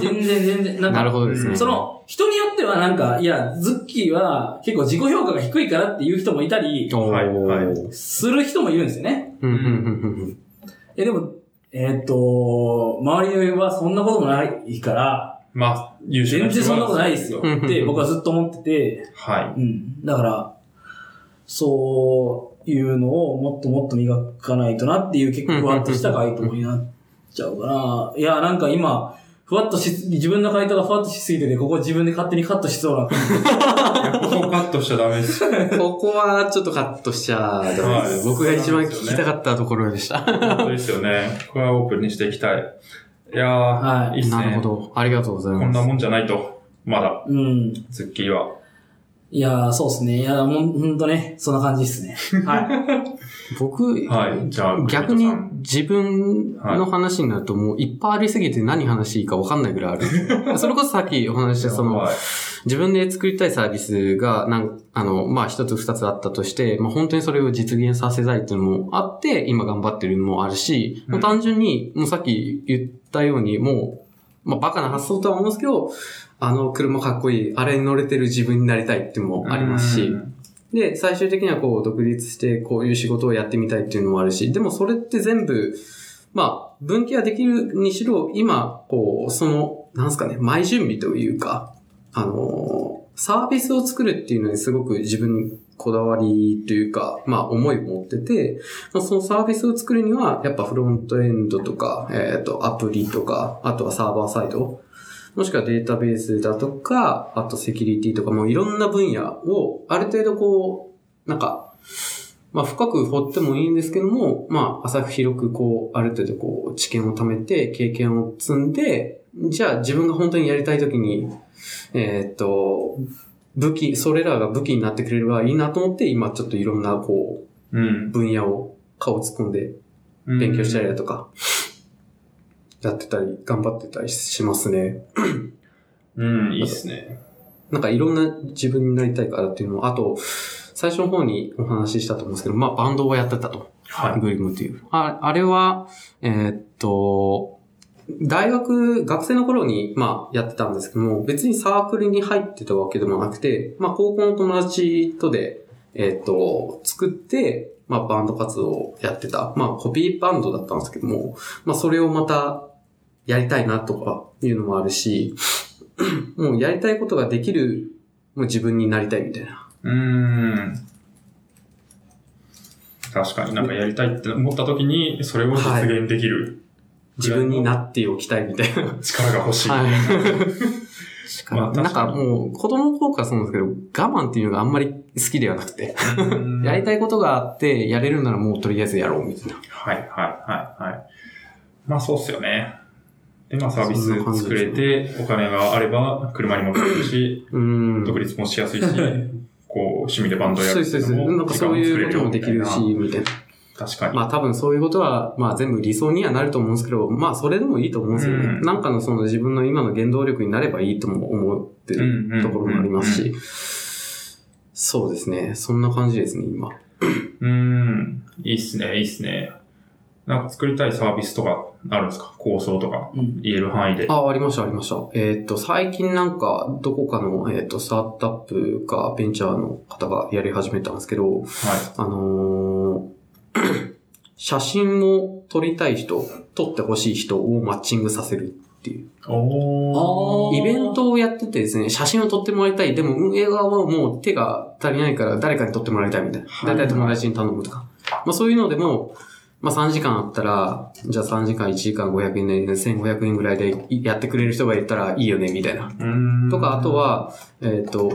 S2: 全然全然、なん
S1: なる
S2: か、
S1: ほどですね。
S2: その、人によってはなんか、いや、ズッキーは結構自己評価が低いからっていう人もいたり、
S1: おー、
S3: はいはい
S2: する人もいるんですよね。
S1: うんうんうん
S2: え、でも、えーっと、周りはそんなこともないから、
S3: まあ、優秀
S2: 全然そんなことないですよ。
S1: うん
S2: って僕はずっと思ってて、
S3: は
S2: うん。だから、そういうのをもっともっと磨かないとなっていう結構ふわっとした回答になっちゃうから、いや、なんか今、ふわっとしすぎ、自分の回答がふわっとしすぎてて、ここ自分で勝手にカットしそうな。
S3: い。ここカットしちゃダメです。
S1: うん。ここはちょっとカットしちゃダメです。
S3: はい
S1: 僕が一番聞きたかったところでした。
S3: 本当ですよ
S2: *laughs*
S3: ね。これはオープンにしていきたい。いやー、、
S2: はい
S3: いっすね。
S1: なるほど。ありがとうござい
S3: こんな
S1: ます。
S3: もんじゃないと。まだ、
S2: うん。
S3: ズッキーは。
S2: いやー、そうですね。いやー、もう、ほんとね、そんな感じですね。はい。
S1: 僕、
S3: はい。じゃあ、
S1: 逆に
S3: 栗田さん
S1: 自分の話になるともういっぱいありすぎて何話していいか分かんないぐらいあるんです
S3: *laughs*
S1: よ。それこそさっきお話ししたその
S3: はい
S1: 自分で作りたいサービスがなん、あの、まあ一つ二つあったとして、まあ本当にそれを実現させたいっていうのもあって、今頑張ってるのもあるし、
S3: うん
S1: もう単純にもうさっき言ったようにもう、まあバカな発想とは思うんですけど、あの車かっこいい、あれに乗れてる自分になりたいっていうのもありますし、
S3: うん
S1: で、最終的にはこう、独立して、こういう仕事をやってみたいっていうのもあるし、でもそれって全部、まあ、分岐はできるにしろ、今、こう、その、なんですかね、前準備というか、あのーサービスを作るっていうのにすごく自分にこだわりというか、まあ、思いを持ってて、まあ、そのサービスを作るには、やっぱフロントエンドとか、えっ、と、アプリとか、あとはサーバーサイド、もしくはデータベースだとか、あとセキュリティとか、もういろんな分野を、ある程度こう、なんか、まあ深く掘ってもいいんですけども、まあ浅く広くこう、ある程度こう、知見を貯めて、経験を積んで、じゃあ自分が本当にやりたいときに、えーっと、武器、それらが武器になってくれればいいなと思って、今ちょっといろんなこう、
S3: うん。
S1: 分野を顔突っ込んで勉強したりだとか、やってたり、頑張ってたりしますね。
S3: うん、いいっすね。
S1: なんかいろんな自分になりたいからっていうのも、あと、最初の方にお話ししたと思うんですけど、まあバンドをやってたと。
S3: はい。
S1: グリムっていう。ああれは、えーっと、大学、学生の頃に、まあ、やってたんですけども、別にサークルに入ってたわけでもなくて、まあ、高校の友達とで、えーっと、作って、まあ、バンド活動をやってた。まあ、コピーバンドだったんですけども、まあ、それをまた、やりたいなとかいうのもあるし、 *clears throat* もうやりたいことができる、もう自分になりたいみたいな。
S3: うん。確かになんかやりたいって思った時に、それを実現できる
S1: 自分になっておきたいみたいな。
S3: 力が欲しい。
S1: はい。
S3: まあ確かに
S1: なんかもう、子供の頃からそうなんですけど、我慢っていうのがあんまり好きではなくて、
S3: う
S1: *laughs*
S3: ん
S1: やりたいことがあって、やれるならもうとりあえずやろうみたいな。
S3: はいはいはいはい。まあそうっすよね。で、まあサービス
S1: そんな感じ
S3: 作れて、お金があれば車にも乗れるし、
S1: うん。
S3: 独立もしやすいし、こう、趣味でバンドや
S1: そ
S3: る
S1: う
S3: って
S1: そ
S3: いう
S1: そうう。
S3: の
S1: なんかそういうこともできる
S3: 時間
S1: し、
S3: 作れよみ
S1: みたいな。
S3: たいな確かに。
S1: まあ多分そういうことは、まあ全部理想にはなると思うんですけど、まあそれでもいいと思うんですよね。
S3: うん
S1: なんかのその自分の今の原動力になればいいとも思ってるところもありますし、そうですね。そんな感じですね、今。
S3: うん、いいっすね、いいっすね。なんか作りたいサービスとかあるんですか構想とか、
S2: *laughs* うん。
S3: 言える範囲で。
S1: あ、ありました、ありました。えーっと、最近なんか、どこかの、えーっと、スタートアップか、ベンチャーの方がやり始めたんですけど、
S3: は
S1: あのー *coughs* 写真を撮りたい人、撮ってほしい人をマッチングさせる。
S3: い。お
S2: あー
S1: イベントをやっててですね、写真を撮ってもらいたい。でも運営側はもう手が足りないから誰かに撮ってもらいたいみたいな。
S3: は
S1: だい
S3: い
S1: たい友達に頼むとか。まあそういうのでも、まあ3時間あったら、じゃあ3時間1時間500円で1500円ぐらいでやってくれる人がいたらいいよね、みたいな。
S3: うん
S1: とか、あと、は、えっ、と、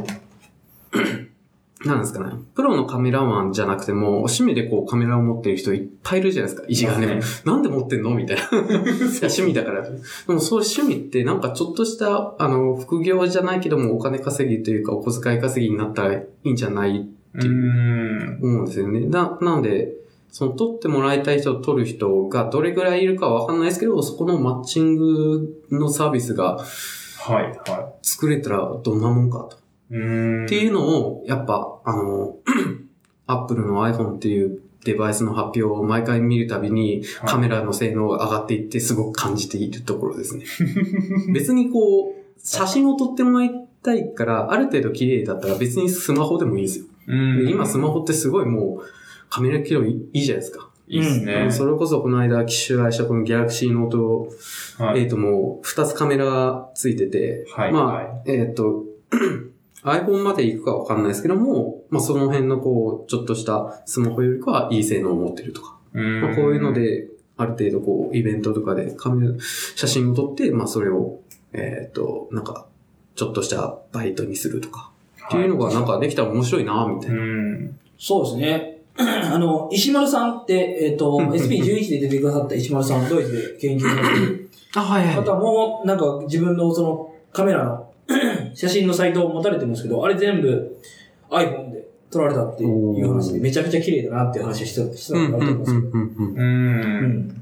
S1: なんですかね。プロのカメラマンじゃなくても、趣味でこうカメラを持ってる人いっぱいいるじゃないですか。意地がね。なんで持ってんのみたいな。いや趣味だから。でもそういう趣味ってなんかちょっとした、あの、副業じゃないけどもお金稼ぎというかお小遣い稼ぎになったらいいんじゃない
S3: うん。
S1: 思うんですよね。な、なんで、その撮ってもらいたい人、撮る人がどれぐらいいるかわかんないですけど、そこのマッチングのサービスが
S3: はい、は
S1: 作れたらどんなもんかと。
S3: い。うん。
S1: っていうのを、やっぱ、あの、Apple の iPhone っていうデバイスの発表を毎回見るたびに、
S3: はい
S1: カメラの性能が上がっていってすごく感じているところ
S3: *laughs*
S1: ですね。別にこう、写真を撮ってもらいたいから、ある程度綺麗だったら別にスマホでもいいですよ。
S3: うん
S1: で今スマホってすごいもう、カメラ機能いいいいじゃないですか。
S3: いいですね。
S1: それこそこの間機種愛したこのギャラクシーノート、
S3: はい
S1: えっ、ともう、2つカメラついてて、
S3: はい。
S1: まあ、
S3: はい
S1: えーっ、と、iPhone まで行くかわかんないですけども、まあその辺のこう、ちょっとしたスマホよりかはいい性能を持ってるとか、
S3: うん
S1: まあこういうの、で、ある程度こう、イベントとかでカメラ、写真を撮って、まあそれを、えーっ、と、なんか、ちょっとしたバイトにするとか、っていうのがなんかできたら面白いなみたいな。
S3: うん。
S2: そうですね。 *clears throat* あの、石丸さんって、えっ、
S3: *laughs*
S2: と、SP11 で出てくださった石丸さん、ドイツで研究されてる
S1: あ、はい
S2: あとはもう、なんか自分のそのカメラの *clears throat* 写真のサイトを持たれてるんですけど、あれ全部 iPhone で撮られたっていう話で、
S1: おー
S2: めちゃくちゃ綺麗だなっていう話をしてして
S1: う
S2: たのが
S1: ん、う
S2: あると思う
S1: ん、う
S2: ん
S1: ん
S2: です、
S1: うん。
S3: うん。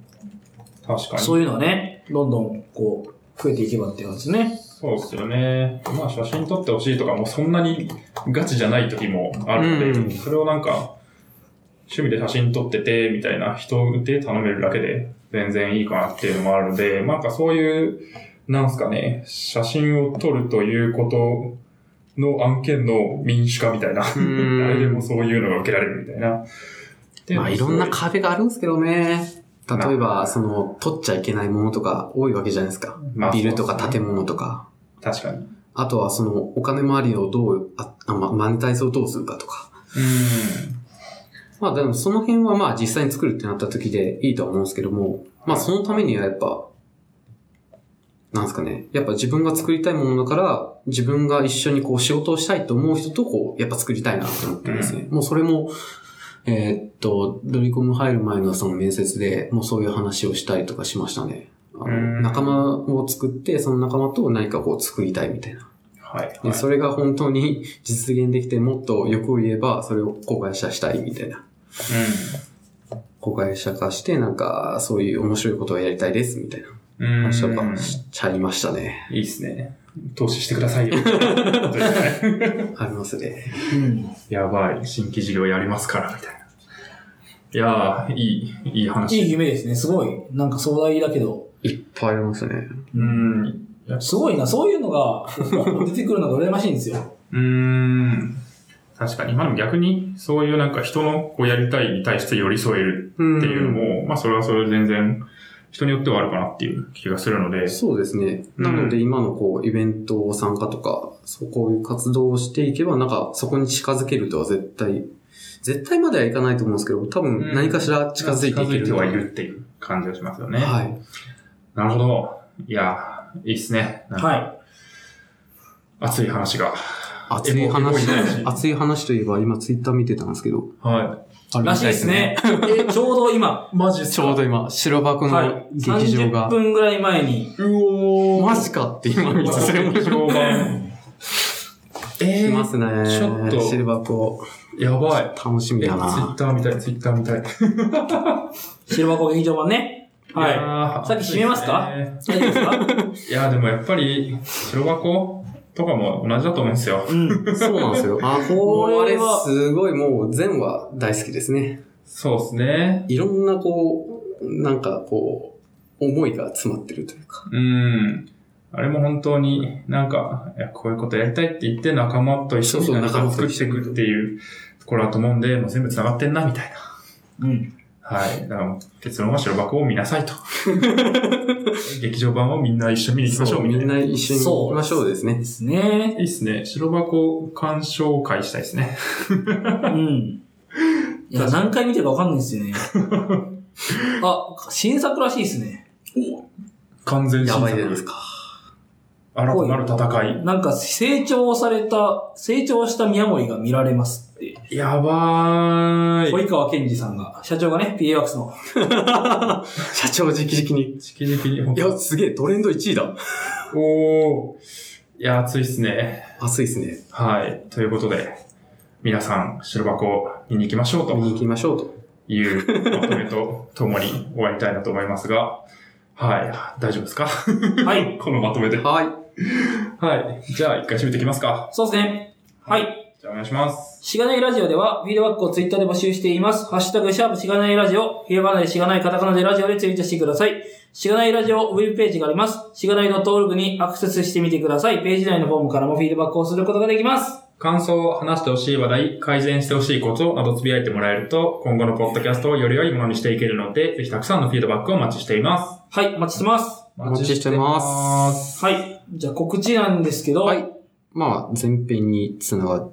S2: けど、
S3: 確か
S2: うん
S3: に。
S2: そういうのはね、どんどんこう、増えていけばっていう話ですね。
S3: そうですよね。まあ写真撮ってほしいとかもそんなにガチじゃない時もあるので、
S1: うん
S3: それをなんか、趣味で写真撮ってて、みたいな人で頼めるだけで全然いいかなっていうのもあるので、まあなんかそういう、なんすかね、写真を撮るということの案件の民主化みたいな、
S1: ん
S3: 誰でもそういうのが受けられるみたいな。で
S1: まあいろんな壁があるんですけどね。例えば、その、撮っちゃいけないものとか多いわけじゃないですか。
S3: まあ
S1: ビルとか建物とか。
S3: 確かに。
S1: あとはそのお金回りをどう、ああま、マネタイズをどうするかとか。まあでもその辺はまあ実際に作るってなった時でいいとは思うんですけども、まあそのためにはやっぱ、なんですかね。やっぱ自分が作りたいものだから、自分が一緒にこう仕事をしたいと思う人とこう、やっぱ作りたいなと思ってですね。もうそれも、えーっと、ドリコム入る前のその面接でもうそういう話をしたりとかしましたね。あ
S3: うん
S1: の仲間を作って、その仲間と何かこう作りたいみたいな。
S3: うん。はい、
S1: で、それが本当に実現できて、もっと欲を言えば、それを公開者したいみたいな。公開者化して、なんか、そういう面白いことをやりたいです、みたいな
S3: うん。うん。
S1: 話とかしちゃいましたね。
S3: いいっすね。投資してくださいよ。 *laughs*
S1: ありますね。
S3: やばい、新規事業やりますから、みたいな。いやー、いい、いい
S2: いい
S3: 話。
S2: 夢ですね。すごい。なんか壮大だけど、
S1: いっぱいありますね。
S3: うん。
S2: すごいな。そういうのが出てくるのが羨ましいんですよ。
S3: うーん。確かに。まあでも逆に、そういうなんか人のこうやりたいに対して寄り添える
S1: うん
S3: っていうのも、まあそれはそれで全然、人によってはあるかなっていう気がするので。
S1: そうですね。
S3: うん
S1: なので、今のこう、イベント参加とか、そうこういう活動をしていけば、なんか、そこに近づけるとは絶対、絶対まではいかないと思うんですけど、多分何かしら近づいていける。
S3: 近づはいるっていう感じがしますよね。
S1: はい。
S3: なるほど。いやー、いいっすね。なんか
S2: は。
S3: 熱い話が。
S1: 熱い話
S3: エモい話、
S1: 熱い話といえば、今ツイッター見てたんですけど、
S3: はい
S2: らしいですね。えちょうど今、
S3: い。マジっ
S1: ちょうど今、白箱
S2: は
S1: の
S2: い。
S1: 劇場が、
S2: 30分ぐらい前に、
S3: うお
S1: マジかって今見つけまし
S3: 評判。えー
S1: ますね。
S3: ちょっと
S1: 白箱、
S3: やばい。
S1: 楽しみ
S3: え、ツイ
S1: だ
S3: ッ
S1: な。
S3: ターみたい、ツイッターみたい。
S2: 白箱劇場版ね。はい。
S3: い
S2: さっき閉めますか
S3: 暑いです
S2: 大丈夫ですか
S3: ねいや、でもやっぱり、白箱とかも同じだと思うんですよ。
S2: うん。
S1: そうなん *laughs* ですよ。あ、
S2: こ
S1: こ
S2: れ
S1: れ
S2: は
S1: すごいもう全話大好きですね。
S3: そうですね。
S1: いろんなこう、なんかこう、思いが詰まってるというか。
S3: うん。あれも本当になんか、いやこういうことやりたいって言って仲間と一緒に
S1: そうそう
S3: 何か
S1: 仲間と
S3: 作っていくっていうところだと思うんで、もう全部繋がってんな、みたいな。
S2: うん。
S3: はい。だからもう結論は白箱を見な
S1: *laughs*
S3: さいと。劇場版をみんな一緒に見に行きましょう、み
S1: み
S3: たい
S1: ん
S3: な。
S1: な一緒に行きましょうですね
S2: で。すね。
S3: いいっすね。白箱鑑賞会したいですね。
S2: うん。いや、何回見てるかわかんないですよね。あ、新作らしいですね。
S3: 完全
S1: や
S3: 新
S1: ば
S3: 作
S1: いじゃないですか。
S3: 新たなる戦い。
S2: なんか成長された、成長した宮森が見られますって。
S3: やばーい。
S2: 及川健二さんが、社長がね、PA ワークスの。
S1: 社長直々に。
S3: しきじきに。
S1: いや、すげえ、トレンド1位だ。
S3: おー。いや、暑いっすね。
S1: 熱いですね。
S3: はい。ということで、皆さん、白箱を見に行きましょうと。
S1: 見に行きましょうと。
S3: いうまとめとともに終わりたいなと思いますが、はい、大丈夫ですか
S2: はい。
S3: *laughs* このまとめで。は
S1: はい。
S3: い。じゃあ、一回締めていきますか。
S2: そうですね。はい。
S3: じゃあ、お願いします。
S2: しがないラジオでは、フィードバックをツイッターで募集しています。ハッシュタグ、シャープしがないラジオ、ひらがなでしがないカタカナでラジオでツイートしてください。しがないラジオウェブページがあります。しがない .org にアクセスしてみてください。ページ内のフォームからもフィードバックをすることができます。
S3: 感想を話してほしい話題、改善してほしいことなどつぶやいてもらえると、今後のポッドキャストをより良いものにしていけるので、ぜひたくさんのフィードバックをお待ちしていま
S2: はい、お待ちしてます。
S3: す。
S1: お待ちしてま。
S3: お待ちしてます
S2: はい。じゃあ告知なんですけど、
S1: はい。まあ、前編につながっ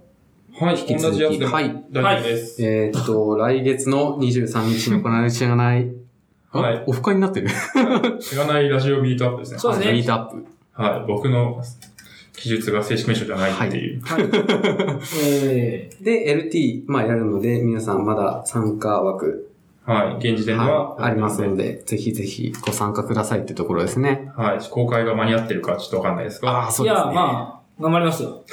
S3: はい、
S1: 引き
S3: 同
S1: 続
S3: じ
S1: き
S3: やつでも
S1: はい
S3: 大丈夫です。
S1: えーっと、来月の23日に行われる知らない、
S3: はい。
S1: オフ会になってる。
S3: 知らないラジオビートアップですね。
S2: そうですね
S1: ミートアップ。
S3: はい、僕の記述が正式名称じゃないっていう。
S2: え
S1: で、LT、まあやるので、皆さんまだ参加枠、
S3: はい、現時点では
S1: は、いありますので、ぜひぜひご参加くださいってところですね。
S3: はい。公開が間に合ってるかちょっとわかんないですが。
S1: ああ、
S2: ー、
S1: そ
S2: いう
S1: で
S2: や、
S1: すね。
S2: まあ、頑張りますよ。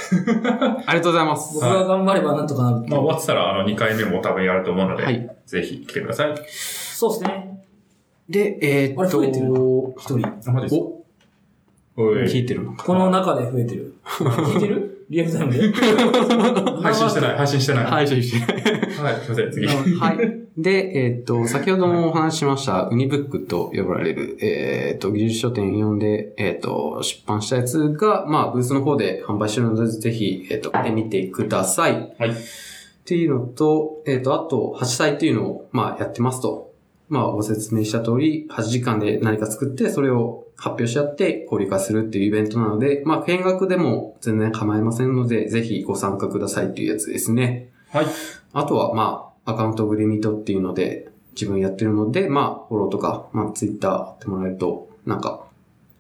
S1: ありがとうございます。
S2: 僕が頑張ればなんとかなる。
S3: まあ、終わってたら、あの、2回目も多分やると思うので、
S1: はい
S3: ぜひ来てください。
S2: そうですね。
S1: で、えーっと、
S2: あれ増えてるな
S1: お、
S2: 一人。
S3: あ、マジですかお
S1: 聞
S3: い。
S1: いてるのか。
S2: この中で増えて
S3: *laughs*
S2: る。聞いてるリアルタイムで。
S3: 配
S2: *laughs*
S3: 信してない、配信してない。はい。
S1: い、そうして。
S3: すいません、次。
S1: はい。で、えーっと、先ほどもお話ししました、ウニブックと呼ばれる、えーっと、技術書店読んで、えーっと、出版したやつが、まあ、ブースの方で販売してるので、ぜひ、えーっと、買ってみてください。
S3: はい
S1: っていうのと、えーっと、あと、8歳っていうのを、まあ、やってますと。まあ、ご説明した通り、8時間で何か作って、それを発表し合って交流化するっていうイベントなので、まあ、見学でも全然構いませんので、ぜひご参加くださいっていうやつですね。
S3: はい。
S1: あとは、まあ、アカウントグリミートっていうので、自分やってるので、まあ、フォローとか、まあ、ツイッターってもらえると、なんか、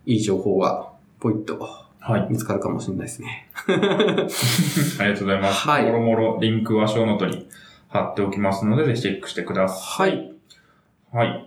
S1: いい情報が、ポイッと
S3: はい。
S1: 見つかるかもしれないですね。
S3: ありがとうございます。
S1: はい
S3: もろもろ、リンクはショーノートに貼っておきますので、ぜひチェックしてください。
S1: はい。
S3: はい。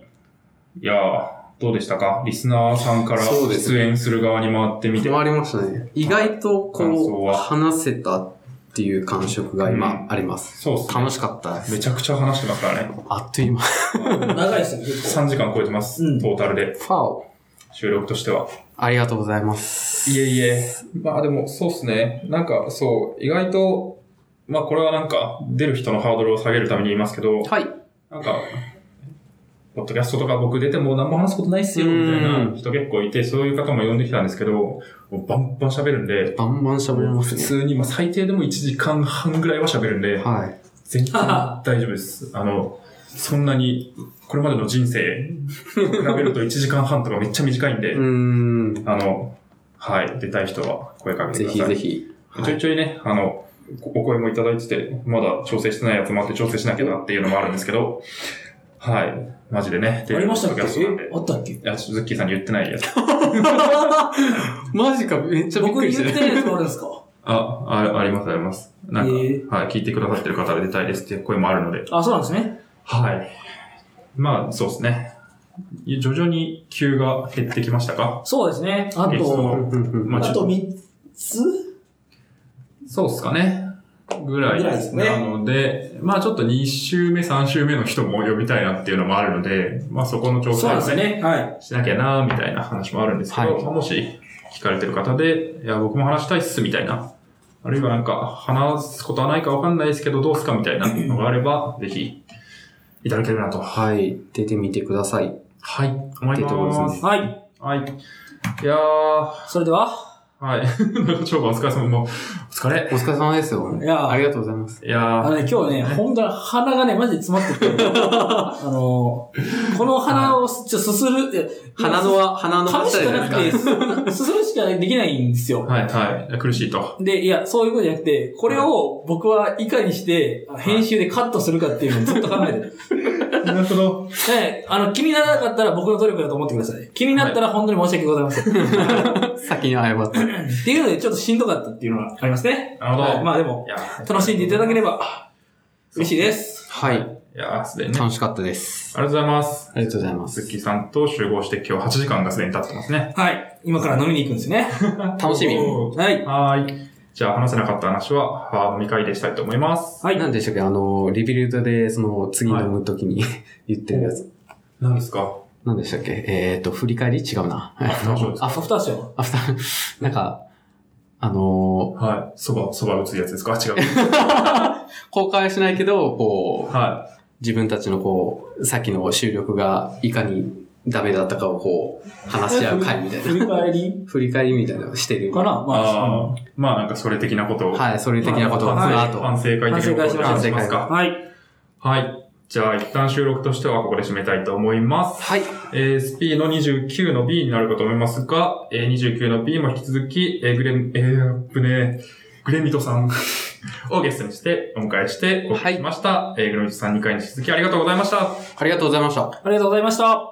S3: いやー、どうでしたかリスナーさんから
S1: そうです
S3: 出
S1: ね
S3: 演する側に回ってみて。
S1: 回りましたね。意外と、
S3: 感想
S1: こう、
S3: は
S1: 話せたっていう感触が
S3: う
S1: 今
S3: ん
S1: あります。
S3: そうっすね
S1: 楽。しかったです。
S3: めちゃくちゃ話してますからね。
S1: あっという間。
S2: 長いですよ、結構。
S3: 3時間超えてます。
S2: うん
S3: トータルで。
S1: ファオ。
S3: 収録としては。
S1: ありがとうございます。
S3: いえいえ。まあでも、そうっすね。なんか、そう、意外と、まあこれはなんか、出る人のハードルを下げるために言いますけど、
S1: はい。
S3: なんか、ポッドキャストとか僕出ても何も話すことないっすよ、みたいな人結構いて、そういう方も呼んできたんですけど、もうバンバン喋るんで、
S1: バンバン喋れま
S3: 普
S1: すね。
S3: 通に、まあ最低でも1時間半ぐらいは喋るんで、
S1: はい。
S3: 全然大丈夫です。あの、そんなに、これまでの人生と比べると1時間半とかめっちゃ短いんで
S1: う、ーん。
S3: あの、はい、出たい人は声かけて
S1: ぜ
S3: ください。
S1: ひぜひ。は
S3: ちょい
S1: い。
S3: ちょいね、あの、おお声もいただいてて、まだ調整してないやつもあって調整しなきゃなっていうのもあるんですけど、はい、マジでね、
S2: ありましたっけ
S3: ポッドキャストなんで
S2: えあったっけ
S3: いや、ズッキーさんに言ってないやつ。
S1: *laughs* マジか、めっちゃびっ
S2: 僕
S1: くり
S2: に
S1: して
S2: 言って
S1: る。
S2: るやつもあるんですか
S3: あ、ああります、あります。なんか、
S2: えー
S3: はい、聞いてくださってる方で出たいですっていう声もあるので、
S2: *laughs* あ、そうなんですね。
S3: はい。まあ、そうですね。徐々に急が減ってきましたか
S2: そうですね。あ
S3: えそ
S2: と、
S1: う
S3: う
S1: んうんうん
S3: まあ、ちょ
S2: あ
S3: っと
S2: と3つ
S3: そうっすかね。ぐらい
S2: ぐらいですね
S3: なので、まあちょっと2週目、3週目の人も呼びたいなっていうのもあるので、まあそこの調整
S2: そう
S3: を
S2: なんです
S3: ね、
S2: ね。はい。
S3: しなきゃなみたいな話もあるんですけど、
S1: はい
S3: まあもし聞かれてる方で、いや、僕も話したいっすみたいな、あるいはなんか話すことはないかわかんないですけど、どうすかみたいなのがあれば、ぜひいただければなと。は
S1: はい。出てみてください。
S3: い、思
S1: っ
S3: い
S1: てところです
S3: ま
S1: ね
S3: す。
S2: はい。
S3: はい。いやー、は
S2: それでは、
S3: い。 *laughs* なんか超お疲れ様、もう、お疲れ。
S1: お疲れ様ですよ。
S2: いや
S1: ありがとうございます。
S3: いや
S2: あ
S3: ー、
S2: のね、今日ね、ほんと鼻がね、マジで詰まってて、 *laughs* あの、この鼻をすちょすする、いや
S1: 鼻の、は、鼻の
S2: 噛むしかなくて、
S1: か。
S2: すすするしかできないんですよ。
S3: はいはい。苦しいと。
S2: で、いや、そういうことじゃなくて、これを僕はいかにして、編集でカットするかっていうのをずっと考えてる。
S3: なるほど。
S2: ええ、あの、気にならなかったら僕の努力だと思ってください。気になったら本当に申し訳ございません。
S1: 先に謝って。
S2: っていうので、ちょっとしんどかったっていうのはありますね。
S3: なるほど
S2: はいまあでも
S3: い、や、
S2: 楽しんでいただければ、嬉しいです。
S1: はい。
S3: いや、すでにね。あり
S1: 楽しかったです。
S3: がとうございます。
S1: ありがとうございます。
S3: スッキーさんと集合して今日8時間がすでに経ってますね。
S2: はい。今から飲みに行くんですね。
S1: 楽しみ。
S2: はい。
S3: はーい。じゃあ話せなかった話は、あー飲み会でしたいと思います。
S2: はい。
S1: なんでしたっけあの、リビルドで、その、次飲むときに *laughs* 言ってるやつ。
S3: 何ですか
S1: なんでしたっけえっと、振り返り違うな。
S2: *laughs*
S3: アフターショーです
S1: あ
S2: アフターショー。
S1: アフター、なんか、あの
S3: はい。そば、そば打つやつですか違う。
S1: ー公開はしないけど、こう、
S3: は
S1: 自分たちのこう、さっきの収録がいかにダメだったかをこう、話し合う会みた
S2: *laughs*
S1: いな。
S2: 振り返り
S1: 振り返りみたいなのをしてる
S2: か。な
S3: い。
S2: まあ、
S3: ああ、まあなんかそれ的なことを。
S1: はい、それ的なことを、
S3: ま
S1: その
S3: あ
S1: 後。
S3: 反省会的なことを
S2: 反
S1: 省会しましょう
S3: ますか。
S2: はい。
S3: はい。じゃあ一旦収録としてはここで締めたいと思います。
S1: はい。
S3: えー、SP の29の B になるかと思いますが、えー、29の B も引き続き、えー、グレム、えー、ぶねーグレミトさ *laughs* んをゲストにして、お迎えしてお送りしました。えー、グレミトさん2回に引き続きありがとうございました。
S1: ありがとうございました。
S2: ありがとうございました。